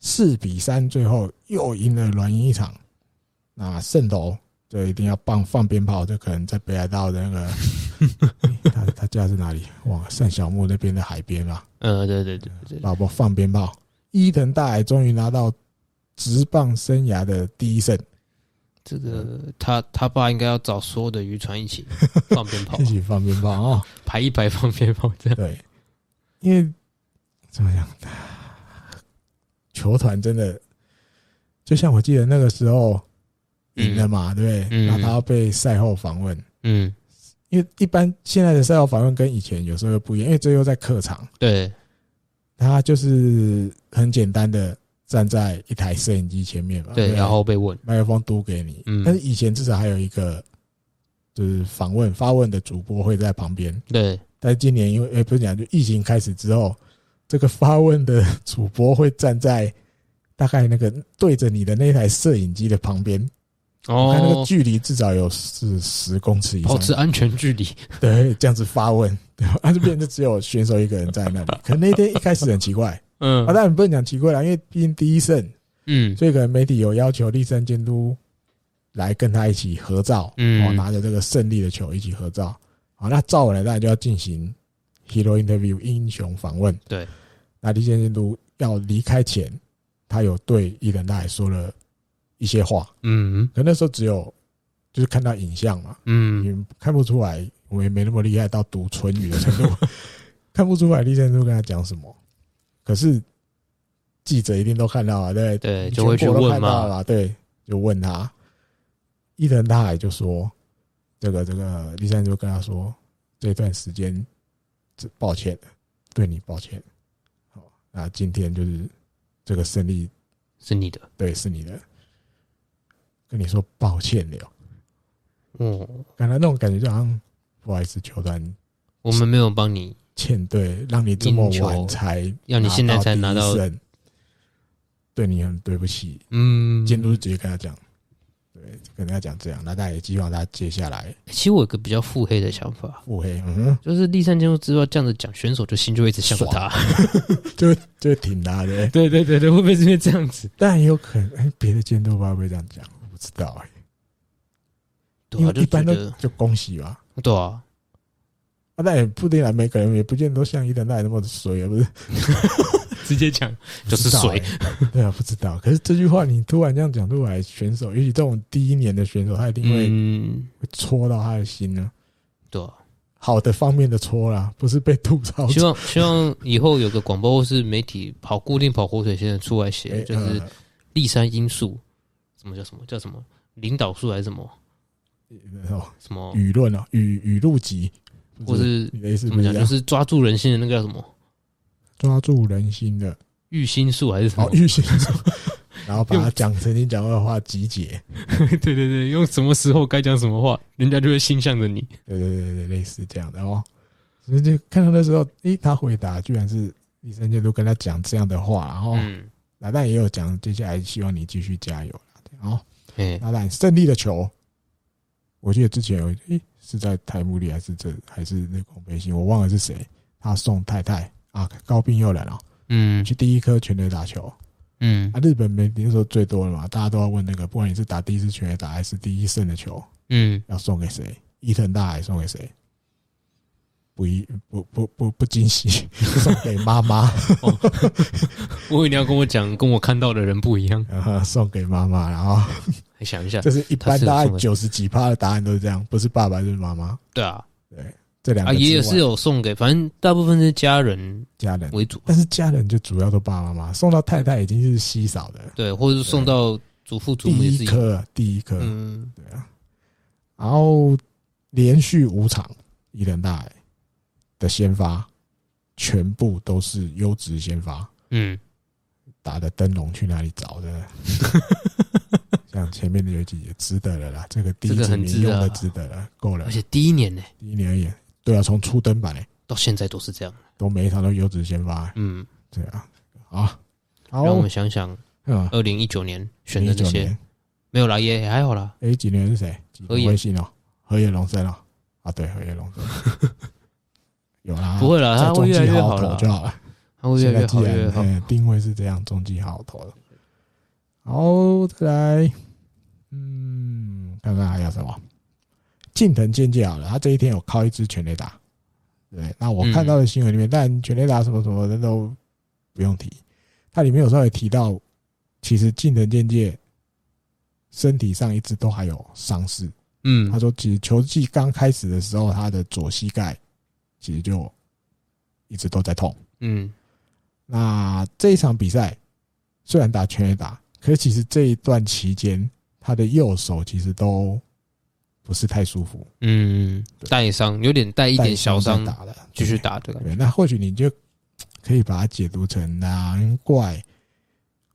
[SPEAKER 2] 四比三，最后又赢了软银一场。那圣斗这一定要放放鞭炮，这可能在北海道的那 *laughs* 个，诶他他家是哪里？哇，圣小木那边的海边吧，
[SPEAKER 3] 呃，对对对对对，
[SPEAKER 2] 老婆放鞭炮。伊藤大海终于拿到职棒生涯的第一胜，
[SPEAKER 3] 这个
[SPEAKER 2] 嗯
[SPEAKER 3] 他他爸应该要找所有的渔船一
[SPEAKER 2] *laughs*
[SPEAKER 3] 起放鞭炮
[SPEAKER 2] 一，起放鞭炮啊、
[SPEAKER 3] 排一排放鞭炮
[SPEAKER 2] *laughs*
[SPEAKER 3] 这样。
[SPEAKER 2] 对，因为怎么讲，球团真的就像我记得那个时候赢了嘛，对不对？
[SPEAKER 3] 嗯
[SPEAKER 2] 然后他要被赛后访问，
[SPEAKER 3] 嗯，
[SPEAKER 2] 因为一般现在的赛后访问跟以前有时候又不一样，因为这又在客场，
[SPEAKER 3] 对，
[SPEAKER 2] 他就是很简单的站在一台摄影机前面嘛，
[SPEAKER 3] 对，
[SPEAKER 2] 不
[SPEAKER 3] 然后被问，
[SPEAKER 2] 麦克风嘟给你，
[SPEAKER 3] 嗯
[SPEAKER 2] 但是以前至少还有一个。就是访问发问的主播会在旁边，
[SPEAKER 3] 对，
[SPEAKER 2] 但今年因为诶、呃不是讲，就疫情开始之后，这个发问的主播会站在大概那个对着你的那台摄影机的旁边，我看那个
[SPEAKER 3] 哦，
[SPEAKER 2] 距离至少有是十公尺以
[SPEAKER 3] 保持
[SPEAKER 2] 上，
[SPEAKER 3] 安全距离，
[SPEAKER 2] 对，这样子发问，对吧？ *laughs* 啊，这边就只有选手一个人站在那里。可能那天一开始很奇怪，
[SPEAKER 3] 嗯
[SPEAKER 2] 啊，当然不能讲奇怪啦，因为毕竟第一胜，
[SPEAKER 3] 嗯
[SPEAKER 2] 所以可能媒体有要求立山监督来跟他一起合照，
[SPEAKER 3] 嗯
[SPEAKER 2] 哦，拿着这个胜利的球一起合照。好，那照完了，当然就要进行 hero interview 英雄访问。
[SPEAKER 3] 对，
[SPEAKER 2] 那立山监督要离开前，他有对伊藤大海说了一些话，
[SPEAKER 3] 嗯
[SPEAKER 2] 可那时候只有就是看到影像嘛，
[SPEAKER 3] 嗯，
[SPEAKER 2] 也看不出来，我也没那么厉害到读唇语的程度， *laughs* 看不出来立山监督跟他讲什么。可是记者一定都看到啊，对不对
[SPEAKER 3] 对，
[SPEAKER 2] 你
[SPEAKER 3] 就会去
[SPEAKER 2] 全国都
[SPEAKER 3] 问
[SPEAKER 2] 看到
[SPEAKER 3] 嘛，
[SPEAKER 2] 了，对，就问他。伊藤大海就说：“这个这个，立山就跟他说，这段时间，这抱歉，对你抱歉。好，那今天就是这个胜利，
[SPEAKER 3] 是你的，
[SPEAKER 2] 对，是你的，跟你说抱歉了。
[SPEAKER 3] 哦，
[SPEAKER 2] 感觉那种感觉就好像不好意思，球团
[SPEAKER 3] 我们没有帮你，
[SPEAKER 2] 欠队，让你这么
[SPEAKER 3] 赢球
[SPEAKER 2] 晚才，
[SPEAKER 3] 要你现在才拿到，
[SPEAKER 2] 对你很对不起。”
[SPEAKER 3] 嗯，
[SPEAKER 2] 监督直接跟他讲，对，对，可能要讲这样，那大家也希望他接下来
[SPEAKER 3] 其实我有个比较腹黑的想法，
[SPEAKER 2] 腹黑，嗯，
[SPEAKER 3] 就是立三监督之后这样子讲，选手就心就会一直向着他。
[SPEAKER 2] *laughs* 就就挺他的，
[SPEAKER 3] 对对对对，会不会是因为这样子？
[SPEAKER 2] 但也有可能哎别的监督会不会这样讲，我不知道哎、
[SPEAKER 3] 对
[SPEAKER 2] 因
[SPEAKER 3] 啊，
[SPEAKER 2] 为
[SPEAKER 3] 就
[SPEAKER 2] 一
[SPEAKER 3] 觉
[SPEAKER 2] 般都
[SPEAKER 3] 得
[SPEAKER 2] 就恭喜吧。
[SPEAKER 3] 对啊，
[SPEAKER 2] 啊，但也不一定啊，每个人也不见得都像伊藤奈那么水，也不是
[SPEAKER 3] 直接讲 *laughs* 就是水
[SPEAKER 2] *laughs* 不。知道欸对啊，不知道。可是这句话你突然这样讲出来，选手，尤其这种第一年的选手，他一定会
[SPEAKER 3] 嗯，
[SPEAKER 2] 会戳到他的心呢、
[SPEAKER 3] 对啊。
[SPEAKER 2] 好的方面的戳啦，不是被吐槽。
[SPEAKER 3] 希望希望以后有个广播或是媒体跑固定跑火腿先生出来
[SPEAKER 2] 哎
[SPEAKER 3] 写，就是
[SPEAKER 2] 呃
[SPEAKER 3] 立山因素，什么叫什么叫什么领导数还是什么
[SPEAKER 2] 那种
[SPEAKER 3] 什么，
[SPEAKER 2] 呃哦舆论啊，语语录集，
[SPEAKER 3] 或是
[SPEAKER 2] 你的意思不
[SPEAKER 3] 怎么
[SPEAKER 2] 是啊这
[SPEAKER 3] 讲，就
[SPEAKER 2] 样？
[SPEAKER 3] 是抓住人心的那个叫什么
[SPEAKER 2] 抓住人心的
[SPEAKER 3] 育心术还是什么 *laughs*
[SPEAKER 2] 哦，？预先说，然后把他讲曾经讲过的话集结，
[SPEAKER 3] 对对对，用什么时候该讲什么话，人家就会心向着你。
[SPEAKER 2] 对对对对，类似这样的哦。所以就看到那时候，诶，他回答居然是医生就都跟他讲这样的话，然后
[SPEAKER 3] 嗯，
[SPEAKER 2] 那但也有讲，接下来希望你继续加油啦。这样哦，
[SPEAKER 3] 哎、
[SPEAKER 2] 那但胜利的球，我记得之前有诶、是在台幕里还是这还是那个孔培信，我忘了是谁，他送太太啊高病又来了、
[SPEAKER 3] 嗯
[SPEAKER 2] 去第一颗全垒打球
[SPEAKER 3] 嗯
[SPEAKER 2] 啊，日本媒体那时候最多了嘛，大家都要问那个，不管你是打第一次全垒打还是第一胜的球，
[SPEAKER 3] 嗯，
[SPEAKER 2] 要送给谁？伊藤大海送给谁？不一不不不不惊喜， *laughs* 送给妈妈， *laughs*
[SPEAKER 3] 我以为你要跟我讲，跟我看到的人不一样。
[SPEAKER 2] 然后送给妈妈，然后
[SPEAKER 3] 还想一下
[SPEAKER 2] 这，是一般
[SPEAKER 3] 啊他是有
[SPEAKER 2] 大
[SPEAKER 3] 送
[SPEAKER 2] 概
[SPEAKER 3] 给
[SPEAKER 2] 九十几趴的答案都是这样，不是爸爸就是妈妈，
[SPEAKER 3] 对啊，
[SPEAKER 2] 这两
[SPEAKER 3] 啊
[SPEAKER 2] 个之
[SPEAKER 3] 也有
[SPEAKER 2] 外
[SPEAKER 3] 是有送给，反正大部分是家人
[SPEAKER 2] 家人，
[SPEAKER 3] 为主，
[SPEAKER 2] 但是家人就主要都爸爸妈妈，送到太太已经是稀少的，
[SPEAKER 3] 对，或者是
[SPEAKER 2] 啊
[SPEAKER 3] 送到祖父祖
[SPEAKER 2] 第
[SPEAKER 3] 母也是
[SPEAKER 2] 一
[SPEAKER 3] 一样。
[SPEAKER 2] 颗第一颗，
[SPEAKER 3] 嗯，
[SPEAKER 2] 对啊，然后连续五场伊藤大海的先发，全部都是优质先发，
[SPEAKER 3] 嗯，
[SPEAKER 2] 打的灯笼去哪里找
[SPEAKER 3] *laughs*
[SPEAKER 2] 的？像前面的有几也值得了啦，这个第一
[SPEAKER 3] 这个
[SPEAKER 2] 指
[SPEAKER 3] 很
[SPEAKER 2] 名用的值
[SPEAKER 3] 值
[SPEAKER 2] 得了，够了
[SPEAKER 3] 而。且第一年呢、
[SPEAKER 2] 第一年而已，对啊，从初登版呢，
[SPEAKER 3] 到现在都是这样。
[SPEAKER 2] 都每一场都优质先发欸，
[SPEAKER 3] 嗯，
[SPEAKER 2] 对啊，好，好，
[SPEAKER 3] 让我们想想，
[SPEAKER 2] 嗯，
[SPEAKER 3] 二零一九年选的
[SPEAKER 2] 一
[SPEAKER 3] 那
[SPEAKER 2] 九
[SPEAKER 3] 些
[SPEAKER 2] 年，
[SPEAKER 3] 没有啦，也也还好啦。
[SPEAKER 2] 哎，几年是谁？几
[SPEAKER 3] 河野
[SPEAKER 2] 微信哦，河野龙生哦，啊，对，河野龙
[SPEAKER 3] *laughs*
[SPEAKER 2] 生，有啦，
[SPEAKER 3] 不会啦，
[SPEAKER 2] 在
[SPEAKER 3] 他会
[SPEAKER 2] 中
[SPEAKER 3] 越来
[SPEAKER 2] 继
[SPEAKER 3] 越
[SPEAKER 2] 好
[SPEAKER 3] 好
[SPEAKER 2] 投
[SPEAKER 3] 啦，
[SPEAKER 2] 就好了。
[SPEAKER 3] 他会越
[SPEAKER 2] 现在
[SPEAKER 3] 来越
[SPEAKER 2] 既
[SPEAKER 3] 好，越来
[SPEAKER 2] 然
[SPEAKER 3] 越好。
[SPEAKER 2] 嗯定位是这样，中继好投的。好，再来，嗯，看看还有什么？近藤健介好了，他这一天有靠一支全垒打。对，那我看到的新闻里
[SPEAKER 3] 嗯
[SPEAKER 2] 面，但全垒打什么什么的都不用提。它里面有时候也提到，其实近藤健介身体上一直都还有伤势。
[SPEAKER 3] 嗯
[SPEAKER 2] 他，说，其实球季刚开始的时候，他的左膝盖其实就一直都在痛。
[SPEAKER 3] 嗯，
[SPEAKER 2] 那这一场比赛虽然打全垒打，可是其实这一段期间，他的右手其实都不是太舒服，
[SPEAKER 3] 嗯，带伤，有点带一点小
[SPEAKER 2] 带
[SPEAKER 3] 伤
[SPEAKER 2] 伤，在打了，
[SPEAKER 3] 继续打的感觉。
[SPEAKER 2] 对。那或许你就可以把它解读成难怪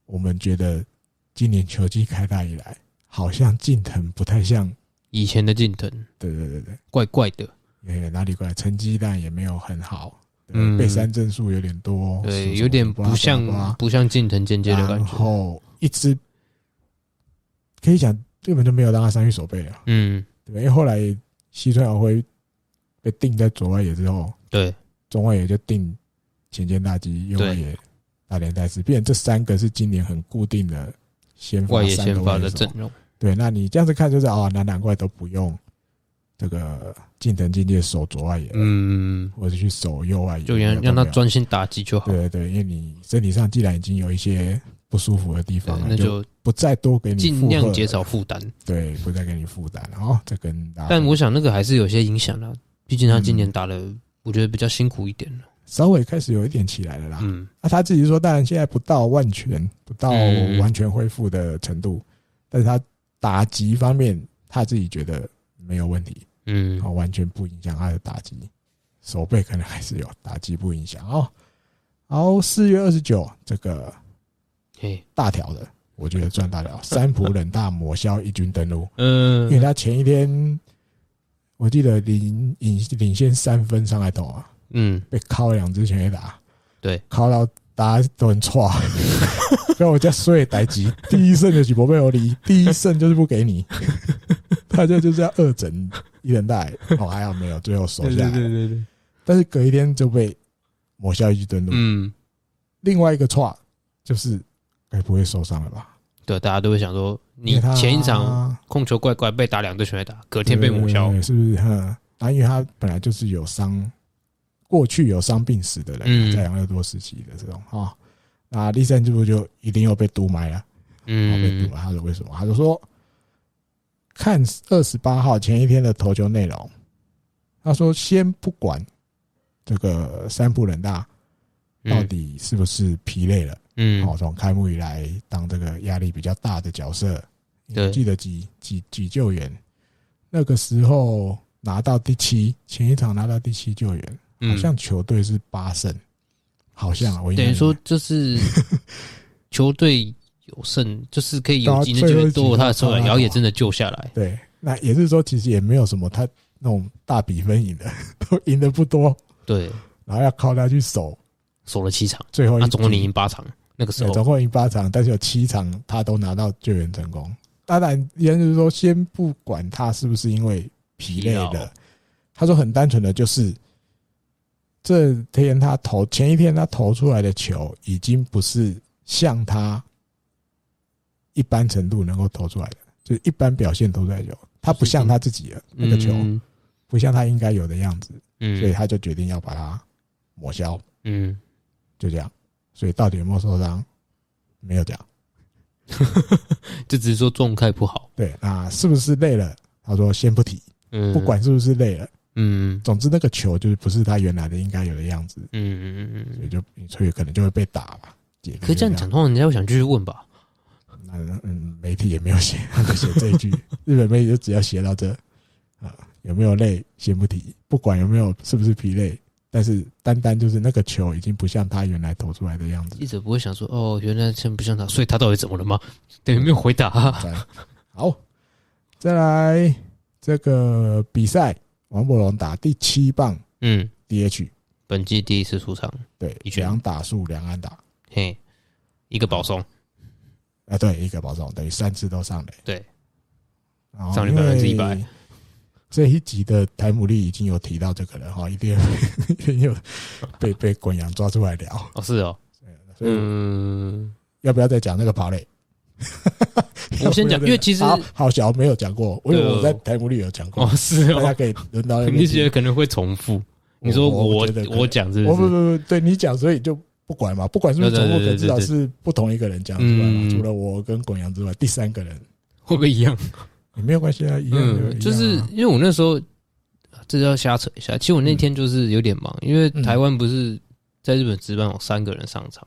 [SPEAKER 2] 我们觉得今年球季开打以来，好像近藤不太像，
[SPEAKER 3] 以前的近藤
[SPEAKER 2] 对对对对，
[SPEAKER 3] 怪怪的，
[SPEAKER 2] 也哪里怪，成绩但也没有很好，对
[SPEAKER 3] 嗯
[SPEAKER 2] 被三振数有点多，什么
[SPEAKER 3] 对，
[SPEAKER 2] 什么
[SPEAKER 3] 有点
[SPEAKER 2] 哦的啊
[SPEAKER 3] 不像
[SPEAKER 2] 巴拉巴拉
[SPEAKER 3] 不像近藤间接的感
[SPEAKER 2] 然
[SPEAKER 3] 觉。
[SPEAKER 2] 后一直可以讲根本就没有让他伤愈守备了，
[SPEAKER 3] 嗯，
[SPEAKER 2] 对吧因为后来西川遥辉被定在左外野之后，
[SPEAKER 3] 对，
[SPEAKER 2] 中外野就定前见大吉，右外野大连代斯，变成这三个是今年很固定的先发
[SPEAKER 3] 外野
[SPEAKER 2] 三个
[SPEAKER 3] 先发
[SPEAKER 2] 外
[SPEAKER 3] 的
[SPEAKER 2] 野
[SPEAKER 3] 阵
[SPEAKER 2] 手。
[SPEAKER 3] 容。
[SPEAKER 2] 对，那你这样子看就是哦，那难怪都不用这个近藤进介守左外野，，
[SPEAKER 3] 嗯，
[SPEAKER 2] 或者去守右外野，
[SPEAKER 3] 就让让
[SPEAKER 2] 没
[SPEAKER 3] 他
[SPEAKER 2] 有
[SPEAKER 3] 专心打击就好。
[SPEAKER 2] 对对对，因为你身体上既然已经有一些不舒服的地
[SPEAKER 3] 对
[SPEAKER 2] 方，了，
[SPEAKER 3] 那就
[SPEAKER 2] 不再多给你
[SPEAKER 3] 尽
[SPEAKER 2] 负荷
[SPEAKER 3] 量
[SPEAKER 2] 了
[SPEAKER 3] 减少负担，
[SPEAKER 2] 对，不再给你负担了哦。这跟大家
[SPEAKER 3] 但我想那个还是有些影响啦，毕竟他今年
[SPEAKER 2] 嗯
[SPEAKER 3] 打的，我觉得比较辛苦一点了。
[SPEAKER 2] 稍微开始有一点起来了啦。
[SPEAKER 3] 嗯，
[SPEAKER 2] 那、他自己说，当然现在不到万全，不到
[SPEAKER 3] 嗯
[SPEAKER 2] 完全恢复的程度，但是他打击方面他自己觉得没有问题，
[SPEAKER 3] 嗯
[SPEAKER 2] 哦，，完全不影响他的打击，手背可能还是有打击不影响哦。然后四月二十九这个
[SPEAKER 3] 嘿，
[SPEAKER 2] 大条的，我觉得赚大了，三浦冷大抹消一军登陆。因为
[SPEAKER 3] 嗯
[SPEAKER 2] 他前一天我记得领领领先三分上来投啊，
[SPEAKER 3] 嗯，
[SPEAKER 2] 被敲了两支全垒打，
[SPEAKER 3] 对，
[SPEAKER 2] 敲到大家都很差，所以我家睡逮鸡，第一胜就举博贝有理，第一胜就是不给你，大家就是要二整一人带，哦还好没有，最后守
[SPEAKER 3] 对
[SPEAKER 2] 下来
[SPEAKER 3] 对
[SPEAKER 2] 了，
[SPEAKER 3] 对对
[SPEAKER 2] 嗯
[SPEAKER 3] 对，
[SPEAKER 2] 但是隔一天就被抹消一记顿怒。
[SPEAKER 3] 嗯，
[SPEAKER 2] 另外一个差就是该不会受伤了吧？
[SPEAKER 3] 对，大家都会想说，
[SPEAKER 2] 因
[SPEAKER 3] 你
[SPEAKER 2] 为他
[SPEAKER 3] 前一场控球怪怪被打两队全垒打，隔天被抹消
[SPEAKER 2] 对，对对是不是？哼，那因为他本来就是有伤，过去有伤病史的人，
[SPEAKER 3] 嗯
[SPEAKER 2] 在养乐多时期的这种啊，那第三支部就一定又被毒埋了。然后被
[SPEAKER 3] 嗯
[SPEAKER 2] 堵了。他说为什么？他就说看二十八号前一天的投球内容，他说先不管这个三浦人大到
[SPEAKER 3] 嗯
[SPEAKER 2] 底是不是疲累了，
[SPEAKER 3] 嗯
[SPEAKER 2] 哦，从开幕以来当这个压力比较大的角色，
[SPEAKER 3] 对
[SPEAKER 2] 记得几几几救援，那个时候拿到第七，前一场拿到第七救援，
[SPEAKER 3] 嗯，
[SPEAKER 2] 好像球队是八胜。好像啊我印象
[SPEAKER 3] 等于
[SPEAKER 2] 里
[SPEAKER 3] 说
[SPEAKER 2] 面
[SPEAKER 3] 就是
[SPEAKER 2] *laughs*
[SPEAKER 3] 球队有胜，就是可以有
[SPEAKER 2] 对啊
[SPEAKER 3] 机，那就
[SPEAKER 2] 最后
[SPEAKER 3] 是
[SPEAKER 2] 一集
[SPEAKER 3] 多他的手
[SPEAKER 2] 他
[SPEAKER 3] 感，
[SPEAKER 2] 他
[SPEAKER 3] 然后也真的救下来。
[SPEAKER 2] 对，那也是说，其实也没有什么他那种大比分赢的， *laughs* 都赢的不多，
[SPEAKER 3] 对，
[SPEAKER 2] 然后要靠他去守
[SPEAKER 3] 守了七场，
[SPEAKER 2] 最后一
[SPEAKER 3] 他
[SPEAKER 2] 局。
[SPEAKER 3] 总共赢八场，那个时
[SPEAKER 2] 对总
[SPEAKER 3] 候，
[SPEAKER 2] 共赢八场，但是有七场他都拿到救援成功。当然，也就是说，先不管他是不是因为疲累
[SPEAKER 3] 疲劳
[SPEAKER 2] 的，他说很单纯的就是，这天他投前一天他投出来的球已经不是像他一般程度能够投出来的，就是一般表现投出来的球，他不像他自己了，那个球
[SPEAKER 3] 嗯
[SPEAKER 2] 不像他应该有的样子，所以
[SPEAKER 3] 嗯
[SPEAKER 2] 他就决定要把它抹消。
[SPEAKER 3] 嗯，
[SPEAKER 2] 就这样。所以到底有没有受伤，没有讲。
[SPEAKER 3] 就只是说状态不好，
[SPEAKER 2] 对，那是不是累了？他说先不提，
[SPEAKER 3] 嗯，
[SPEAKER 2] 不，管是不是累了，
[SPEAKER 3] 嗯
[SPEAKER 2] 总之那个球就是不是他原来的应该有的样子，
[SPEAKER 3] 嗯嗯嗯
[SPEAKER 2] 所以
[SPEAKER 3] 嗯。
[SPEAKER 2] 就所以可能就会被打吧。解
[SPEAKER 3] 可是这样讲，，通常人家会想继续问吧？
[SPEAKER 2] 那嗯，媒体也没有写， *laughs* 他就写这一句，日本媒体就只要写到这啊，有没有累先不提，不管有没有是不是疲累，但是单单就是那个球已经不像他原来投出来的样子
[SPEAKER 3] *laughs* 记。者不会想说哦，原来真不像他，所以他到底怎么了吗？
[SPEAKER 2] 嗯
[SPEAKER 3] 等于没有回答、啊。
[SPEAKER 2] 在好，再来这个比赛，王柏龙打第七棒
[SPEAKER 3] 嗯，
[SPEAKER 2] DH，
[SPEAKER 3] 本季第一次出场，
[SPEAKER 2] 对
[SPEAKER 3] 一，拳
[SPEAKER 2] 两打数两安打
[SPEAKER 3] 嘿，一个保送，
[SPEAKER 2] 啊，对，一个保送，等于三次都上垒。
[SPEAKER 3] 对，
[SPEAKER 2] 然后
[SPEAKER 3] 上垒
[SPEAKER 2] 因为
[SPEAKER 3] 100%
[SPEAKER 2] 这一集的台姆利已经有提到这个了哈， *laughs* 一定一定有被被滚阳抓出来聊，
[SPEAKER 3] 哦，是哦，
[SPEAKER 2] 所以
[SPEAKER 3] 嗯，
[SPEAKER 2] 要不要再讲那个跑垒？
[SPEAKER 3] *laughs* 我先讲
[SPEAKER 2] 要不要再
[SPEAKER 3] 因为其实
[SPEAKER 2] 好好小没有讲过，因为
[SPEAKER 3] 对啊
[SPEAKER 2] 我在台姆利有讲过
[SPEAKER 3] 哦，，是
[SPEAKER 2] *laughs* 大
[SPEAKER 3] 哦
[SPEAKER 2] 家，可以轮到那边
[SPEAKER 3] *laughs* 你
[SPEAKER 2] 听
[SPEAKER 3] 觉得可能会重复？你说我
[SPEAKER 2] 觉得可能
[SPEAKER 3] 我讲是
[SPEAKER 2] 我哦不
[SPEAKER 3] 不是？
[SPEAKER 2] 不不，对你讲，所以就不管嘛，不管是不是
[SPEAKER 3] 对
[SPEAKER 2] 重
[SPEAKER 3] 对
[SPEAKER 2] 复，
[SPEAKER 3] 对
[SPEAKER 2] 可
[SPEAKER 3] 对
[SPEAKER 2] 至少
[SPEAKER 3] 对
[SPEAKER 2] 是不同一个人讲出来嘛
[SPEAKER 3] 嗯。
[SPEAKER 2] 除了我跟广阳之外，第三个人
[SPEAKER 3] 会不会一样？
[SPEAKER 2] 也没有关系啊，一样一样
[SPEAKER 3] 嗯，
[SPEAKER 2] 啊
[SPEAKER 3] 就是因为我那时候啊这要瞎扯一下。其实我那
[SPEAKER 2] 嗯
[SPEAKER 3] 天就是有点忙，因为台湾不是在日本职棒有三个人上场，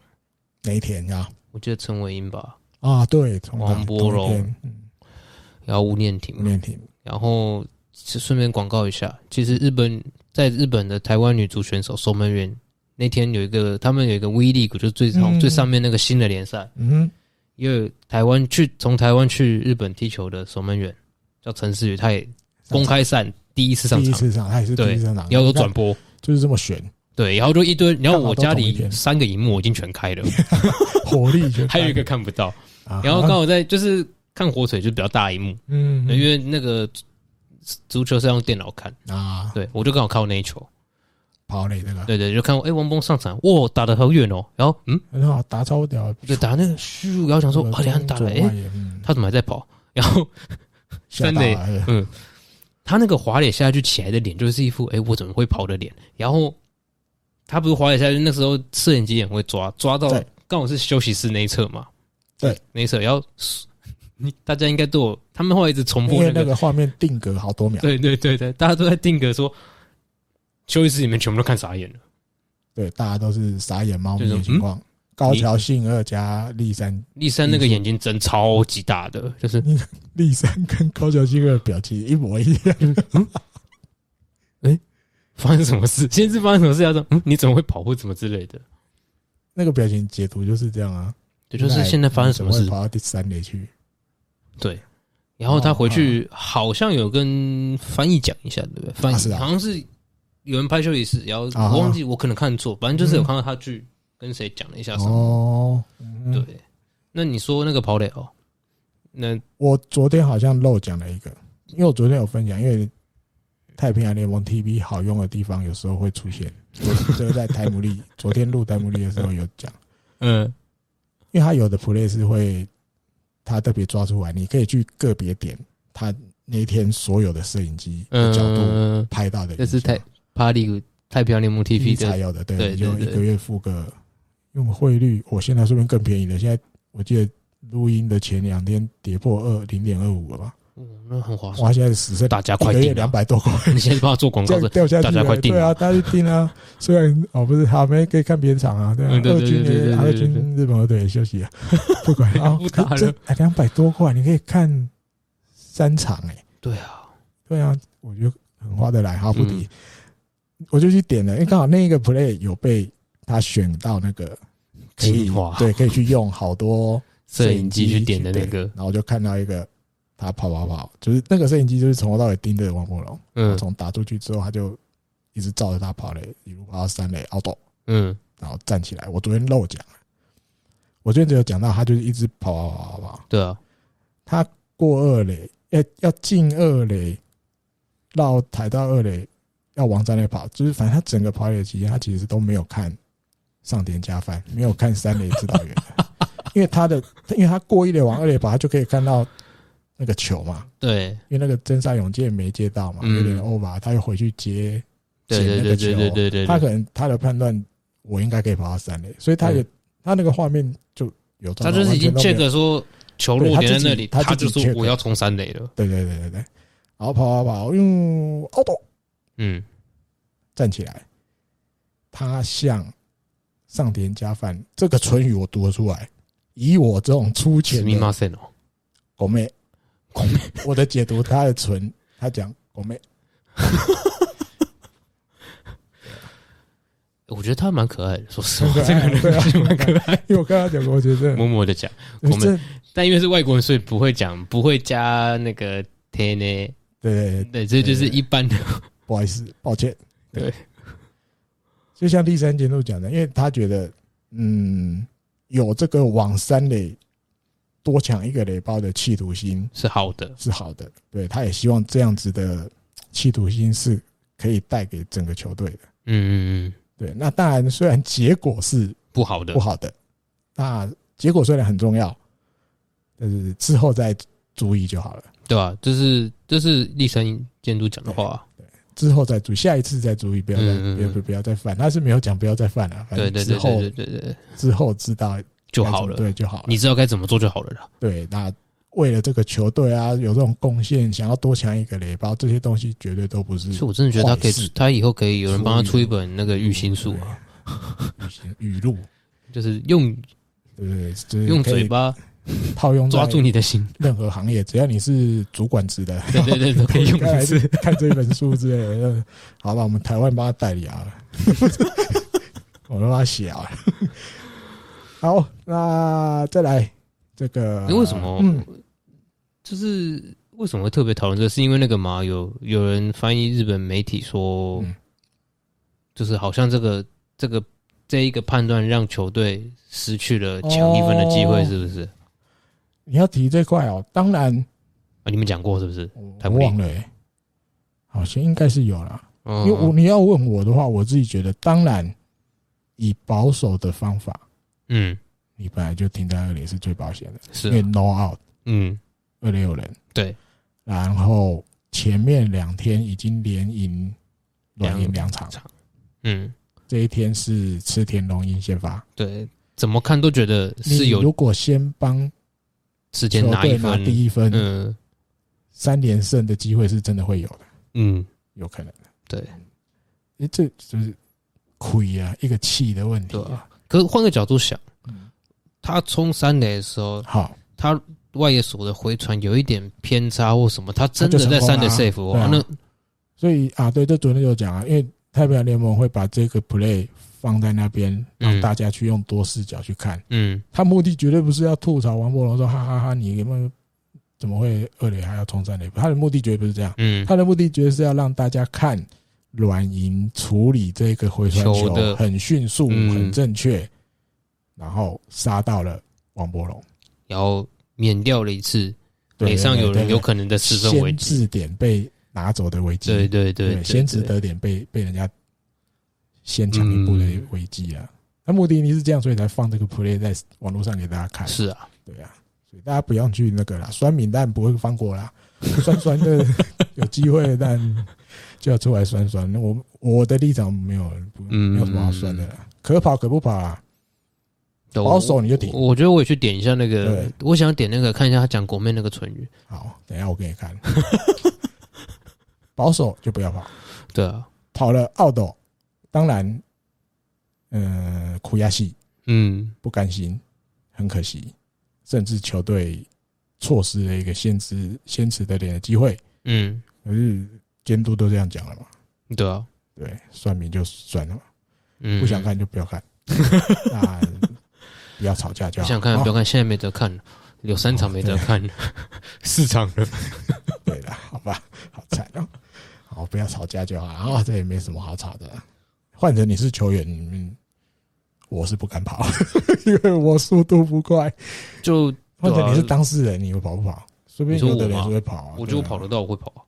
[SPEAKER 2] 哪一天啊？
[SPEAKER 3] 我记得陈伟英吧，
[SPEAKER 2] 啊，对，从
[SPEAKER 3] 王柏荣
[SPEAKER 2] 同一天嗯
[SPEAKER 3] 然后吴念婷
[SPEAKER 2] 吴，念婷，
[SPEAKER 3] 然后顺便广告一下，其实日本在日本的台湾女足选手守门员那天有一个，他们有一个 V League，就是最上、
[SPEAKER 2] 嗯
[SPEAKER 3] 最上面那个新的联赛，
[SPEAKER 2] 嗯
[SPEAKER 3] 因为台湾去从台湾去日本踢球的守门员叫陈思雨，他也
[SPEAKER 2] 哼，
[SPEAKER 3] 公开赛第一次上
[SPEAKER 2] 第一
[SPEAKER 3] 场，
[SPEAKER 2] 次上，他也是第
[SPEAKER 3] 对
[SPEAKER 2] 一次上场，
[SPEAKER 3] 然后有转
[SPEAKER 2] 你看
[SPEAKER 3] 播，
[SPEAKER 2] 就是这么悬，
[SPEAKER 3] 对，然后就一堆，然后我
[SPEAKER 2] 刚好
[SPEAKER 3] 家
[SPEAKER 2] 都同一
[SPEAKER 3] 里
[SPEAKER 2] 天
[SPEAKER 3] 三个荧幕我已经全
[SPEAKER 2] *laughs*
[SPEAKER 3] 开了，
[SPEAKER 2] 火力
[SPEAKER 3] *laughs*
[SPEAKER 2] 就
[SPEAKER 3] 还有一个，看不到，
[SPEAKER 2] 啊
[SPEAKER 3] 然后刚好在就是看火腿就比较大荧幕，
[SPEAKER 2] 嗯
[SPEAKER 3] 因为那个足球是要用电脑看，
[SPEAKER 2] 啊
[SPEAKER 3] 对我就刚好看我那一球，
[SPEAKER 2] 跑垒这个
[SPEAKER 3] 对对，就看我哎王峰上场，哇打的好远哦，然后嗯
[SPEAKER 2] 很好，打超屌，嗯
[SPEAKER 3] 就打那个虚然后想说啊两打了，哎
[SPEAKER 2] 他
[SPEAKER 3] 他怎么还在跑？然后
[SPEAKER 2] *laughs*
[SPEAKER 3] 三垒
[SPEAKER 2] 啊哎
[SPEAKER 3] 他那个滑脸下去起来的脸，就是一副哎、诶我怎么会跑的脸。然后他不是滑脸下去，那时候摄影机也很会抓，抓到
[SPEAKER 2] 对
[SPEAKER 3] 刚好是休息室那一侧嘛，
[SPEAKER 2] 对
[SPEAKER 3] 那一侧。然后你 *laughs* 大家应该都有，他们后来一直重
[SPEAKER 2] 因
[SPEAKER 3] 播
[SPEAKER 2] 为
[SPEAKER 3] 那
[SPEAKER 2] 那
[SPEAKER 3] 个，
[SPEAKER 2] 个画面定格好多秒，
[SPEAKER 3] 对对对对，大家都在定格说休息室里面全部都看傻眼了。
[SPEAKER 2] 对，大家都是傻眼猫
[SPEAKER 3] 嗯
[SPEAKER 2] 咪的情况，高
[SPEAKER 3] 你
[SPEAKER 2] 桥幸二加立山，
[SPEAKER 3] 立山
[SPEAKER 2] 嗯
[SPEAKER 3] 那个眼睛睁超级大的，就是
[SPEAKER 2] 立山跟高桥幸二的表情一模一样，
[SPEAKER 3] 发生什么事， *laughs* 先是发生什么事，他说嗯你怎么会跑或怎么之类的，
[SPEAKER 2] 那个表情截图就是这样啊。
[SPEAKER 3] 对，就是现在发生什么
[SPEAKER 2] 你
[SPEAKER 3] 事
[SPEAKER 2] 怎会，跑到第三垒去？
[SPEAKER 3] 对，然后他回去好像有跟翻译讲一下，对不对？
[SPEAKER 2] 哦嗯
[SPEAKER 3] 翻
[SPEAKER 2] 啊
[SPEAKER 3] 译
[SPEAKER 2] 是啊
[SPEAKER 3] 好像是有人拍休息室，然后
[SPEAKER 2] 啊嗯
[SPEAKER 3] 我忘记，我可能看错，反正就是有看到他去跟谁讲了一下什么。
[SPEAKER 2] 哦，嗯
[SPEAKER 3] 对，，那你说那个跑垒哦，那
[SPEAKER 2] 我昨天好像漏讲了一个，因为我昨天有分享，因为太平洋联盟 TV 好用的地方有时候会出现，我这个在台姆
[SPEAKER 3] *laughs*
[SPEAKER 2] 利昨天录台姆利的时候有讲，
[SPEAKER 3] 嗯
[SPEAKER 2] 因为它有的 play 是会它特别抓出来，你可以去个别点，它那一天所有的摄影机的角度
[SPEAKER 3] 嗯，
[SPEAKER 2] 拍到的影像，
[SPEAKER 3] 这是太 Party 太平洋联盟 TV
[SPEAKER 2] 才
[SPEAKER 3] 的，
[SPEAKER 2] 有的，
[SPEAKER 3] 对
[SPEAKER 2] 对，你
[SPEAKER 3] 对
[SPEAKER 2] 就一
[SPEAKER 3] 对
[SPEAKER 2] 个月付个用汇率，我现在顺便更便宜了，现在我记得录音的前两天跌破二零点二五了吧，
[SPEAKER 3] 哦那很划算。
[SPEAKER 2] 哇，现在只剩
[SPEAKER 3] 大家
[SPEAKER 2] 一
[SPEAKER 3] 快
[SPEAKER 2] 个月
[SPEAKER 3] 订
[SPEAKER 2] 两
[SPEAKER 3] 啊！
[SPEAKER 2] 百多块，
[SPEAKER 3] *laughs* 你现在帮我做广
[SPEAKER 2] 这
[SPEAKER 3] 告
[SPEAKER 2] 样
[SPEAKER 3] 的，
[SPEAKER 2] 掉下去
[SPEAKER 3] 大
[SPEAKER 2] 了，
[SPEAKER 3] 家快订
[SPEAKER 2] 对啊，大家去订啊。虽然哦不是，好没可以看别人场啊，对啊
[SPEAKER 3] 嗯，对
[SPEAKER 2] 二
[SPEAKER 3] 对
[SPEAKER 2] 军
[SPEAKER 3] 对对对
[SPEAKER 2] 也
[SPEAKER 3] 对
[SPEAKER 2] 二军日本队队也休息啊， *laughs* 不管啊
[SPEAKER 3] *laughs* 不打了，
[SPEAKER 2] 两百多块你可以看三场哎，
[SPEAKER 3] 对啊，
[SPEAKER 2] 对啊，我觉得很划得来，哈
[SPEAKER 3] 嗯
[SPEAKER 2] 不敌，我就去点了，因为刚好那一个 play 有被他选到那个可以
[SPEAKER 3] 精华
[SPEAKER 2] 对，可以去用好多
[SPEAKER 3] *laughs* 摄影机去点的那
[SPEAKER 2] 对
[SPEAKER 3] 个，
[SPEAKER 2] 然后就看到一个他跑跑跑，就是那个摄影机就是从头到尾盯着王柏龙。
[SPEAKER 3] 嗯
[SPEAKER 2] 从打出去之后，他就一直照着他跑嘞，一路跑到三垒 out，
[SPEAKER 3] 嗯，
[SPEAKER 2] 然后站起来。我昨天漏讲了，我昨天只有讲到他就是一直跑跑跑跑跑，
[SPEAKER 3] 对啊，
[SPEAKER 2] 他过二垒要要进二垒，绕抬到二垒要往三垒跑，就是反正他整个跑垒的期间，他其实都没有看上田加饭，没有看三垒指导员， *laughs* 因为他的因为他过一垒往二垒跑，他就可以看到那个球嘛，
[SPEAKER 3] 对
[SPEAKER 2] 因为那个真善永介没接到嘛，
[SPEAKER 3] 嗯
[SPEAKER 2] 有点 over，他又回去接
[SPEAKER 3] 对
[SPEAKER 2] 捡
[SPEAKER 3] 对
[SPEAKER 2] 那个
[SPEAKER 3] 对对对
[SPEAKER 2] 球，
[SPEAKER 3] 对对，
[SPEAKER 2] 他可能他的判断我应该可以跑到三垒，所以他也他那个画面就有照
[SPEAKER 3] 他
[SPEAKER 2] 到，
[SPEAKER 3] 就是已经
[SPEAKER 2] 完全
[SPEAKER 3] check
[SPEAKER 2] 都没有
[SPEAKER 3] 了说球落点在那
[SPEAKER 2] 对
[SPEAKER 3] 里，
[SPEAKER 2] 他
[SPEAKER 3] 他
[SPEAKER 2] 自己
[SPEAKER 3] 就
[SPEAKER 2] 他自己
[SPEAKER 3] 说
[SPEAKER 2] check
[SPEAKER 3] 我要冲三垒了，
[SPEAKER 2] 对对对对对，然后跑跑跑，用哦 out
[SPEAKER 3] 嗯，
[SPEAKER 2] 站起来，他向上田加饭这个唇语我读得出来，以我这种粗
[SPEAKER 3] 史
[SPEAKER 2] 浅
[SPEAKER 3] 密马
[SPEAKER 2] 的
[SPEAKER 3] 森哦，
[SPEAKER 2] 狗妹，
[SPEAKER 3] 孔 *laughs* 明
[SPEAKER 2] 我的解读他的唇，他讲狗妹，
[SPEAKER 3] 我觉得他蛮可爱的，说实
[SPEAKER 2] 很可
[SPEAKER 3] 话，这
[SPEAKER 2] 爱
[SPEAKER 3] *laughs* 个人蛮可爱，
[SPEAKER 2] 因为我跟他讲过，我觉
[SPEAKER 3] *laughs*
[SPEAKER 2] 得
[SPEAKER 3] 默默的讲，
[SPEAKER 2] 这
[SPEAKER 3] 们但因为是外国人，所以不会讲，不会加那个 t n
[SPEAKER 2] 对对对，
[SPEAKER 3] 对，这就是一般的，
[SPEAKER 2] 不好意思，抱歉。
[SPEAKER 3] 对，
[SPEAKER 2] 就像第三节目讲的，因为他觉得，嗯，有这个往三垒多抢一个垒包的企图心
[SPEAKER 3] 是好的，
[SPEAKER 2] 是好的，对，他也希望这样子的企图心是可以带给整个球队的。
[SPEAKER 3] 嗯嗯嗯，
[SPEAKER 2] 对，那当然，虽然结果是
[SPEAKER 3] 不好的
[SPEAKER 2] 不，好的，那结果虽然很重要，但是之后再注意就好了，
[SPEAKER 3] 对吧？这是这是立山监督讲的话，
[SPEAKER 2] 之后再注意，下一次再注意，不要再
[SPEAKER 3] 嗯嗯嗯
[SPEAKER 2] 不要不要不要再犯。他是没有讲不要再犯了，反
[SPEAKER 3] 对
[SPEAKER 2] 正
[SPEAKER 3] 对
[SPEAKER 2] 之
[SPEAKER 3] 对
[SPEAKER 2] 后
[SPEAKER 3] 对对对对，
[SPEAKER 2] 之后知道
[SPEAKER 3] 就好了，
[SPEAKER 2] 对就好了。
[SPEAKER 3] 你知道该怎么做就好了啦，
[SPEAKER 2] 对，那为了这个球队啊，有这种贡献，想要多抢一个垒包，这些东西绝对都不是
[SPEAKER 3] 所以我真的觉得他可
[SPEAKER 2] 嗯坏事
[SPEAKER 3] 以，他以后可以有人帮他出一本那个育心术啊，
[SPEAKER 2] 对语录，
[SPEAKER 3] 就是用
[SPEAKER 2] 对不嗯对？就是
[SPEAKER 3] 用
[SPEAKER 2] 可以
[SPEAKER 3] 嘴巴
[SPEAKER 2] 套用在
[SPEAKER 3] 抓住你的心，
[SPEAKER 2] 任何行业，只要你是主管职的，
[SPEAKER 3] 对对对，都可以 *laughs* 用
[SPEAKER 2] 看
[SPEAKER 3] 一次。
[SPEAKER 2] 看这本书之类的。 *laughs* 好吧，我们台湾帮他代理
[SPEAKER 3] *laughs*
[SPEAKER 2] 啊，我们帮他写啊。 *laughs* 好，那再来这个，
[SPEAKER 3] 哎那为什么
[SPEAKER 2] 嗯，
[SPEAKER 3] 就是为什么会特别讨论这个？是因为那个嘛，有有人翻译日本媒体说，
[SPEAKER 2] 嗯
[SPEAKER 3] 就是好像这个这个这一个判断让球队失去了抢一分的机会，
[SPEAKER 2] 哦
[SPEAKER 3] 是不是？
[SPEAKER 2] 你要提这块哦，当然
[SPEAKER 3] 啊，你们讲过是不是？
[SPEAKER 2] 我
[SPEAKER 3] 台
[SPEAKER 2] 我
[SPEAKER 3] 北
[SPEAKER 2] 忘了、欸，好像应该是有啦。
[SPEAKER 3] 嗯
[SPEAKER 2] 因为我你要问我的话，我自己觉得，当然以保守的方法，
[SPEAKER 3] 嗯
[SPEAKER 2] 你本来就停在二垒是最保险的，
[SPEAKER 3] 是
[SPEAKER 2] 因为
[SPEAKER 3] 啊
[SPEAKER 2] no out
[SPEAKER 3] 嗯
[SPEAKER 2] 二垒有人，
[SPEAKER 3] 对，
[SPEAKER 2] 然后前面两天已经连赢
[SPEAKER 3] 两
[SPEAKER 2] 两赢两场，
[SPEAKER 3] 场嗯，
[SPEAKER 2] 这一天是池田龙英先发，
[SPEAKER 3] 对，怎么看都觉得是
[SPEAKER 2] 你
[SPEAKER 3] 有
[SPEAKER 2] 如果先帮
[SPEAKER 3] 时间
[SPEAKER 2] 球
[SPEAKER 3] 拿
[SPEAKER 2] 队
[SPEAKER 3] 一
[SPEAKER 2] 拿
[SPEAKER 3] 分，
[SPEAKER 2] 第一分，
[SPEAKER 3] 嗯
[SPEAKER 2] 三连胜的机会是真的会有的，
[SPEAKER 3] 嗯，
[SPEAKER 2] 有可能的。
[SPEAKER 3] 对
[SPEAKER 2] 诶，这就是亏啊，一个气的问题
[SPEAKER 3] 对啊。可是换个角度想，
[SPEAKER 2] 嗯
[SPEAKER 3] 他冲三垒的时候，
[SPEAKER 2] 好，
[SPEAKER 3] 他外野手的回传有一点偏差或什么，他真的
[SPEAKER 2] 他就
[SPEAKER 3] 在
[SPEAKER 2] 成功
[SPEAKER 3] 三垒
[SPEAKER 2] 了啊
[SPEAKER 3] safe 哦、
[SPEAKER 2] 对啊
[SPEAKER 3] 那
[SPEAKER 2] 所以啊，对，这昨天有讲啊，因为太平洋联盟会把这个 play 放在那边，让
[SPEAKER 3] 嗯
[SPEAKER 2] 大家去用多视角去看。
[SPEAKER 3] 嗯
[SPEAKER 2] 他目的绝对不是要吐槽王柏龙说哈哈哈，你有没有怎么会二垒还要冲三垒？他的目的绝对不是这样，
[SPEAKER 3] 嗯，
[SPEAKER 2] 他的目的绝对是要让大家看软银处理这个回传
[SPEAKER 3] 球的
[SPEAKER 2] 很迅速、
[SPEAKER 3] 嗯
[SPEAKER 2] 很正确，然后杀到了王柏龙，
[SPEAKER 3] 然后免掉了一次
[SPEAKER 2] 对
[SPEAKER 3] 垒上有人有可能的
[SPEAKER 2] 能
[SPEAKER 3] 四分危
[SPEAKER 2] 先
[SPEAKER 3] 机。
[SPEAKER 2] 制点被拿走的危机，
[SPEAKER 3] 对对对
[SPEAKER 2] 对，先值得点被被人家先抢一步的
[SPEAKER 3] 嗯
[SPEAKER 2] 危机啊。那目的你是这样，所以才放这个 play 在网络上给大家看。
[SPEAKER 3] 是啊，
[SPEAKER 2] 对啊，所以大家不要去那个啦，酸民当然不会放过啦， *laughs* 酸酸的有机会，但就要出来酸酸。那我我的立场没有不
[SPEAKER 3] 嗯
[SPEAKER 2] 没有什么好酸的啦，可跑可不跑啊啦，
[SPEAKER 3] 对
[SPEAKER 2] 保守你就停
[SPEAKER 3] 我我觉得我也去点一下那个
[SPEAKER 2] 对，
[SPEAKER 3] 我想点那个看一下他讲国妹那个成语。
[SPEAKER 2] 好，等一下我给你看，保守就不要跑，
[SPEAKER 3] 对啊，
[SPEAKER 2] 跑了奥斗，当然，嗯，苦亚系
[SPEAKER 3] 嗯，
[SPEAKER 2] 不甘心，很可惜，甚至球队错失了一个先知先持得点的机会。
[SPEAKER 3] 嗯，
[SPEAKER 2] 可是监督都这样讲了嘛，
[SPEAKER 3] 对啊，
[SPEAKER 2] 对，算命就算了嘛，
[SPEAKER 3] 嗯，
[SPEAKER 2] 不想看就不要
[SPEAKER 3] *laughs*
[SPEAKER 2] 看，那不要哦吵架就
[SPEAKER 3] 不
[SPEAKER 2] 好。
[SPEAKER 3] 想看，
[SPEAKER 2] 哦
[SPEAKER 3] 不要看，现在没得看了，有三场没得看，
[SPEAKER 2] *laughs*
[SPEAKER 3] 四场了。
[SPEAKER 2] 哦对了，好吧，好惨哦，好不要吵架就好啊、哦这也没什么好吵的。换成你是球员，你们我是不敢跑， *laughs* 因为我速度不快。
[SPEAKER 3] *laughs* 就
[SPEAKER 2] 换成你是
[SPEAKER 3] 对啊
[SPEAKER 2] 当事人，你会跑不跑？说不定
[SPEAKER 3] 你说
[SPEAKER 2] 有的
[SPEAKER 3] 我
[SPEAKER 2] 人
[SPEAKER 3] 吗
[SPEAKER 2] 是会跑、啊，
[SPEAKER 3] 我觉得我
[SPEAKER 2] 对啊
[SPEAKER 3] 跑得，到，我
[SPEAKER 2] *laughs*
[SPEAKER 3] 会跑啊。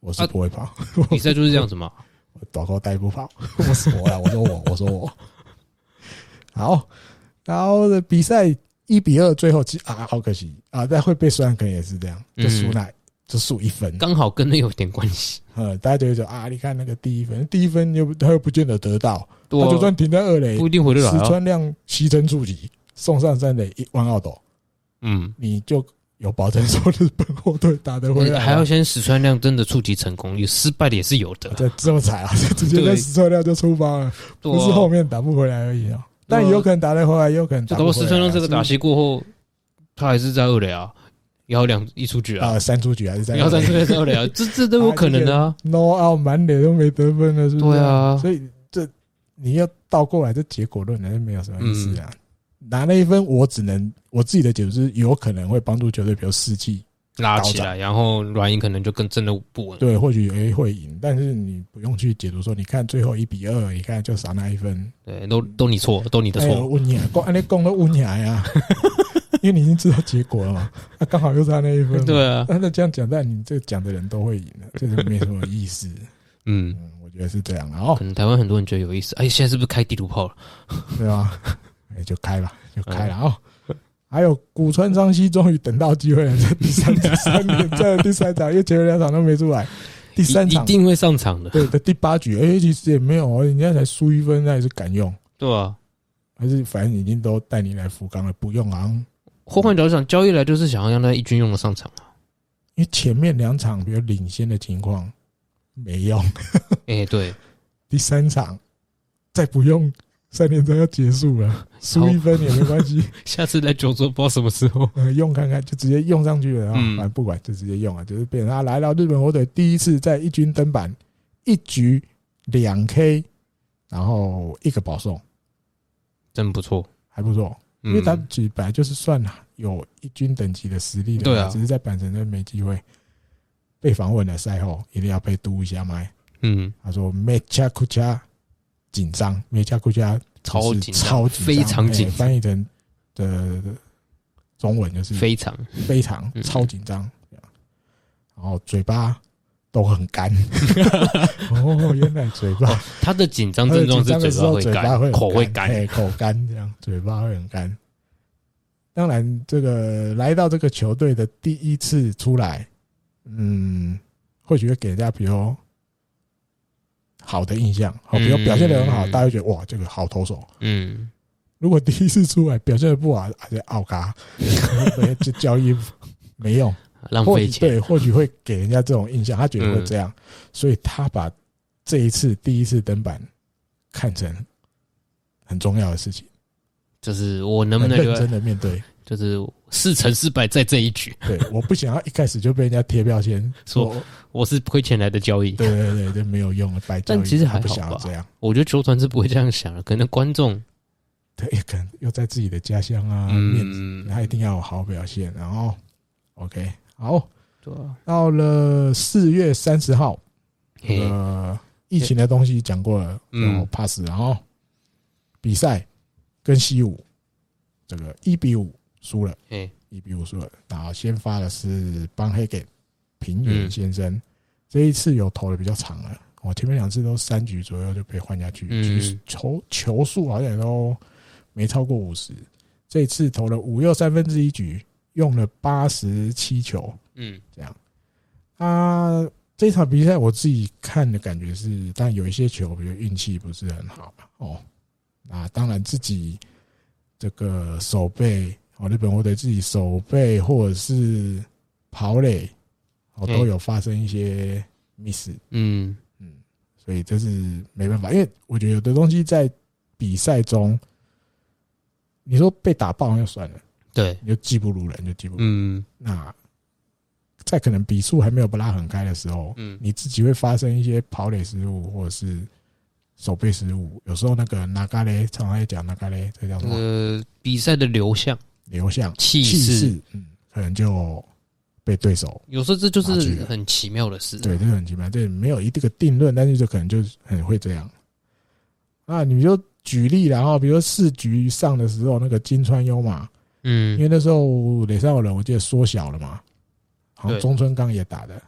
[SPEAKER 2] 我是
[SPEAKER 3] 啊
[SPEAKER 2] 不会跑，
[SPEAKER 3] 比赛就是这样子
[SPEAKER 2] *laughs*
[SPEAKER 3] 嘛。
[SPEAKER 2] 我短裤带不跑，我说我啦，我说我，我说我。好，然后的比赛一比二，最后其实啊，好可惜啊，但会被酸可能也是这样，就输那、就输一分，
[SPEAKER 3] 嗯刚好跟那有点关
[SPEAKER 2] *laughs*
[SPEAKER 3] 系。
[SPEAKER 2] 呃，大家就会说啊，你看那个第一分，第一分又不他又不见得得到，
[SPEAKER 3] 对啊
[SPEAKER 2] 他就算停在二垒，
[SPEAKER 3] 不一定回得来
[SPEAKER 2] 石
[SPEAKER 3] 啊。
[SPEAKER 2] 川亮牺牲触及，送上三垒一万奥斗，
[SPEAKER 3] 嗯，
[SPEAKER 2] 你就有保证说日本后队打得回来啊吗，
[SPEAKER 3] 还要先石川亮真的触及成功，有失败的也是有的。
[SPEAKER 2] 这这么惨啊， *laughs* 直接在
[SPEAKER 3] 对
[SPEAKER 2] 石川亮就出发了。
[SPEAKER 3] 对啊
[SPEAKER 2] 不是后，面打不回来而已啊、但有可能打得回来，也有可能
[SPEAKER 3] 这
[SPEAKER 2] 打
[SPEAKER 3] 搞
[SPEAKER 2] 不
[SPEAKER 3] 不
[SPEAKER 2] 回
[SPEAKER 3] 好
[SPEAKER 2] 来啊。
[SPEAKER 3] 石川亮这个打
[SPEAKER 2] 是
[SPEAKER 3] 戏过后，他还是在二垒啊，然后两一出局啊，
[SPEAKER 2] 啊，三出局还是三
[SPEAKER 3] 然后再出来在二垒啊，这这都有可能的啊。
[SPEAKER 2] no out 满脸都没得分了，是不是？
[SPEAKER 3] 对啊
[SPEAKER 2] 所以这你要倒过来，这结果论还是没有什么意思啊。
[SPEAKER 3] 嗯
[SPEAKER 2] 拿了一分，我只能我自己的解读是，有可能会帮助球队，比如士气，
[SPEAKER 3] 拉起来，然后软银可能就更真的不稳。
[SPEAKER 2] 对，或许诶会赢，但是你不用去解读说，你看最后一比二，你看就少那一分，
[SPEAKER 3] 对，都都你错，都你的
[SPEAKER 2] 哎呦，
[SPEAKER 3] 错。
[SPEAKER 2] 温雅，光安尼讲都温雅呀， *laughs* 因为你已经知道结果了嘛，啊，刚好又 *laughs* 差那一分嘛，
[SPEAKER 3] 对啊，
[SPEAKER 2] 但是这样讲，但你这讲的人都会赢的，这是没什么意思。
[SPEAKER 3] 嗯，
[SPEAKER 2] 嗯，我觉得是这样的哦
[SPEAKER 3] 可，能台湾很多人觉得有意思。哎，现在是不是开地图炮了？
[SPEAKER 2] 对吧？ *laughs* 哎，就开吧，就开
[SPEAKER 3] 嗯
[SPEAKER 2] 了哦。还有古川昌希终于等到机会了，这第三第三年这第三场，因为前面两场都没出来，第三
[SPEAKER 3] 一一
[SPEAKER 2] 场
[SPEAKER 3] 定会上场的，
[SPEAKER 2] 对的第八局，哎，其实也没有，人家才输一分，那也是敢用，
[SPEAKER 3] 对啊吧？
[SPEAKER 2] 还是反正已经都带你来福冈了，不用啊。
[SPEAKER 3] 换换角度想，交易来就是想要让他一军用的上场啊。
[SPEAKER 2] 因为前面两场比如领先的情况没用，
[SPEAKER 3] 哎，对，
[SPEAKER 2] 第三场再不用三连战要结束
[SPEAKER 3] *laughs*
[SPEAKER 2] 了，输一分也没关系，
[SPEAKER 3] *laughs* 下次来九州不知道什么时候。
[SPEAKER 2] 呃，用看看就直接用上去了啊，
[SPEAKER 3] 嗯
[SPEAKER 2] 反正不管就直接用啊，就是变成他来到日本火腿第一次在一军登板，一局两 K，然后一个保送，
[SPEAKER 3] 真不错，
[SPEAKER 2] 还不错，因
[SPEAKER 3] 嗯
[SPEAKER 2] 为他其实本来就是算有一军等级的实力的，
[SPEAKER 3] 对啊
[SPEAKER 2] 只是在板神那没机会。被访问的赛后一定要被嘟一下麦，
[SPEAKER 3] 嗯，
[SPEAKER 2] 他说没恰库恰紧张，没恰库恰
[SPEAKER 3] 超
[SPEAKER 2] 就是
[SPEAKER 3] 紧张
[SPEAKER 2] 超紧张，
[SPEAKER 3] 非常紧
[SPEAKER 2] 哎
[SPEAKER 3] 张
[SPEAKER 2] 翻译成呃的中文就是
[SPEAKER 3] 非常
[SPEAKER 2] 非常
[SPEAKER 3] 嗯
[SPEAKER 2] 超紧张，对吧然后嘴巴都很干。
[SPEAKER 3] *laughs*
[SPEAKER 2] 哦，原来嘴巴
[SPEAKER 3] 他的紧张
[SPEAKER 2] 他
[SPEAKER 3] 症
[SPEAKER 2] 紧
[SPEAKER 3] 状
[SPEAKER 2] 张的
[SPEAKER 3] 是
[SPEAKER 2] 时候
[SPEAKER 3] 会
[SPEAKER 2] 嘴巴
[SPEAKER 3] 干，
[SPEAKER 2] 很
[SPEAKER 3] 口会干，
[SPEAKER 2] 哎口干这样，嘴巴会很干。当然，这个来到这个球队的第一次出来，嗯，或许会给人家比如好的印象，好，比如表现的很好，
[SPEAKER 3] 嗯
[SPEAKER 2] 大家会觉得哇，这个好投手。
[SPEAKER 3] 嗯，
[SPEAKER 2] 如果第一次出来表现的不好，而且奥嘎，就交易没用，
[SPEAKER 3] 浪
[SPEAKER 2] 或
[SPEAKER 3] 费
[SPEAKER 2] 许
[SPEAKER 3] 钱，嗯
[SPEAKER 2] 对，或许会给人家这种印象，他觉得会这样，所以他把这一次第一次登板看成很重要的事情，
[SPEAKER 3] 就是我能不能
[SPEAKER 2] 很认
[SPEAKER 3] 就
[SPEAKER 2] 真的面
[SPEAKER 3] *laughs*
[SPEAKER 2] 对。
[SPEAKER 3] 就是四成失败在这一局，
[SPEAKER 2] 对，我不想要一开始就被人家贴标签，
[SPEAKER 3] 说我是亏钱来的交易。
[SPEAKER 2] 对对对，这没有用了，白交易。
[SPEAKER 3] 但其实还
[SPEAKER 2] 他
[SPEAKER 3] 好吧
[SPEAKER 2] 不想要这样，
[SPEAKER 3] 我觉得球团是不会这样想的，可能观众，
[SPEAKER 2] 对，也可能又在自己的家乡啊，面子，
[SPEAKER 3] 嗯，
[SPEAKER 2] 他一定要有好表现。然后，OK，好，
[SPEAKER 3] 对啊，
[SPEAKER 2] 到了四月三十号，
[SPEAKER 3] 嘿
[SPEAKER 2] 呃，疫情的东西讲过了，
[SPEAKER 3] 嗯
[SPEAKER 2] 然后 pass，然后比赛跟西武这个一比五输了，
[SPEAKER 3] 哎，
[SPEAKER 2] 一比五输了。然后先发的是邦黑给平原
[SPEAKER 3] 嗯
[SPEAKER 2] 先生，这一次有投的比较长了。我前面两次都三局左右就被换下去，
[SPEAKER 3] 嗯
[SPEAKER 2] 局球球数好像也都没超过五十。这一次投了五又三分之一局，用了八十七球，
[SPEAKER 3] 嗯
[SPEAKER 2] 这样。啊，这场比赛我自己看的感觉是，但有一些球，比如运气不是很好嘛哦。啊，当然自己这个手背哦，日本国队自己手背或者是跑垒哦，
[SPEAKER 3] 嗯
[SPEAKER 2] 都有发生一些 miss，
[SPEAKER 3] 嗯
[SPEAKER 2] 嗯，所以这是没办法，因为我觉得有的东西在比赛中，你说被打爆就算了，
[SPEAKER 3] 对，
[SPEAKER 2] 你就技不如人，就技不如人
[SPEAKER 3] 嗯
[SPEAKER 2] 那在可能比数还没有被拉很开的时候，
[SPEAKER 3] 嗯
[SPEAKER 2] 你自己会发生一些跑垒失误或者是手背失误。有时候那个拿嘎雷，常常在讲拿嘎雷，这叫什
[SPEAKER 3] 这
[SPEAKER 2] 么
[SPEAKER 3] 个比赛的流向
[SPEAKER 2] 流向
[SPEAKER 3] 嗯气
[SPEAKER 2] 气
[SPEAKER 3] 势，
[SPEAKER 2] 势，嗯，可能就被对手
[SPEAKER 3] 有时候这就
[SPEAKER 2] 拿去
[SPEAKER 3] 是
[SPEAKER 2] 了
[SPEAKER 3] 很奇妙的事。
[SPEAKER 2] 对，这个很奇妙，这没有一个定论，但是就可能就很会这样。那你就举例啦，然后比如说四局上的时候，那个金川优马，因
[SPEAKER 3] 嗯
[SPEAKER 2] 为那时候垒上有人，我记得缩小了嘛，好像
[SPEAKER 3] 对
[SPEAKER 2] 中村刚也打的，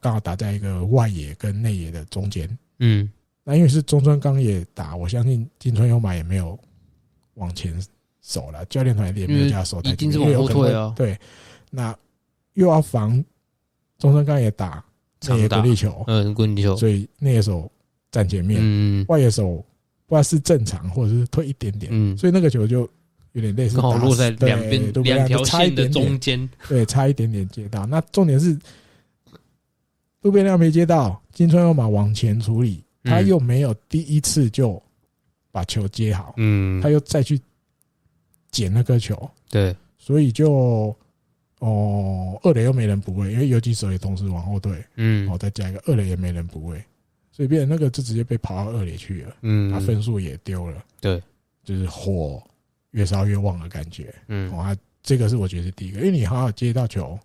[SPEAKER 2] 刚好打在一个外野跟内野的中间。
[SPEAKER 3] 嗯
[SPEAKER 2] 那因为是中村刚也打，我相信金川优马也没有往前守了，教练团也没有叫他守太
[SPEAKER 3] 一定
[SPEAKER 2] 紧，
[SPEAKER 3] 是
[SPEAKER 2] 因为有
[SPEAKER 3] 往后
[SPEAKER 2] 可能会
[SPEAKER 3] 退啊
[SPEAKER 2] 对，那又要防中村刚也打内野
[SPEAKER 3] 长打
[SPEAKER 2] 滚地球，
[SPEAKER 3] 嗯，滚地球，
[SPEAKER 2] 所以内野手站前面，
[SPEAKER 3] 嗯
[SPEAKER 2] 外野手不知道是正常或者是退一点点，
[SPEAKER 3] 嗯，
[SPEAKER 2] 所以那个球就有点类似
[SPEAKER 3] 刚好
[SPEAKER 2] 打
[SPEAKER 3] 落
[SPEAKER 2] 死
[SPEAKER 3] 在
[SPEAKER 2] 对
[SPEAKER 3] 两边
[SPEAKER 2] 都不一样
[SPEAKER 3] 两条
[SPEAKER 2] 就差一
[SPEAKER 3] 线的
[SPEAKER 2] 点点
[SPEAKER 3] 中间。
[SPEAKER 2] 对，差一点点接到。那重点是，渡边亮没接到，金川优马往前处理，
[SPEAKER 3] 嗯
[SPEAKER 2] 他又没有第一次就把球接好，
[SPEAKER 3] 嗯
[SPEAKER 2] 他，又再去捡那颗球，
[SPEAKER 3] 对，
[SPEAKER 2] 所以就哦，二垒又没人补位，因为游击手也同时往后退，
[SPEAKER 3] 嗯
[SPEAKER 2] 哦，再加一个二垒也没人补位，所以变成那个就直接被跑到二垒去了，他
[SPEAKER 3] 嗯
[SPEAKER 2] 分数也丢了，
[SPEAKER 3] 对，
[SPEAKER 2] 就是火越烧越旺的感觉。
[SPEAKER 3] 嗯
[SPEAKER 2] 哦，啊，这个是我觉得是第一个，因为你好好接到球，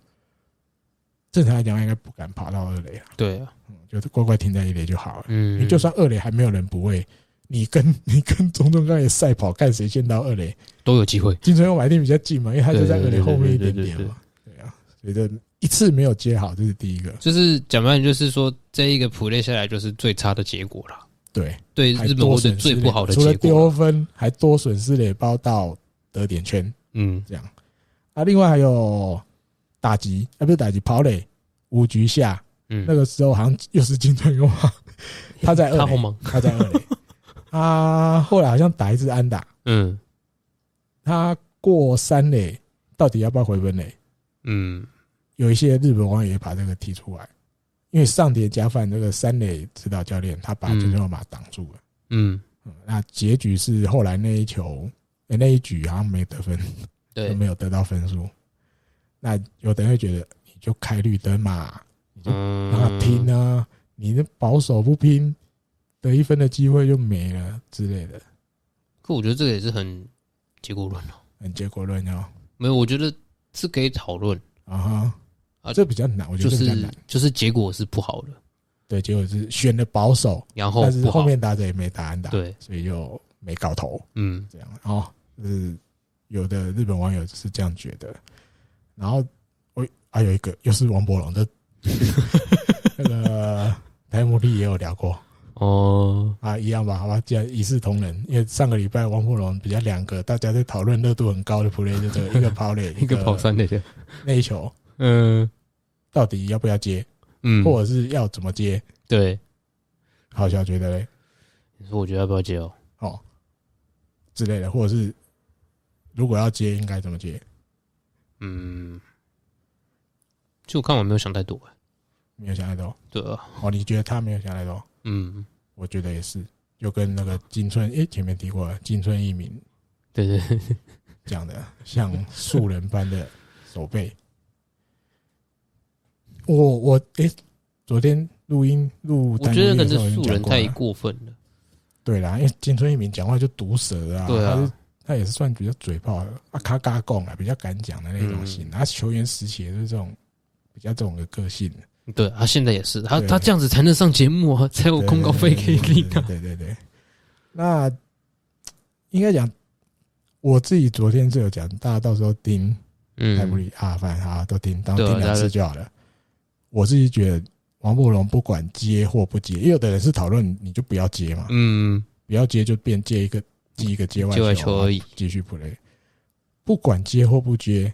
[SPEAKER 2] 正常来讲应该不敢跑到二垒啊，
[SPEAKER 3] 对啊，
[SPEAKER 2] 嗯就是乖乖停在一垒就好了。
[SPEAKER 3] 嗯，
[SPEAKER 2] 你就算二垒还没有人补位，你跟 *laughs* 你跟中中刚也赛跑，看谁先到二垒。
[SPEAKER 3] 都有机会。
[SPEAKER 2] 金城勇买定比较近嘛，因为他就在二
[SPEAKER 3] 对对
[SPEAKER 2] 垒后面一点
[SPEAKER 3] 对对对
[SPEAKER 2] 点嘛，对啊，所以这一次没有接好，这是第一个。
[SPEAKER 3] 就是讲白，就是说这一个 play 下来就是最差的结果啦，
[SPEAKER 2] 对，
[SPEAKER 3] 对
[SPEAKER 2] 还
[SPEAKER 3] 日本
[SPEAKER 2] 多
[SPEAKER 3] 或者
[SPEAKER 2] 损失
[SPEAKER 3] 最不好的
[SPEAKER 2] 除了
[SPEAKER 3] 结
[SPEAKER 2] 丢
[SPEAKER 3] 果啊啦。
[SPEAKER 2] 分，还多损失垒包到得点圈。
[SPEAKER 3] 嗯
[SPEAKER 2] 这样。啊，另外还有打击，啊，不是打击，跑垒五局下，
[SPEAKER 3] 嗯，
[SPEAKER 2] 那个时候好像又是金川优马， *laughs* 他在
[SPEAKER 3] 他
[SPEAKER 2] 二
[SPEAKER 3] 后
[SPEAKER 2] 垒，
[SPEAKER 3] 吗？
[SPEAKER 2] 他在二垒。啊，后来好像打一支安打，
[SPEAKER 3] 嗯
[SPEAKER 2] 他过三垒，到底要不要回本垒？
[SPEAKER 3] 嗯，
[SPEAKER 2] 有一些日本网友也把这个提出来，因为上叠加饭这个三垒指导教练他把金川优马挡住了。
[SPEAKER 3] 嗯，
[SPEAKER 2] 嗯那结局是后来那一球，诶那一局好像没得分，都
[SPEAKER 3] 对，
[SPEAKER 2] 没有得到分数。那有的人会觉得，你就开绿灯嘛，
[SPEAKER 3] 嗯，
[SPEAKER 2] 让他拼啊，你的保守不拼，得一分的机会就没了之类的，
[SPEAKER 3] 可我觉得这个也是很结果论哦。
[SPEAKER 2] 很结果论哦。
[SPEAKER 3] 没有，我觉得是可以讨论，
[SPEAKER 2] 啊哈，
[SPEAKER 3] 啊
[SPEAKER 2] 这比较难，我觉
[SPEAKER 3] 就
[SPEAKER 2] 得这比较
[SPEAKER 3] 是
[SPEAKER 2] 难。
[SPEAKER 3] 就是结果是不好的，
[SPEAKER 2] 对，结果是选了保守，
[SPEAKER 3] 然后
[SPEAKER 2] 但是
[SPEAKER 3] 哦不好
[SPEAKER 2] 后。面打者也没答案打，
[SPEAKER 3] 对，
[SPEAKER 2] 所以就没搞头。
[SPEAKER 3] 嗯
[SPEAKER 2] 这样哦，就是有的日本网友是这样觉得。然后我啊还有一个又是王伯龙的， *laughs* 那个台姆利也有聊过
[SPEAKER 3] 哦，
[SPEAKER 2] 啊，一样吧，好吧，既然一视同仁，因为上个礼拜王伯龙比较两个，大家在讨论热度很高的 play，就
[SPEAKER 3] *laughs*
[SPEAKER 2] 这个一个跑垒，
[SPEAKER 3] 一个跑三垒的，
[SPEAKER 2] 内球
[SPEAKER 3] 嗯
[SPEAKER 2] 到底要不要接，
[SPEAKER 3] 嗯，
[SPEAKER 2] 或者是要怎么接？
[SPEAKER 3] 对，
[SPEAKER 2] 好笑觉得嘞，
[SPEAKER 3] 你说我觉得要不要接哦？
[SPEAKER 2] 哦之类的，或者是如果要接应该怎么接？
[SPEAKER 3] 嗯，就我看完没有想太多，
[SPEAKER 2] 没有想太多
[SPEAKER 3] 对啊，
[SPEAKER 2] 哦，你觉得他没有想太多？
[SPEAKER 3] 嗯，
[SPEAKER 2] 哦我觉得也是，就跟那个金村，诶、前面提过了，金村一民
[SPEAKER 3] 对对对，
[SPEAKER 2] 讲 *laughs* 的，像树人般的手背。 *laughs* 我我诶、昨天录音录
[SPEAKER 3] 我
[SPEAKER 2] 单
[SPEAKER 3] 觉得
[SPEAKER 2] 元
[SPEAKER 3] 那
[SPEAKER 2] 的
[SPEAKER 3] 个
[SPEAKER 2] 时候已
[SPEAKER 3] 是
[SPEAKER 2] 经
[SPEAKER 3] 素
[SPEAKER 2] 讲
[SPEAKER 3] 人
[SPEAKER 2] 过
[SPEAKER 3] 太
[SPEAKER 2] 了，
[SPEAKER 3] 过分了，
[SPEAKER 2] 对啦，因为金村一民讲话就毒舌啊，
[SPEAKER 3] 对
[SPEAKER 2] 他就
[SPEAKER 3] 啊，
[SPEAKER 2] 他也是算比较嘴炮的，啊咔嘎贡啊，比较敢讲的那种型。
[SPEAKER 3] 嗯
[SPEAKER 2] 他、球员时期也是这种比较这种的个性，
[SPEAKER 3] 对他现在也是，他
[SPEAKER 2] 对
[SPEAKER 3] 他这样子才能上节目啊，才有
[SPEAKER 2] 对
[SPEAKER 3] 公告费可以领啊，
[SPEAKER 2] 对对对对对对对对，那应该讲我自己昨天是有讲，大家到时候盯泰布
[SPEAKER 3] 嗯，
[SPEAKER 2] 利啊，反正啊都盯，当
[SPEAKER 3] 对啊
[SPEAKER 2] 盯两次就好了。我自己觉得王柏荣不管接或不接，也有的人是讨论你就不要接嘛，
[SPEAKER 3] 嗯，
[SPEAKER 2] 不要接就变接一个记一个接外
[SPEAKER 3] 接外
[SPEAKER 2] 球
[SPEAKER 3] 球
[SPEAKER 2] 啊
[SPEAKER 3] 而已，
[SPEAKER 2] 继续 play。不管接或不接，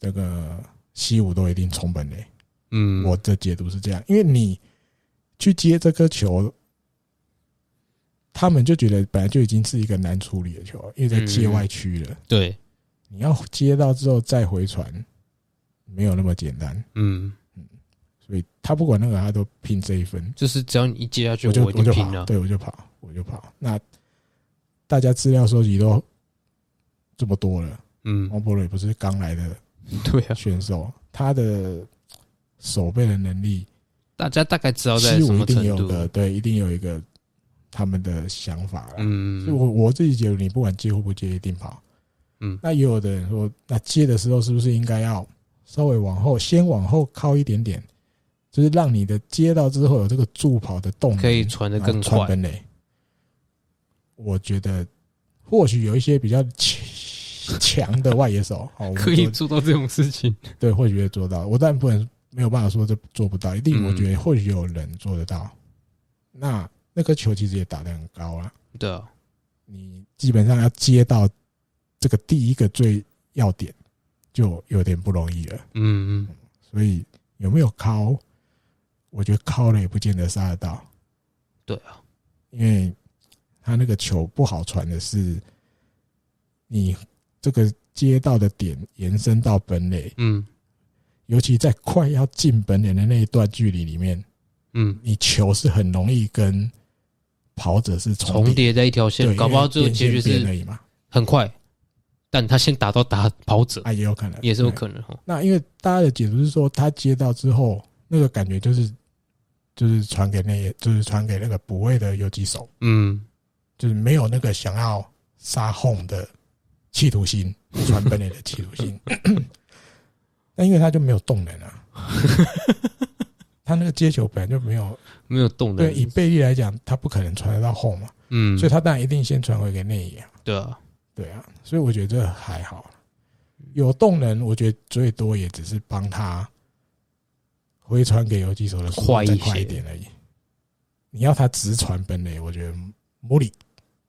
[SPEAKER 2] 这个西武都一定冲本垒。
[SPEAKER 3] 嗯，
[SPEAKER 2] 我的解读是这样，因为你去接这颗球，他们就觉得本来就已经是一个难处理的球，因为在界外区
[SPEAKER 3] 嗯
[SPEAKER 2] 了，
[SPEAKER 3] 对，
[SPEAKER 2] 你要接到之后再回传，没有那么简单。
[SPEAKER 3] 嗯，
[SPEAKER 2] 所以他不管那个，他都拼这一分，
[SPEAKER 3] 就是只要你一接下去，
[SPEAKER 2] 我就
[SPEAKER 3] 我一定
[SPEAKER 2] 就
[SPEAKER 3] 拼
[SPEAKER 2] 跑，
[SPEAKER 3] 了，
[SPEAKER 2] 对我就跑，我就跑。那大家资料收集都这么多了，
[SPEAKER 3] 嗯，
[SPEAKER 2] 王博伦也不是刚来的
[SPEAKER 3] 对啊，
[SPEAKER 2] 选手，他的守备的能力。
[SPEAKER 3] 大家大概知道在
[SPEAKER 2] 西
[SPEAKER 3] 什
[SPEAKER 2] 武一
[SPEAKER 3] 么
[SPEAKER 2] 定
[SPEAKER 3] 程
[SPEAKER 2] 有
[SPEAKER 3] 度，
[SPEAKER 2] 个对，一定有一个他们的想法啦。所以
[SPEAKER 3] 嗯，
[SPEAKER 2] 我我自己觉得，你不管接或不接，一定跑。
[SPEAKER 3] 嗯
[SPEAKER 2] 那也有的人说，那接的时候是不是应该要稍微往后，先往后靠一点点，就是让你的接到之后有这个助跑的动能，
[SPEAKER 3] 可以传的
[SPEAKER 2] 然后
[SPEAKER 3] 更
[SPEAKER 2] 传
[SPEAKER 3] 快，
[SPEAKER 2] 本垒。我觉得或许有一些比较强强的外野手，好，我们
[SPEAKER 3] 可以
[SPEAKER 2] 说
[SPEAKER 3] 做到这种
[SPEAKER 2] *laughs*
[SPEAKER 3] 事情，
[SPEAKER 2] 对，或许会做到。我当然不能没有办法说这做不到，一定
[SPEAKER 3] 嗯
[SPEAKER 2] 我觉得或许有人做得到。那那颗球其实也打得很高啊，
[SPEAKER 3] 对啊，
[SPEAKER 2] 你基本上要接到这个第一个最要点，就有点不容易了。
[SPEAKER 3] 嗯，
[SPEAKER 2] 所以有没有敲，我觉得敲了也不见得杀得到，
[SPEAKER 3] 对啊，
[SPEAKER 2] 因为他那个球不好传的是你这个接到的点延伸到本垒，
[SPEAKER 3] 嗯
[SPEAKER 2] 尤其在快要进本垒的那一段距离里面，
[SPEAKER 3] 嗯，
[SPEAKER 2] 你球是很容易跟跑者是重
[SPEAKER 3] 重
[SPEAKER 2] 叠，
[SPEAKER 3] 叠在一条线，
[SPEAKER 2] 对，
[SPEAKER 3] 搞不好最后
[SPEAKER 2] 因为
[SPEAKER 3] 结局
[SPEAKER 2] 边线
[SPEAKER 3] 是
[SPEAKER 2] 边而已嘛，
[SPEAKER 3] 很快，但他先打到打跑者
[SPEAKER 2] 啊，也有可能，
[SPEAKER 3] 也是有
[SPEAKER 2] 对。
[SPEAKER 3] 可能哦，
[SPEAKER 2] 那因为大家的解读是说，他接到之后，那个感觉就是就是传给那，就是传给那个补位的游击手，
[SPEAKER 3] 嗯，
[SPEAKER 2] 就是没有那个想要杀 home 的企图心，传本垒的企图
[SPEAKER 3] *laughs*
[SPEAKER 2] 心。那因为他就没有动能啊， *laughs* 他那个接球本来就没有
[SPEAKER 3] 没有动能
[SPEAKER 2] 对，，以贝利来讲，他不可能传得到后嘛，
[SPEAKER 3] 嗯，
[SPEAKER 2] 所以他当然一定先传回给内野啊。
[SPEAKER 3] 对啊，
[SPEAKER 2] 对啊，所以我觉得这还好。有动能，我觉得最多也只是帮他回传给游击手的速度
[SPEAKER 3] 快一
[SPEAKER 2] 再
[SPEAKER 3] 些
[SPEAKER 2] 快一点而已。你要他直传本垒，我觉得莫里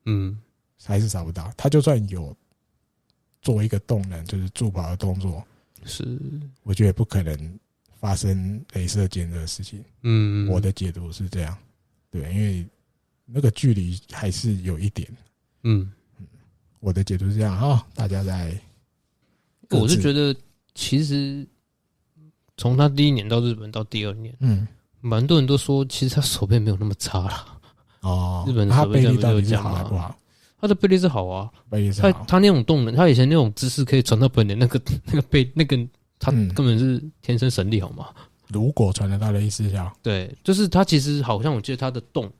[SPEAKER 3] 嗯
[SPEAKER 2] 还是找不到。他就算有做一个动能，就是助跑的动作，
[SPEAKER 3] 是，嗯
[SPEAKER 2] 我觉得也不可能发生镭射间的事情。
[SPEAKER 3] 嗯，
[SPEAKER 2] 我的解读是这样，对，因为那个距离还是有一点。
[SPEAKER 3] 嗯，
[SPEAKER 2] 我的解读是这样哈，大家在各自
[SPEAKER 3] 我是觉得其实从他第一年到日本到第二年，
[SPEAKER 2] 嗯
[SPEAKER 3] 蛮多人都说其实他手背没有那么差啦，
[SPEAKER 2] 哦，
[SPEAKER 3] 日本的
[SPEAKER 2] 那他
[SPEAKER 3] 守备
[SPEAKER 2] 贝
[SPEAKER 3] 战
[SPEAKER 2] 利
[SPEAKER 3] 不是
[SPEAKER 2] 到
[SPEAKER 3] 有
[SPEAKER 2] 底是
[SPEAKER 3] 讲
[SPEAKER 2] 好还
[SPEAKER 3] 吗
[SPEAKER 2] 不好？
[SPEAKER 3] 他的背力是好啊，
[SPEAKER 2] 贝利是
[SPEAKER 3] 他
[SPEAKER 2] 好，
[SPEAKER 3] 他那种动能，他以前那种姿势可以传到本垒，那个 *laughs* 那个背那个他
[SPEAKER 2] 嗯
[SPEAKER 3] 根本是天生神力，好吗？
[SPEAKER 2] 如果传得到的意思下，
[SPEAKER 3] 对，就是他其实好像我记得他的动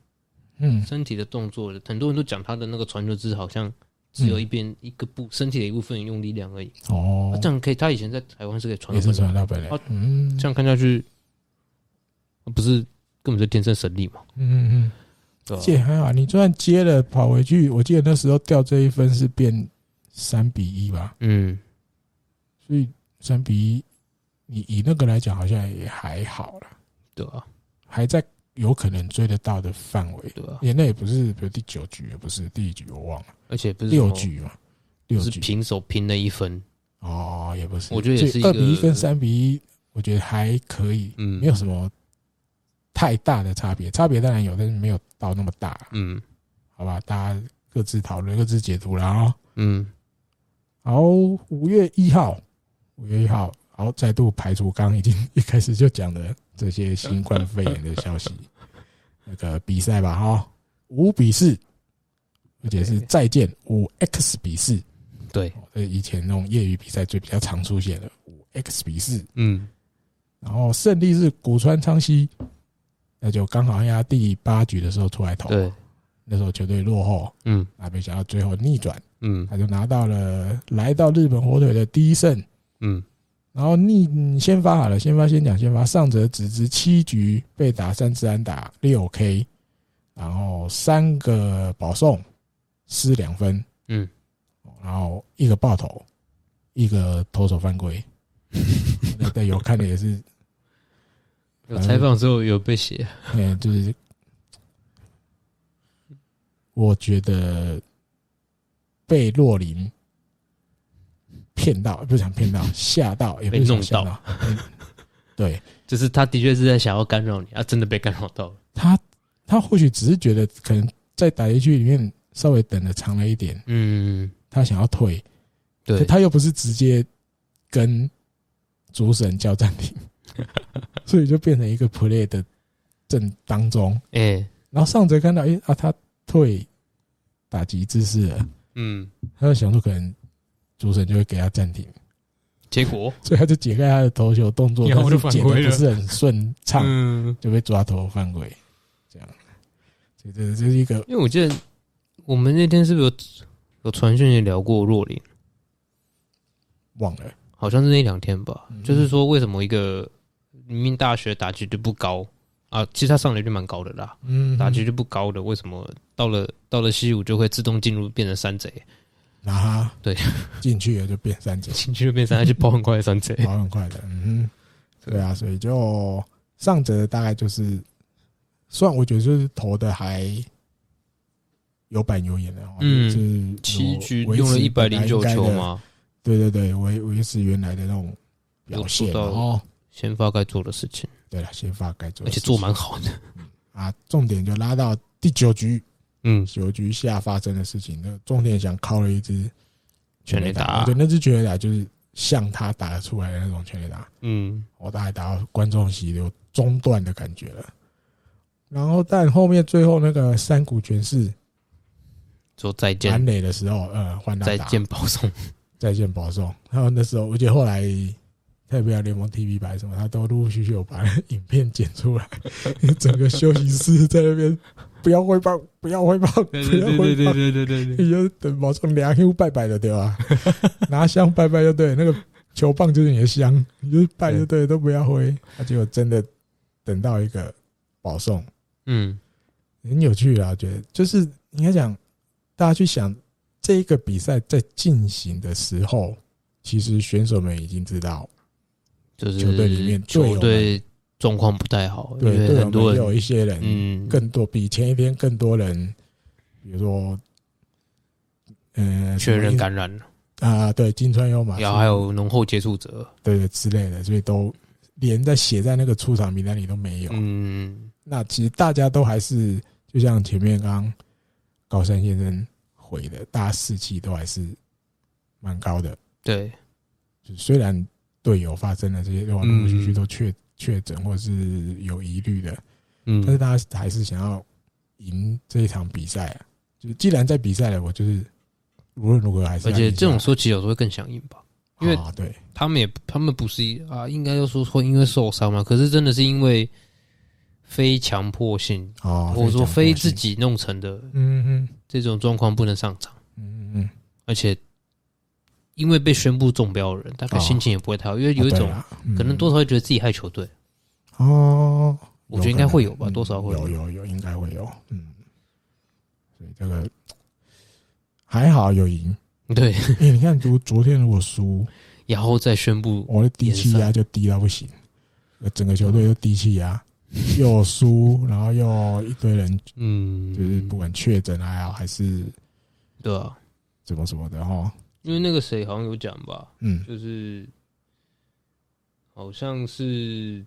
[SPEAKER 2] 嗯，
[SPEAKER 3] 身体的动作，很多人都讲他的那个传球姿势好像只有一边、一个部身体的一部分用力量而已。
[SPEAKER 2] 哦
[SPEAKER 3] 他，这样可以，他以前在台湾是可以传
[SPEAKER 2] 也
[SPEAKER 3] 到
[SPEAKER 2] 是啊传
[SPEAKER 3] 本垒
[SPEAKER 2] 得到本垒
[SPEAKER 3] 他，
[SPEAKER 2] 嗯，
[SPEAKER 3] 这样看下去，不是根本就天生神力嘛？
[SPEAKER 2] 嗯嗯
[SPEAKER 3] 对
[SPEAKER 2] 嗯，
[SPEAKER 3] 吧？
[SPEAKER 2] 这也还好。你就算接了跑回去，我记得那时候掉这一分是变三比一吧，
[SPEAKER 3] 嗯
[SPEAKER 2] 所以三比一，你以那个来讲好像也还好了，
[SPEAKER 3] 对啊，
[SPEAKER 2] 还在有可能追得到的范围。
[SPEAKER 3] 对啊，
[SPEAKER 2] 也那也不是，比如第九局也不是，第一局我忘了，
[SPEAKER 3] 而且不是
[SPEAKER 2] 六
[SPEAKER 3] 什么，
[SPEAKER 2] 局嘛，
[SPEAKER 3] 不
[SPEAKER 2] 六
[SPEAKER 3] 是
[SPEAKER 2] 局
[SPEAKER 3] 平手平了一分，
[SPEAKER 2] 哦，也不是，
[SPEAKER 3] 我觉得也是一个
[SPEAKER 2] 二比一跟三比一，我觉得还可以，
[SPEAKER 3] 嗯
[SPEAKER 2] 没有什么太大的差别，差别当然有，但是没有到那么大，
[SPEAKER 3] 嗯
[SPEAKER 2] 好吧，大家各自讨论，各自解读啦哦。
[SPEAKER 3] 嗯，
[SPEAKER 2] 好，五月一号，五月一号，好，再度排除刚刚已经一开始就讲的这些新冠肺炎的消息。那个比赛吧，哈，五比四，而且是再见五 X 比四，
[SPEAKER 3] 对，
[SPEAKER 2] 哦这以前那种业余比赛最比较常出现的五 X 比四。
[SPEAKER 3] 嗯
[SPEAKER 2] 然后胜利是古川昌熙，那就刚好压第八局的时候出来投，
[SPEAKER 3] 对，
[SPEAKER 2] 那时候球队落后，
[SPEAKER 3] 嗯
[SPEAKER 2] 啊，没想到最后逆转，
[SPEAKER 3] 嗯
[SPEAKER 2] 他就拿到了来到日本火腿的第一胜。
[SPEAKER 3] 嗯
[SPEAKER 2] 然后逆嗯先发好了，先发先讲先发，上泽只值七局被打三次安打六 K，然后三个保送失两分，
[SPEAKER 3] 嗯
[SPEAKER 2] 哦，然后一个爆头，一个投手犯规。 *laughs* 那队友看的也是， *laughs*
[SPEAKER 3] 有采访之后有被写，
[SPEAKER 2] 嗯，就是我觉得被洛林骗到，不是想骗到，吓到，也不是
[SPEAKER 3] 被弄
[SPEAKER 2] 吓
[SPEAKER 3] 到
[SPEAKER 2] 到，嗯对
[SPEAKER 3] 就是他的确是在想要干扰你，啊，真的被干扰到了。
[SPEAKER 2] 他，他或许只是觉得可能在打击区里面稍微等的长了一点，
[SPEAKER 3] 嗯，
[SPEAKER 2] 他想要退，
[SPEAKER 3] 对
[SPEAKER 2] 可，他又不是直接跟主审叫暂停， *laughs* 所以就变成一个 play 的正当中。
[SPEAKER 3] *laughs* 哎、
[SPEAKER 2] 然后上则看到，诶、啊，他退打击姿势了，
[SPEAKER 3] 嗯，
[SPEAKER 2] 他就想说可能主审就会给他暂停，
[SPEAKER 3] 结果，
[SPEAKER 2] 所以他就解开他的投球动作，
[SPEAKER 3] 然后就
[SPEAKER 2] 但是解
[SPEAKER 3] 犯规
[SPEAKER 2] 的
[SPEAKER 3] 了
[SPEAKER 2] 不是很顺畅，
[SPEAKER 3] 嗯，
[SPEAKER 2] 就被抓头犯规，这样。所以这这是一个
[SPEAKER 3] 因为我记得我们那天是不是有有传讯也聊过若琳，
[SPEAKER 2] 忘了，
[SPEAKER 3] 好像是那两天吧，
[SPEAKER 2] 嗯
[SPEAKER 3] 就是说为什么一个明明大学打击率不高啊，其实他上垒率蛮高的啦，
[SPEAKER 2] 嗯
[SPEAKER 3] 打击率不高的，为什么到了到了西武就会自动进入变成山
[SPEAKER 2] *laughs*
[SPEAKER 3] 贼，
[SPEAKER 2] 拿他
[SPEAKER 3] 对
[SPEAKER 2] 进去了就变三折，
[SPEAKER 3] 进去就变山，而且跑很快的山贼。
[SPEAKER 2] 跑很快的，嗯哼，对啊，所以就上折大概就是，虽然我觉得就是投的还有板有眼的哦，
[SPEAKER 3] 嗯
[SPEAKER 2] 就是
[SPEAKER 3] 七局
[SPEAKER 2] 哦维持
[SPEAKER 3] 用了一百
[SPEAKER 2] 本来
[SPEAKER 3] 零九
[SPEAKER 2] 应该的
[SPEAKER 3] 球，嘛，
[SPEAKER 2] 对对对，维维持原来的那种表现
[SPEAKER 3] 有做到
[SPEAKER 2] 哦。
[SPEAKER 3] 先发该做的事情，
[SPEAKER 2] 对了，先发该做
[SPEAKER 3] 而
[SPEAKER 2] 的
[SPEAKER 3] 且
[SPEAKER 2] 事情，
[SPEAKER 3] 做蛮好的。
[SPEAKER 2] 啊，重点就拉到第九局，
[SPEAKER 3] 嗯，
[SPEAKER 2] 九局下发生的事情，那重点想靠了一支
[SPEAKER 3] 全垒打
[SPEAKER 2] 对，那支全垒打就是像他打得出来的那种全垒打，
[SPEAKER 3] 嗯，
[SPEAKER 2] 我大概打到观众席有中断的感觉了。然后，但后面最后那个山谷全是
[SPEAKER 3] 说再
[SPEAKER 2] 满
[SPEAKER 3] 见，
[SPEAKER 2] 垒的时候，呃，换他
[SPEAKER 3] 再
[SPEAKER 2] 打
[SPEAKER 3] 见保送。
[SPEAKER 2] 再见保送。然后那时候，我觉得后来太平洋联盟 TV 版什么，他都陆陆续续有把那影片剪出来， *laughs* 整个休息室在那边不要挥棒，不要挥棒， *laughs* 不要挥棒。
[SPEAKER 3] 对对对
[SPEAKER 2] 你就等保送两 U 拜拜的对吧？ *laughs* 拿香拜拜就对，那个球棒就是你的香，你就拜就对，都不要挥。啊，结果真的等到一个保送，
[SPEAKER 3] *laughs* 嗯，
[SPEAKER 2] 很有趣啊，我觉得就是应该讲，大家去想这一个比赛在进行的时候，其实选手们已经知道，
[SPEAKER 3] 就是
[SPEAKER 2] 球队里面队友
[SPEAKER 3] 球
[SPEAKER 2] 们
[SPEAKER 3] 队状况不太好，因
[SPEAKER 2] 对
[SPEAKER 3] 为
[SPEAKER 2] 队友
[SPEAKER 3] 很
[SPEAKER 2] 们
[SPEAKER 3] 多
[SPEAKER 2] 也有
[SPEAKER 3] 人
[SPEAKER 2] 一些人，
[SPEAKER 3] 嗯
[SPEAKER 2] 更多比前一天更多人，比如说，呃，
[SPEAKER 3] 确认
[SPEAKER 2] 什么
[SPEAKER 3] 感染了，
[SPEAKER 2] 啊，对，金川优马，
[SPEAKER 3] 然后还有浓厚接触者。
[SPEAKER 2] 对对之类的，所以都连在写在那个出场名单里都没有。
[SPEAKER 3] 嗯，
[SPEAKER 2] 那其实大家都还是就像前面刚刚高山先生回的，大家士气都还是蛮高的。
[SPEAKER 3] 对，
[SPEAKER 2] 就虽然队友发生了这些陆陆续续
[SPEAKER 3] 嗯
[SPEAKER 2] 都确确诊或是有疑虑的，但是
[SPEAKER 3] 嗯，
[SPEAKER 2] 大家还是想要赢这一场比赛、啊。就是既然在比赛了，我就是无论如何还是
[SPEAKER 3] 而
[SPEAKER 2] 要赢
[SPEAKER 3] 且这种
[SPEAKER 2] 下
[SPEAKER 3] 时候其实有时候会更响应吧。
[SPEAKER 2] 来
[SPEAKER 3] 因为
[SPEAKER 2] 啊，对，
[SPEAKER 3] 他们也他们不是啊，应该要说说因为受伤嘛，可是真的是因为非强迫性，
[SPEAKER 2] 啊，
[SPEAKER 3] 或者说哦非自
[SPEAKER 2] 常
[SPEAKER 3] 己弄成的
[SPEAKER 2] 关心，嗯嗯
[SPEAKER 3] 这种状况不能上场，
[SPEAKER 2] 嗯嗯嗯，
[SPEAKER 3] 而且因为被宣布中标的人，大概
[SPEAKER 2] 哦
[SPEAKER 3] 心情也不会太好，因为有
[SPEAKER 2] 啊
[SPEAKER 3] 一
[SPEAKER 2] 对
[SPEAKER 3] 种
[SPEAKER 2] 啦嗯
[SPEAKER 3] 可能多少会觉得自己害球队，
[SPEAKER 2] 哦，
[SPEAKER 3] 我觉得应该会有吧
[SPEAKER 2] 可能嗯
[SPEAKER 3] 多少会
[SPEAKER 2] 有
[SPEAKER 3] 有
[SPEAKER 2] 有有，应该会有，嗯，所以这个还好有赢，
[SPEAKER 3] 对， *laughs*
[SPEAKER 2] 因为你看昨昨天如果输，
[SPEAKER 3] 然后再宣布
[SPEAKER 2] 我的低气
[SPEAKER 3] 啊
[SPEAKER 2] 压就低到不行，整个球队都低气压，又输，然后又一堆人就是
[SPEAKER 3] 嗯
[SPEAKER 2] 不，管确诊还好还是
[SPEAKER 3] 对啊，
[SPEAKER 2] 怎么什么的哈，
[SPEAKER 3] 因为那个谁好像有讲吧，
[SPEAKER 2] 嗯
[SPEAKER 3] 就是好像是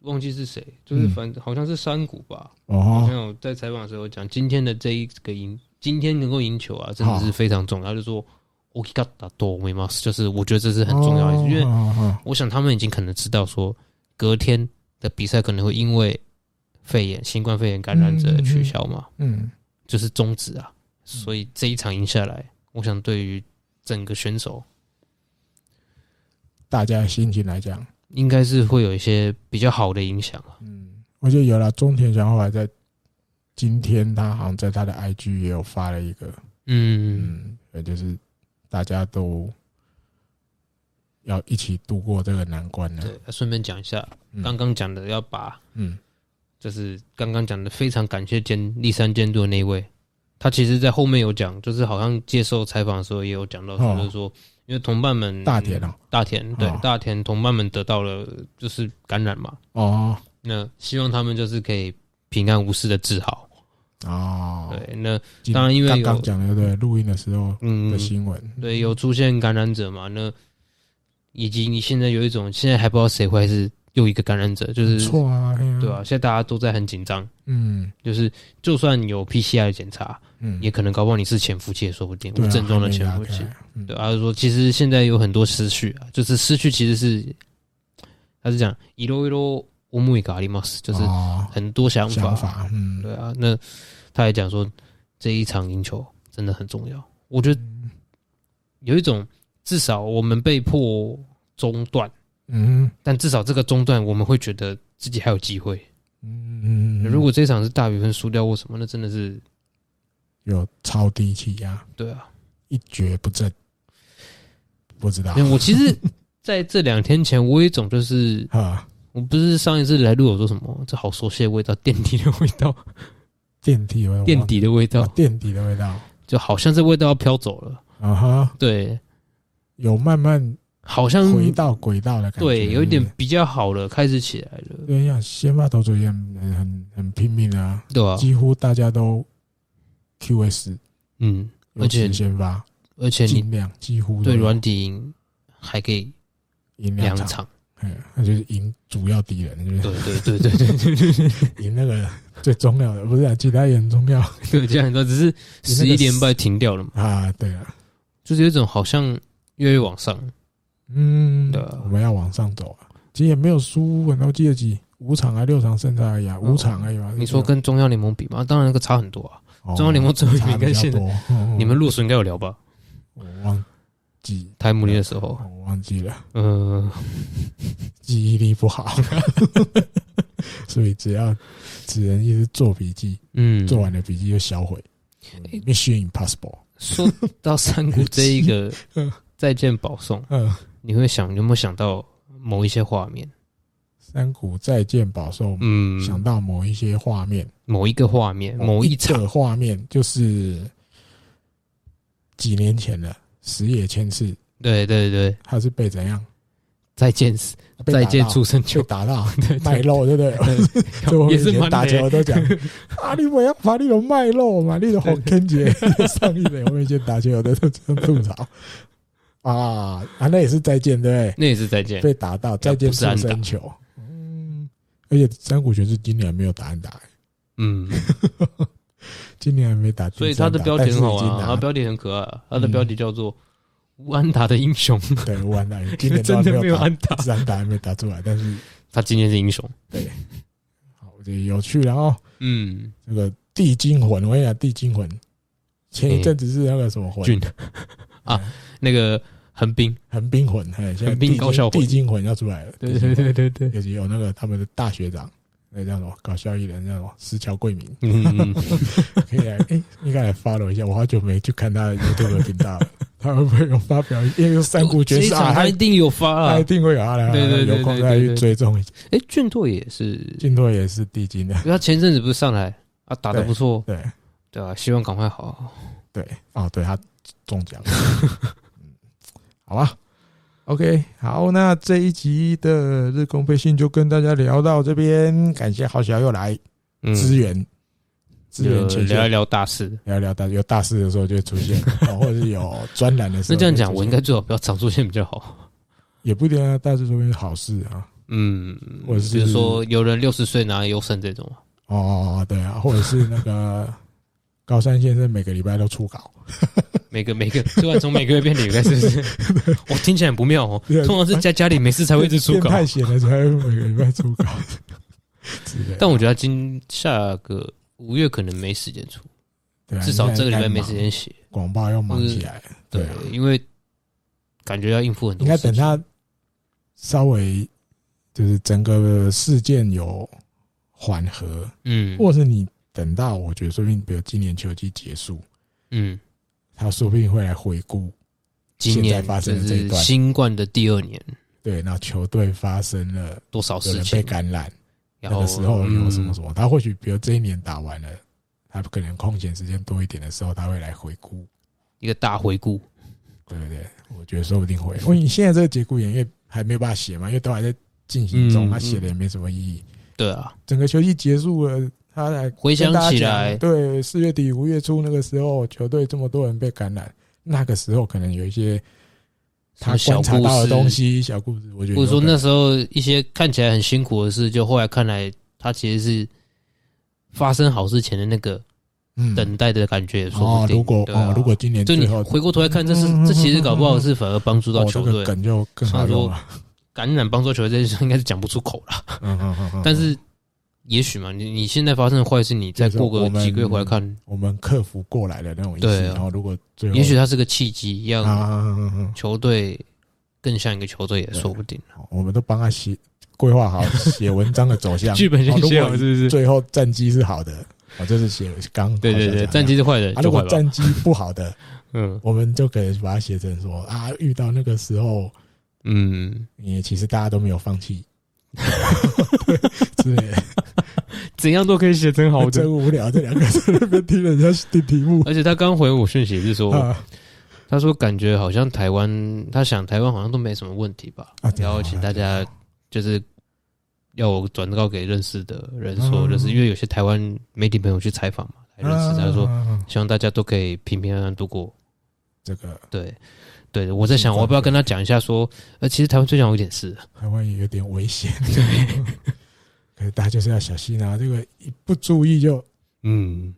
[SPEAKER 3] 忘记是谁，就是
[SPEAKER 2] 嗯
[SPEAKER 3] 反、好像是山谷吧，好
[SPEAKER 2] 哦
[SPEAKER 3] 像有在采访的时候讲，今天的这一个赢，今天能够赢球啊，真的是非常重要。他就说 o k i g a t a d o m i m a s 就是我觉得这是很重要的，
[SPEAKER 2] 哦
[SPEAKER 3] 因为
[SPEAKER 2] 为
[SPEAKER 3] 我想他们已经可能知道说，隔天的比赛可能会因为肺炎、新冠肺炎感染者
[SPEAKER 2] 嗯嗯嗯
[SPEAKER 3] 取消嘛，
[SPEAKER 2] 嗯
[SPEAKER 3] 就是终止啊。所以这一场赢下来，我想对于整个选手
[SPEAKER 2] 大家的心情来讲，
[SPEAKER 3] 应该是会有一些比较好的影响啊。
[SPEAKER 2] 嗯，我觉得有了中田翔后来在今天他好像在他的 IG 也有发了一个，
[SPEAKER 3] 嗯，
[SPEAKER 2] 嗯，也就是大家都要一起度过这个难关呢。
[SPEAKER 3] 对，啊顺便讲一下，
[SPEAKER 2] 嗯
[SPEAKER 3] 刚刚讲的要把
[SPEAKER 2] 嗯
[SPEAKER 3] 就是刚刚讲的，非常感谢监第三监督的那一位，他其实在后面有讲，就是好像接受采访的时候也有讲到说，
[SPEAKER 2] 哦
[SPEAKER 3] 就是说因为同伴们
[SPEAKER 2] 大田哦，
[SPEAKER 3] 大田对
[SPEAKER 2] 哦
[SPEAKER 3] 大田同伴们得到了就是感染嘛，
[SPEAKER 2] 哦
[SPEAKER 3] 那希望他们就是可以平安无事的治好。
[SPEAKER 2] 哦，
[SPEAKER 3] 对，那
[SPEAKER 2] 今，
[SPEAKER 3] 当然因为
[SPEAKER 2] 刚
[SPEAKER 3] 有
[SPEAKER 2] 刚讲的对，录音的时候
[SPEAKER 3] 嗯
[SPEAKER 2] 的，新闻，
[SPEAKER 3] 对，有出现感染者嘛？那以及你现在有一种，现在还不知道谁会是又一个感染者，就是
[SPEAKER 2] 错啊，嘿
[SPEAKER 3] 对啊，，现在大家都在很紧张，
[SPEAKER 2] 嗯
[SPEAKER 3] 就是就算有 PCR 的检查，
[SPEAKER 2] 嗯，
[SPEAKER 3] 也可能搞不好你是潜伏期也说不定，
[SPEAKER 2] 对啊
[SPEAKER 3] 无症状的
[SPEAKER 2] 还没
[SPEAKER 3] 潜
[SPEAKER 2] 拉
[SPEAKER 3] 伏
[SPEAKER 2] 开
[SPEAKER 3] 期。
[SPEAKER 2] 嗯
[SPEAKER 3] 对啊，就是说其实现在有很多失去啊，就是失去其实是，他是讲一路一路乌木伊嘎里马斯，就是
[SPEAKER 2] 哦
[SPEAKER 3] 很多想法。
[SPEAKER 2] 想法，嗯，
[SPEAKER 3] 对啊，那他也讲说这一场赢球真的很重要，我觉得有一种至少我们被迫中断，
[SPEAKER 2] 嗯
[SPEAKER 3] 但至少这个中断我们会觉得自己还有机会。
[SPEAKER 2] 嗯嗯，
[SPEAKER 3] 如果这一场是大比分输掉或什么，那真的是
[SPEAKER 2] 有超低气压，
[SPEAKER 3] 对啊。
[SPEAKER 2] 一蹶不振，不知道
[SPEAKER 3] 因为我其实在这两天前，我有一种就是
[SPEAKER 2] 啊，
[SPEAKER 3] 我不是上一次来录有说什么这好熟悉的味道，电梯的味
[SPEAKER 2] *laughs*
[SPEAKER 3] 道，
[SPEAKER 2] 啊电梯味，
[SPEAKER 3] 电底的味
[SPEAKER 2] 啊
[SPEAKER 3] 道，
[SPEAKER 2] 电底的味道，
[SPEAKER 3] 就好像这味道要飘走了，
[SPEAKER 2] 啊哈，
[SPEAKER 3] 对，
[SPEAKER 2] 有慢慢
[SPEAKER 3] 好像
[SPEAKER 2] 回到轨道的感觉，
[SPEAKER 3] 对，有一点
[SPEAKER 2] 对不
[SPEAKER 3] 比较好了，开始起来了，
[SPEAKER 2] 对对呀，先发投手也很很很拼命啊，
[SPEAKER 3] 对吧、
[SPEAKER 2] 几乎大家都 QS，
[SPEAKER 3] 嗯，
[SPEAKER 2] 尤
[SPEAKER 3] 而且
[SPEAKER 2] 其先发，
[SPEAKER 3] 而且你
[SPEAKER 2] 尽量几乎
[SPEAKER 3] 对
[SPEAKER 2] 都
[SPEAKER 3] 软底赢还可以
[SPEAKER 2] 赢
[SPEAKER 3] 两
[SPEAKER 2] 两，
[SPEAKER 3] 场，
[SPEAKER 2] 哎，那就是赢主要敌人，就是
[SPEAKER 3] 对对对对对对对对
[SPEAKER 2] 赢那个最重要的，不是啊，其他也很重要
[SPEAKER 3] *laughs* 对，这样很多，只是
[SPEAKER 2] 你
[SPEAKER 3] 十
[SPEAKER 2] 那个
[SPEAKER 3] 一连败停掉了嘛，
[SPEAKER 2] 啊，对啊。
[SPEAKER 3] 就是有一种好像越来越往上，
[SPEAKER 2] 嗯，
[SPEAKER 3] 对啊
[SPEAKER 2] 我们要往上走啊。其实也没有输很多，记得几五场还六场胜差而已啊，
[SPEAKER 3] 嗯
[SPEAKER 2] 五场而已嘛。
[SPEAKER 3] 你说跟中央联盟比嘛，当然那个差很多啊，
[SPEAKER 2] 哦
[SPEAKER 3] 中央联盟最后一
[SPEAKER 2] 差
[SPEAKER 3] 名跟
[SPEAKER 2] 比较
[SPEAKER 3] 现在
[SPEAKER 2] 多，嗯嗯
[SPEAKER 3] 你们落水应该有聊吧？
[SPEAKER 2] 我忘记哦
[SPEAKER 3] 台姆利的时候，
[SPEAKER 2] 我忘记了，
[SPEAKER 3] 嗯，
[SPEAKER 2] 记忆力不好， *laughs* 所以只要只能一直做笔记，
[SPEAKER 3] 嗯，
[SPEAKER 2] 做完了笔记就销毁。Mission Impossible，
[SPEAKER 3] 说到山谷这一
[SPEAKER 2] *laughs*
[SPEAKER 3] 个
[SPEAKER 2] 嗯
[SPEAKER 3] 再见保送，
[SPEAKER 2] 嗯，
[SPEAKER 3] 你会想有没有想到某一些画面？
[SPEAKER 2] 山谷再见保寿，
[SPEAKER 3] 嗯，
[SPEAKER 2] 想到某一些画面，哦
[SPEAKER 3] 某一个画面，某一场，
[SPEAKER 2] 个画面，就是几年前了，石野千次
[SPEAKER 3] 对对对，
[SPEAKER 2] 他是被怎样？
[SPEAKER 3] 再见，
[SPEAKER 2] 被打
[SPEAKER 3] 再
[SPEAKER 2] 到
[SPEAKER 3] 见，畜生球
[SPEAKER 2] *laughs* 就，打到
[SPEAKER 3] 对
[SPEAKER 2] 卖
[SPEAKER 3] 对
[SPEAKER 2] 肉，对不对？
[SPEAKER 3] *laughs*
[SPEAKER 2] *laughs*
[SPEAKER 3] 对，
[SPEAKER 2] 就我
[SPEAKER 3] 也
[SPEAKER 2] 以
[SPEAKER 3] 是
[SPEAKER 2] 前
[SPEAKER 3] 蛮
[SPEAKER 2] 打
[SPEAKER 3] 累
[SPEAKER 2] 球都
[SPEAKER 3] *laughs*
[SPEAKER 2] 讲啊，你不要把你有卖肉嘛，你的红天节上一点，我们以前打球有的都这样吐槽啊啊，那也是再见，对不对？
[SPEAKER 3] 那也是再见，
[SPEAKER 2] 被打到再见
[SPEAKER 3] 不
[SPEAKER 2] 四
[SPEAKER 3] 是安打
[SPEAKER 2] 生球，嗯，而且山谷学是今年没有打安打，
[SPEAKER 3] 嗯，
[SPEAKER 2] 今年还没打第
[SPEAKER 3] 所
[SPEAKER 2] 三打，
[SPEAKER 3] 以他的标题很好玩啊，他
[SPEAKER 2] 他
[SPEAKER 3] 标题很可爱啊，他的标题叫做《乌安达的英雄》，
[SPEAKER 2] 对完了，
[SPEAKER 3] *laughs*
[SPEAKER 2] 今年
[SPEAKER 3] 真
[SPEAKER 2] 都
[SPEAKER 3] 的
[SPEAKER 2] 还
[SPEAKER 3] 没
[SPEAKER 2] 没
[SPEAKER 3] 有
[SPEAKER 2] 有打
[SPEAKER 3] 安
[SPEAKER 2] *laughs*
[SPEAKER 3] 打，
[SPEAKER 2] 自然打还没打出来，但是
[SPEAKER 3] *laughs* 他今天是英雄，
[SPEAKER 2] 好，我觉得有趣，然哦后。
[SPEAKER 3] 嗯，
[SPEAKER 2] 这个地精魂，我跟你讲，地精魂，前一阵子是那个什么魂，哎
[SPEAKER 3] 嗯俊啊，那个横滨，
[SPEAKER 2] 横滨魂，哎，现在
[SPEAKER 3] 横滨
[SPEAKER 2] 地精
[SPEAKER 3] 高校魂
[SPEAKER 2] 地精魂要出来了，
[SPEAKER 3] 对对对对对，
[SPEAKER 2] 尤其有那个他们的大学长，哎那叫什么搞笑艺人，叫什么石桥贵明， *laughs*
[SPEAKER 3] *laughs* 嗯，
[SPEAKER 2] 可以来，哎，应该来 follow 一下，我好久没去看他的 YouTube 频道了， *laughs* 他会不会有发表？因为有三谷
[SPEAKER 3] 这
[SPEAKER 2] 爵
[SPEAKER 3] 一
[SPEAKER 2] 士
[SPEAKER 3] 场
[SPEAKER 2] 啊，
[SPEAKER 3] 他
[SPEAKER 2] 他
[SPEAKER 3] 一定有发
[SPEAKER 2] 他
[SPEAKER 3] 啊
[SPEAKER 2] 一，定会有他的，
[SPEAKER 3] 对对对
[SPEAKER 2] 有空
[SPEAKER 3] 对
[SPEAKER 2] 再
[SPEAKER 3] 对
[SPEAKER 2] 去
[SPEAKER 3] 对
[SPEAKER 2] 追踪一下。
[SPEAKER 3] 哎，俊拓也是，
[SPEAKER 2] 俊拓也是地精的，
[SPEAKER 3] 因为他前阵子不是上来啊，打得不错，
[SPEAKER 2] 对
[SPEAKER 3] 对啊，希望赶快好，
[SPEAKER 2] 对，哦，对他中奖了，嗯好吧。OK，好，那这一集的日工配信就跟大家聊到这边，感谢好小又来
[SPEAKER 3] 嗯，
[SPEAKER 2] 支援，支
[SPEAKER 3] 就
[SPEAKER 2] 援前
[SPEAKER 3] 聊一
[SPEAKER 2] 线，
[SPEAKER 3] 聊大事。
[SPEAKER 2] 聊一聊大有大事的时候就会出现，哦，或者是有专栏的时候就会
[SPEAKER 3] 那
[SPEAKER 2] 出现。
[SPEAKER 3] 这样讲，我应该最好不要常出现比较好。
[SPEAKER 2] 也不一定啊，大事说明是好事啊，
[SPEAKER 3] 嗯，
[SPEAKER 2] 或者是
[SPEAKER 3] 比如说有人六十岁拿优胜这种啊，
[SPEAKER 2] 哦哦哦，对啊，或者是那个高山先生每个礼拜都出稿，
[SPEAKER 3] 每个每个 *laughs* 突然从每个月变礼拜，是不是？
[SPEAKER 2] *laughs*
[SPEAKER 3] 我听起来很不妙哦。
[SPEAKER 2] 对啊
[SPEAKER 3] 通常是在家里没事才会一直出
[SPEAKER 2] 变
[SPEAKER 3] 稿，
[SPEAKER 2] 态写的才会每个礼拜出稿 *laughs* 之类的。
[SPEAKER 3] *laughs* 但我觉得今下个五月可能没时间出，
[SPEAKER 2] 对啊
[SPEAKER 3] 至少这个礼拜没时，
[SPEAKER 2] 你现在该忙
[SPEAKER 3] 间写。
[SPEAKER 2] 广报要忙起来。对
[SPEAKER 3] 嗯对
[SPEAKER 2] 啊，，
[SPEAKER 3] 因为感觉要应付很
[SPEAKER 2] 应
[SPEAKER 3] 多
[SPEAKER 2] 该
[SPEAKER 3] 事情。
[SPEAKER 2] 等他稍微就是整个事件有缓和，
[SPEAKER 3] 嗯
[SPEAKER 2] 或是你等到我觉得说不定，比如今年球季结束，
[SPEAKER 3] 嗯，
[SPEAKER 2] 他说不定会来回顾，
[SPEAKER 3] 今
[SPEAKER 2] 现在
[SPEAKER 3] 年
[SPEAKER 2] 发生
[SPEAKER 3] 就
[SPEAKER 2] 的这一
[SPEAKER 3] 是
[SPEAKER 2] 段
[SPEAKER 3] 新冠的第二年，
[SPEAKER 2] 对，那球队发生了
[SPEAKER 3] 多少
[SPEAKER 2] 有
[SPEAKER 3] 哦事
[SPEAKER 2] 人被
[SPEAKER 3] 情，
[SPEAKER 2] 感染，那
[SPEAKER 3] 然后
[SPEAKER 2] 个时候有什么
[SPEAKER 3] 嗯
[SPEAKER 2] 什么，他或许比如这一年打完了，他可能空闲时间多一点的时候，他会来回顾，
[SPEAKER 3] 一个大回顾。
[SPEAKER 2] 对不对？我觉得说不定会。因为你现在这个节骨眼，因为还没有办法写嘛，因为都还在进行中，
[SPEAKER 3] 嗯
[SPEAKER 2] 他写的也没什么意义。
[SPEAKER 3] 对啊，
[SPEAKER 2] 整个球季结束了，他来
[SPEAKER 3] 回想
[SPEAKER 2] 跟大家
[SPEAKER 3] 起
[SPEAKER 2] 讲
[SPEAKER 3] 来
[SPEAKER 2] 对四月底五月初那个时候，球队这么多人被感染，那个时候可能有一些
[SPEAKER 3] 什
[SPEAKER 2] 他
[SPEAKER 3] 么小
[SPEAKER 2] 观察
[SPEAKER 3] 故
[SPEAKER 2] 到的
[SPEAKER 3] 事，
[SPEAKER 2] 东西、小故事。我觉得
[SPEAKER 3] 或者说
[SPEAKER 2] 有可能
[SPEAKER 3] 那时候一些看起来很辛苦的事，就后来看来，他其实是发生好事前的那个
[SPEAKER 2] 嗯
[SPEAKER 3] 等待的感觉，也说
[SPEAKER 2] 哦
[SPEAKER 3] 不，定。
[SPEAKER 2] 如果
[SPEAKER 3] 对啊
[SPEAKER 2] 哦，如果今年
[SPEAKER 3] 就
[SPEAKER 2] 最
[SPEAKER 3] 你
[SPEAKER 2] 后
[SPEAKER 3] 回过头来看，这是
[SPEAKER 2] 嗯嗯嗯
[SPEAKER 3] 这其实搞不好是反而帮助到
[SPEAKER 2] 哦
[SPEAKER 3] 球
[SPEAKER 2] 这
[SPEAKER 3] 队
[SPEAKER 2] 个，梗就更好用了。
[SPEAKER 3] 感染帮助到球队，这应该是讲不出口了。
[SPEAKER 2] 嗯嗯嗯嗯
[SPEAKER 3] 但是也许嘛，你你现在发生的坏事，你再
[SPEAKER 2] 就是
[SPEAKER 3] 过
[SPEAKER 2] 啊我
[SPEAKER 3] 个
[SPEAKER 2] 们
[SPEAKER 3] 几个月回来看，
[SPEAKER 2] 我们克服过来的那种意思，
[SPEAKER 3] 对啊
[SPEAKER 2] 然后如果最后
[SPEAKER 3] 也许它是个契机，
[SPEAKER 2] 啊
[SPEAKER 3] 让
[SPEAKER 2] 啊，嗯嗯嗯
[SPEAKER 3] 球队更像一个球队也说不定。
[SPEAKER 2] 好我们都帮他写规划
[SPEAKER 3] *laughs*
[SPEAKER 2] 好写文章的走向，
[SPEAKER 3] 剧本
[SPEAKER 2] 好哦
[SPEAKER 3] 先
[SPEAKER 2] 如
[SPEAKER 3] 写
[SPEAKER 2] 果
[SPEAKER 3] 好是不是？
[SPEAKER 2] 最后战绩是好的，我这是写刚
[SPEAKER 3] 对对对，
[SPEAKER 2] 好像讲的
[SPEAKER 3] 战绩是坏的
[SPEAKER 2] 啊，
[SPEAKER 3] 就
[SPEAKER 2] 如
[SPEAKER 3] 坏
[SPEAKER 2] 果
[SPEAKER 3] 吧。
[SPEAKER 2] 战绩不好的， *laughs*
[SPEAKER 3] 嗯
[SPEAKER 2] 我们就可能把它写成说啊，遇到那个时候，
[SPEAKER 3] 嗯，
[SPEAKER 2] 也其实大家都没有放
[SPEAKER 3] *laughs*
[SPEAKER 2] 弃。对，之类的，
[SPEAKER 3] 怎样都可以写成好
[SPEAKER 2] *laughs*
[SPEAKER 3] 的
[SPEAKER 2] 真。无聊。这两个在那 *laughs* 边听人家定题目
[SPEAKER 3] *laughs* 而且他刚回我讯息是说，
[SPEAKER 2] 啊
[SPEAKER 3] 他说感觉好像台湾，他想台湾好像都没什么问题吧
[SPEAKER 2] 啊，真的
[SPEAKER 3] 然后请大家就是要我转告给认识的人说，
[SPEAKER 2] 嗯
[SPEAKER 3] 就是因为有些台湾媒体朋友去采访嘛，来认识他说，
[SPEAKER 2] 啊啊
[SPEAKER 3] 希望大家都可以平平安安度过。
[SPEAKER 2] 这个
[SPEAKER 3] 对，对，我在想，我要不要跟他讲一下说，呃，其实台湾最近有一点事，
[SPEAKER 2] 台湾也有点危
[SPEAKER 3] *laughs*
[SPEAKER 2] 险，可是大家就是要小心啊！这个一不注意就
[SPEAKER 3] *laughs* 嗯，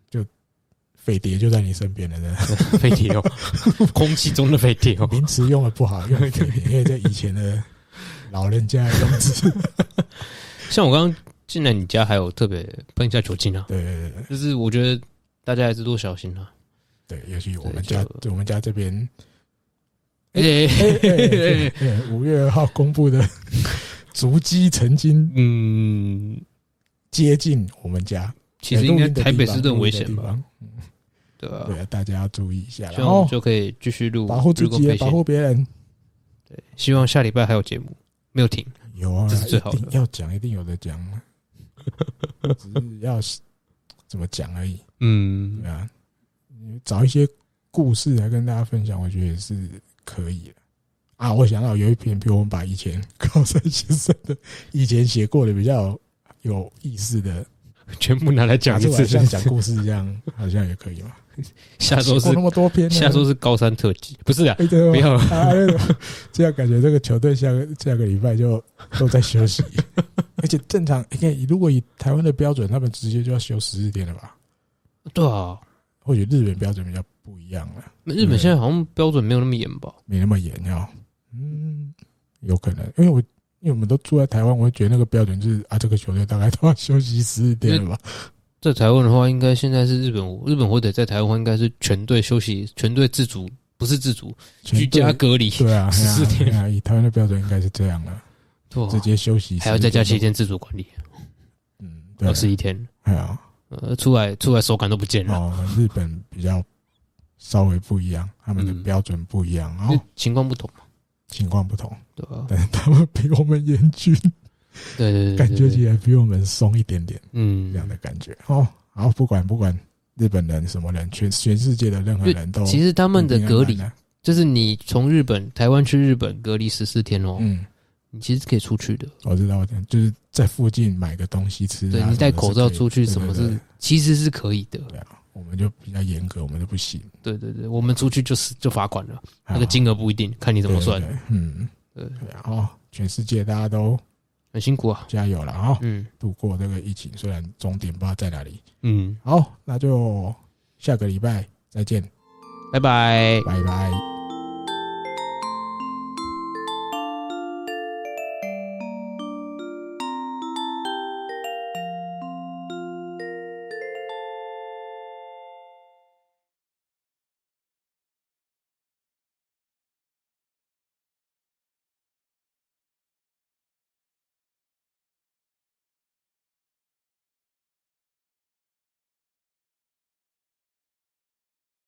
[SPEAKER 2] 匪谍就在你身边了，
[SPEAKER 3] *laughs*
[SPEAKER 2] 真的。
[SPEAKER 3] 飞碟哦，空气中的飞碟哦，
[SPEAKER 2] 名词用的不好，用匪
[SPEAKER 3] *laughs*
[SPEAKER 2] 谍，因为这以前的老人家的用词。
[SPEAKER 3] 像我刚刚进来你家，还有特别喷一下酒精啊，
[SPEAKER 2] 对对对对
[SPEAKER 3] 就是我觉得大家还是多小心啊。
[SPEAKER 2] 对，也许我
[SPEAKER 3] 对
[SPEAKER 2] 们家
[SPEAKER 3] 就
[SPEAKER 2] 对我们家这
[SPEAKER 3] *laughs*
[SPEAKER 2] 边
[SPEAKER 3] 哎、
[SPEAKER 2] 哎哎哎五月二号公布
[SPEAKER 3] *laughs*
[SPEAKER 2] 的足迹曾经
[SPEAKER 3] 嗯，
[SPEAKER 2] 接近我们家，
[SPEAKER 3] 其实应该
[SPEAKER 2] 哎录音的
[SPEAKER 3] 台北
[SPEAKER 2] 地
[SPEAKER 3] 是
[SPEAKER 2] 方
[SPEAKER 3] 更危
[SPEAKER 2] 录
[SPEAKER 3] 险
[SPEAKER 2] 音的地
[SPEAKER 3] 吧？
[SPEAKER 2] 方
[SPEAKER 3] 对吧、
[SPEAKER 2] 对啊，啊大家要注意一下啦。
[SPEAKER 3] 希
[SPEAKER 2] 然
[SPEAKER 3] 望我
[SPEAKER 2] 后
[SPEAKER 3] 们就可以继续录
[SPEAKER 2] 保护自
[SPEAKER 3] 日光
[SPEAKER 2] 己，
[SPEAKER 3] 飞
[SPEAKER 2] 也保护
[SPEAKER 3] 行。
[SPEAKER 2] 别人，
[SPEAKER 3] 希望下礼拜还有节目，没有停。
[SPEAKER 2] 有啊，
[SPEAKER 3] 这是最好的
[SPEAKER 2] 一定要讲，一定有的讲，只是要 *laughs* 是怎么讲而已。
[SPEAKER 3] 嗯
[SPEAKER 2] 对，啊，你找一些故事来跟大家分享，我觉得也是可以的。啊，我想到有一篇，比如我们把以前高山先生的以前写过的比较有意思的
[SPEAKER 3] 全部拿来
[SPEAKER 2] 拿
[SPEAKER 3] 讲一
[SPEAKER 2] 出
[SPEAKER 3] 次
[SPEAKER 2] 来，。像讲故事一样，好像也可以
[SPEAKER 3] *laughs*
[SPEAKER 2] 嘛。哎
[SPEAKER 3] 下周
[SPEAKER 2] 写过
[SPEAKER 3] 是
[SPEAKER 2] 那么多篇了，
[SPEAKER 3] 下周是高三特辑，不是的，
[SPEAKER 2] 哎对哦
[SPEAKER 3] 不要
[SPEAKER 2] 啊，那种这样感觉这个球队下个下个礼拜就都在休
[SPEAKER 3] *laughs*
[SPEAKER 2] 息，而且正常，你看，如果以台湾的标准，他们直接就要休十日天了吧？
[SPEAKER 3] 对啊。
[SPEAKER 2] 或许日本标准比较不一样了。
[SPEAKER 3] 日本现在好像标准没有那么严吧？
[SPEAKER 2] 没那么严要，嗯，有可能，因为我因为我们都住在台湾，我会觉得那个标准就是啊，这个球队大概都要休息十四天了吧？
[SPEAKER 3] 在台湾的话，应该现在是日本日本或者在台湾的话应该是全队休息，全队自主，不是自主，居
[SPEAKER 2] 全队
[SPEAKER 3] 家隔离，
[SPEAKER 2] 对啊，
[SPEAKER 3] 14天
[SPEAKER 2] 对啊，以台湾的标准应该是这样了，
[SPEAKER 3] 对啊
[SPEAKER 2] 直接休息，
[SPEAKER 3] 还要再加七，天自主管理，
[SPEAKER 2] 嗯，对
[SPEAKER 3] 二
[SPEAKER 2] 啊，
[SPEAKER 3] 十一啊天，
[SPEAKER 2] 还有
[SPEAKER 3] 呃，出来出来手感都不见了。
[SPEAKER 2] 哦，日本比较稍微不一样，他们的
[SPEAKER 3] 嗯
[SPEAKER 2] 标准不一样，然后
[SPEAKER 3] 就情况不同嘛，
[SPEAKER 2] 情况不同，
[SPEAKER 3] 对吧、
[SPEAKER 2] 但是他们比我们严峻，
[SPEAKER 3] 对对对对，
[SPEAKER 2] 感觉
[SPEAKER 3] 对
[SPEAKER 2] 起来比我们松一点点。
[SPEAKER 3] 嗯
[SPEAKER 2] 这，样的感觉。哦，好，不管不管日本人什么人，全全世界的任何人都
[SPEAKER 3] 其实他
[SPEAKER 2] 他
[SPEAKER 3] 们的隔离，
[SPEAKER 2] 啊
[SPEAKER 3] 就是你从日本台湾去日本隔离十四天哦，
[SPEAKER 2] 嗯，
[SPEAKER 3] 你其实可以出去的。
[SPEAKER 2] 我知道，我知道就是在附近买个东西吃啊，
[SPEAKER 3] 对
[SPEAKER 2] 什么
[SPEAKER 3] 你
[SPEAKER 2] 的
[SPEAKER 3] 戴口
[SPEAKER 2] 是
[SPEAKER 3] 罩
[SPEAKER 2] 可以
[SPEAKER 3] 出去，
[SPEAKER 2] 对
[SPEAKER 3] 什么
[SPEAKER 2] 对
[SPEAKER 3] 是
[SPEAKER 2] 对
[SPEAKER 3] 其实是可以的。
[SPEAKER 2] 对啊，我们就比较严格，我们就不行。
[SPEAKER 3] 对对对，我们出去就是就罚款了，那个
[SPEAKER 2] 啊
[SPEAKER 3] 金额不一定，看你怎么算
[SPEAKER 2] 对。对对嗯，
[SPEAKER 3] 对，
[SPEAKER 2] 然后全世界大家都
[SPEAKER 3] 很辛苦啊。
[SPEAKER 2] 加油了啊，
[SPEAKER 3] 嗯
[SPEAKER 2] 度过这个疫情，虽然终点不知道在哪里。
[SPEAKER 3] 嗯，
[SPEAKER 2] 好，那就下个礼拜再见，
[SPEAKER 3] 拜拜。
[SPEAKER 2] 拜拜。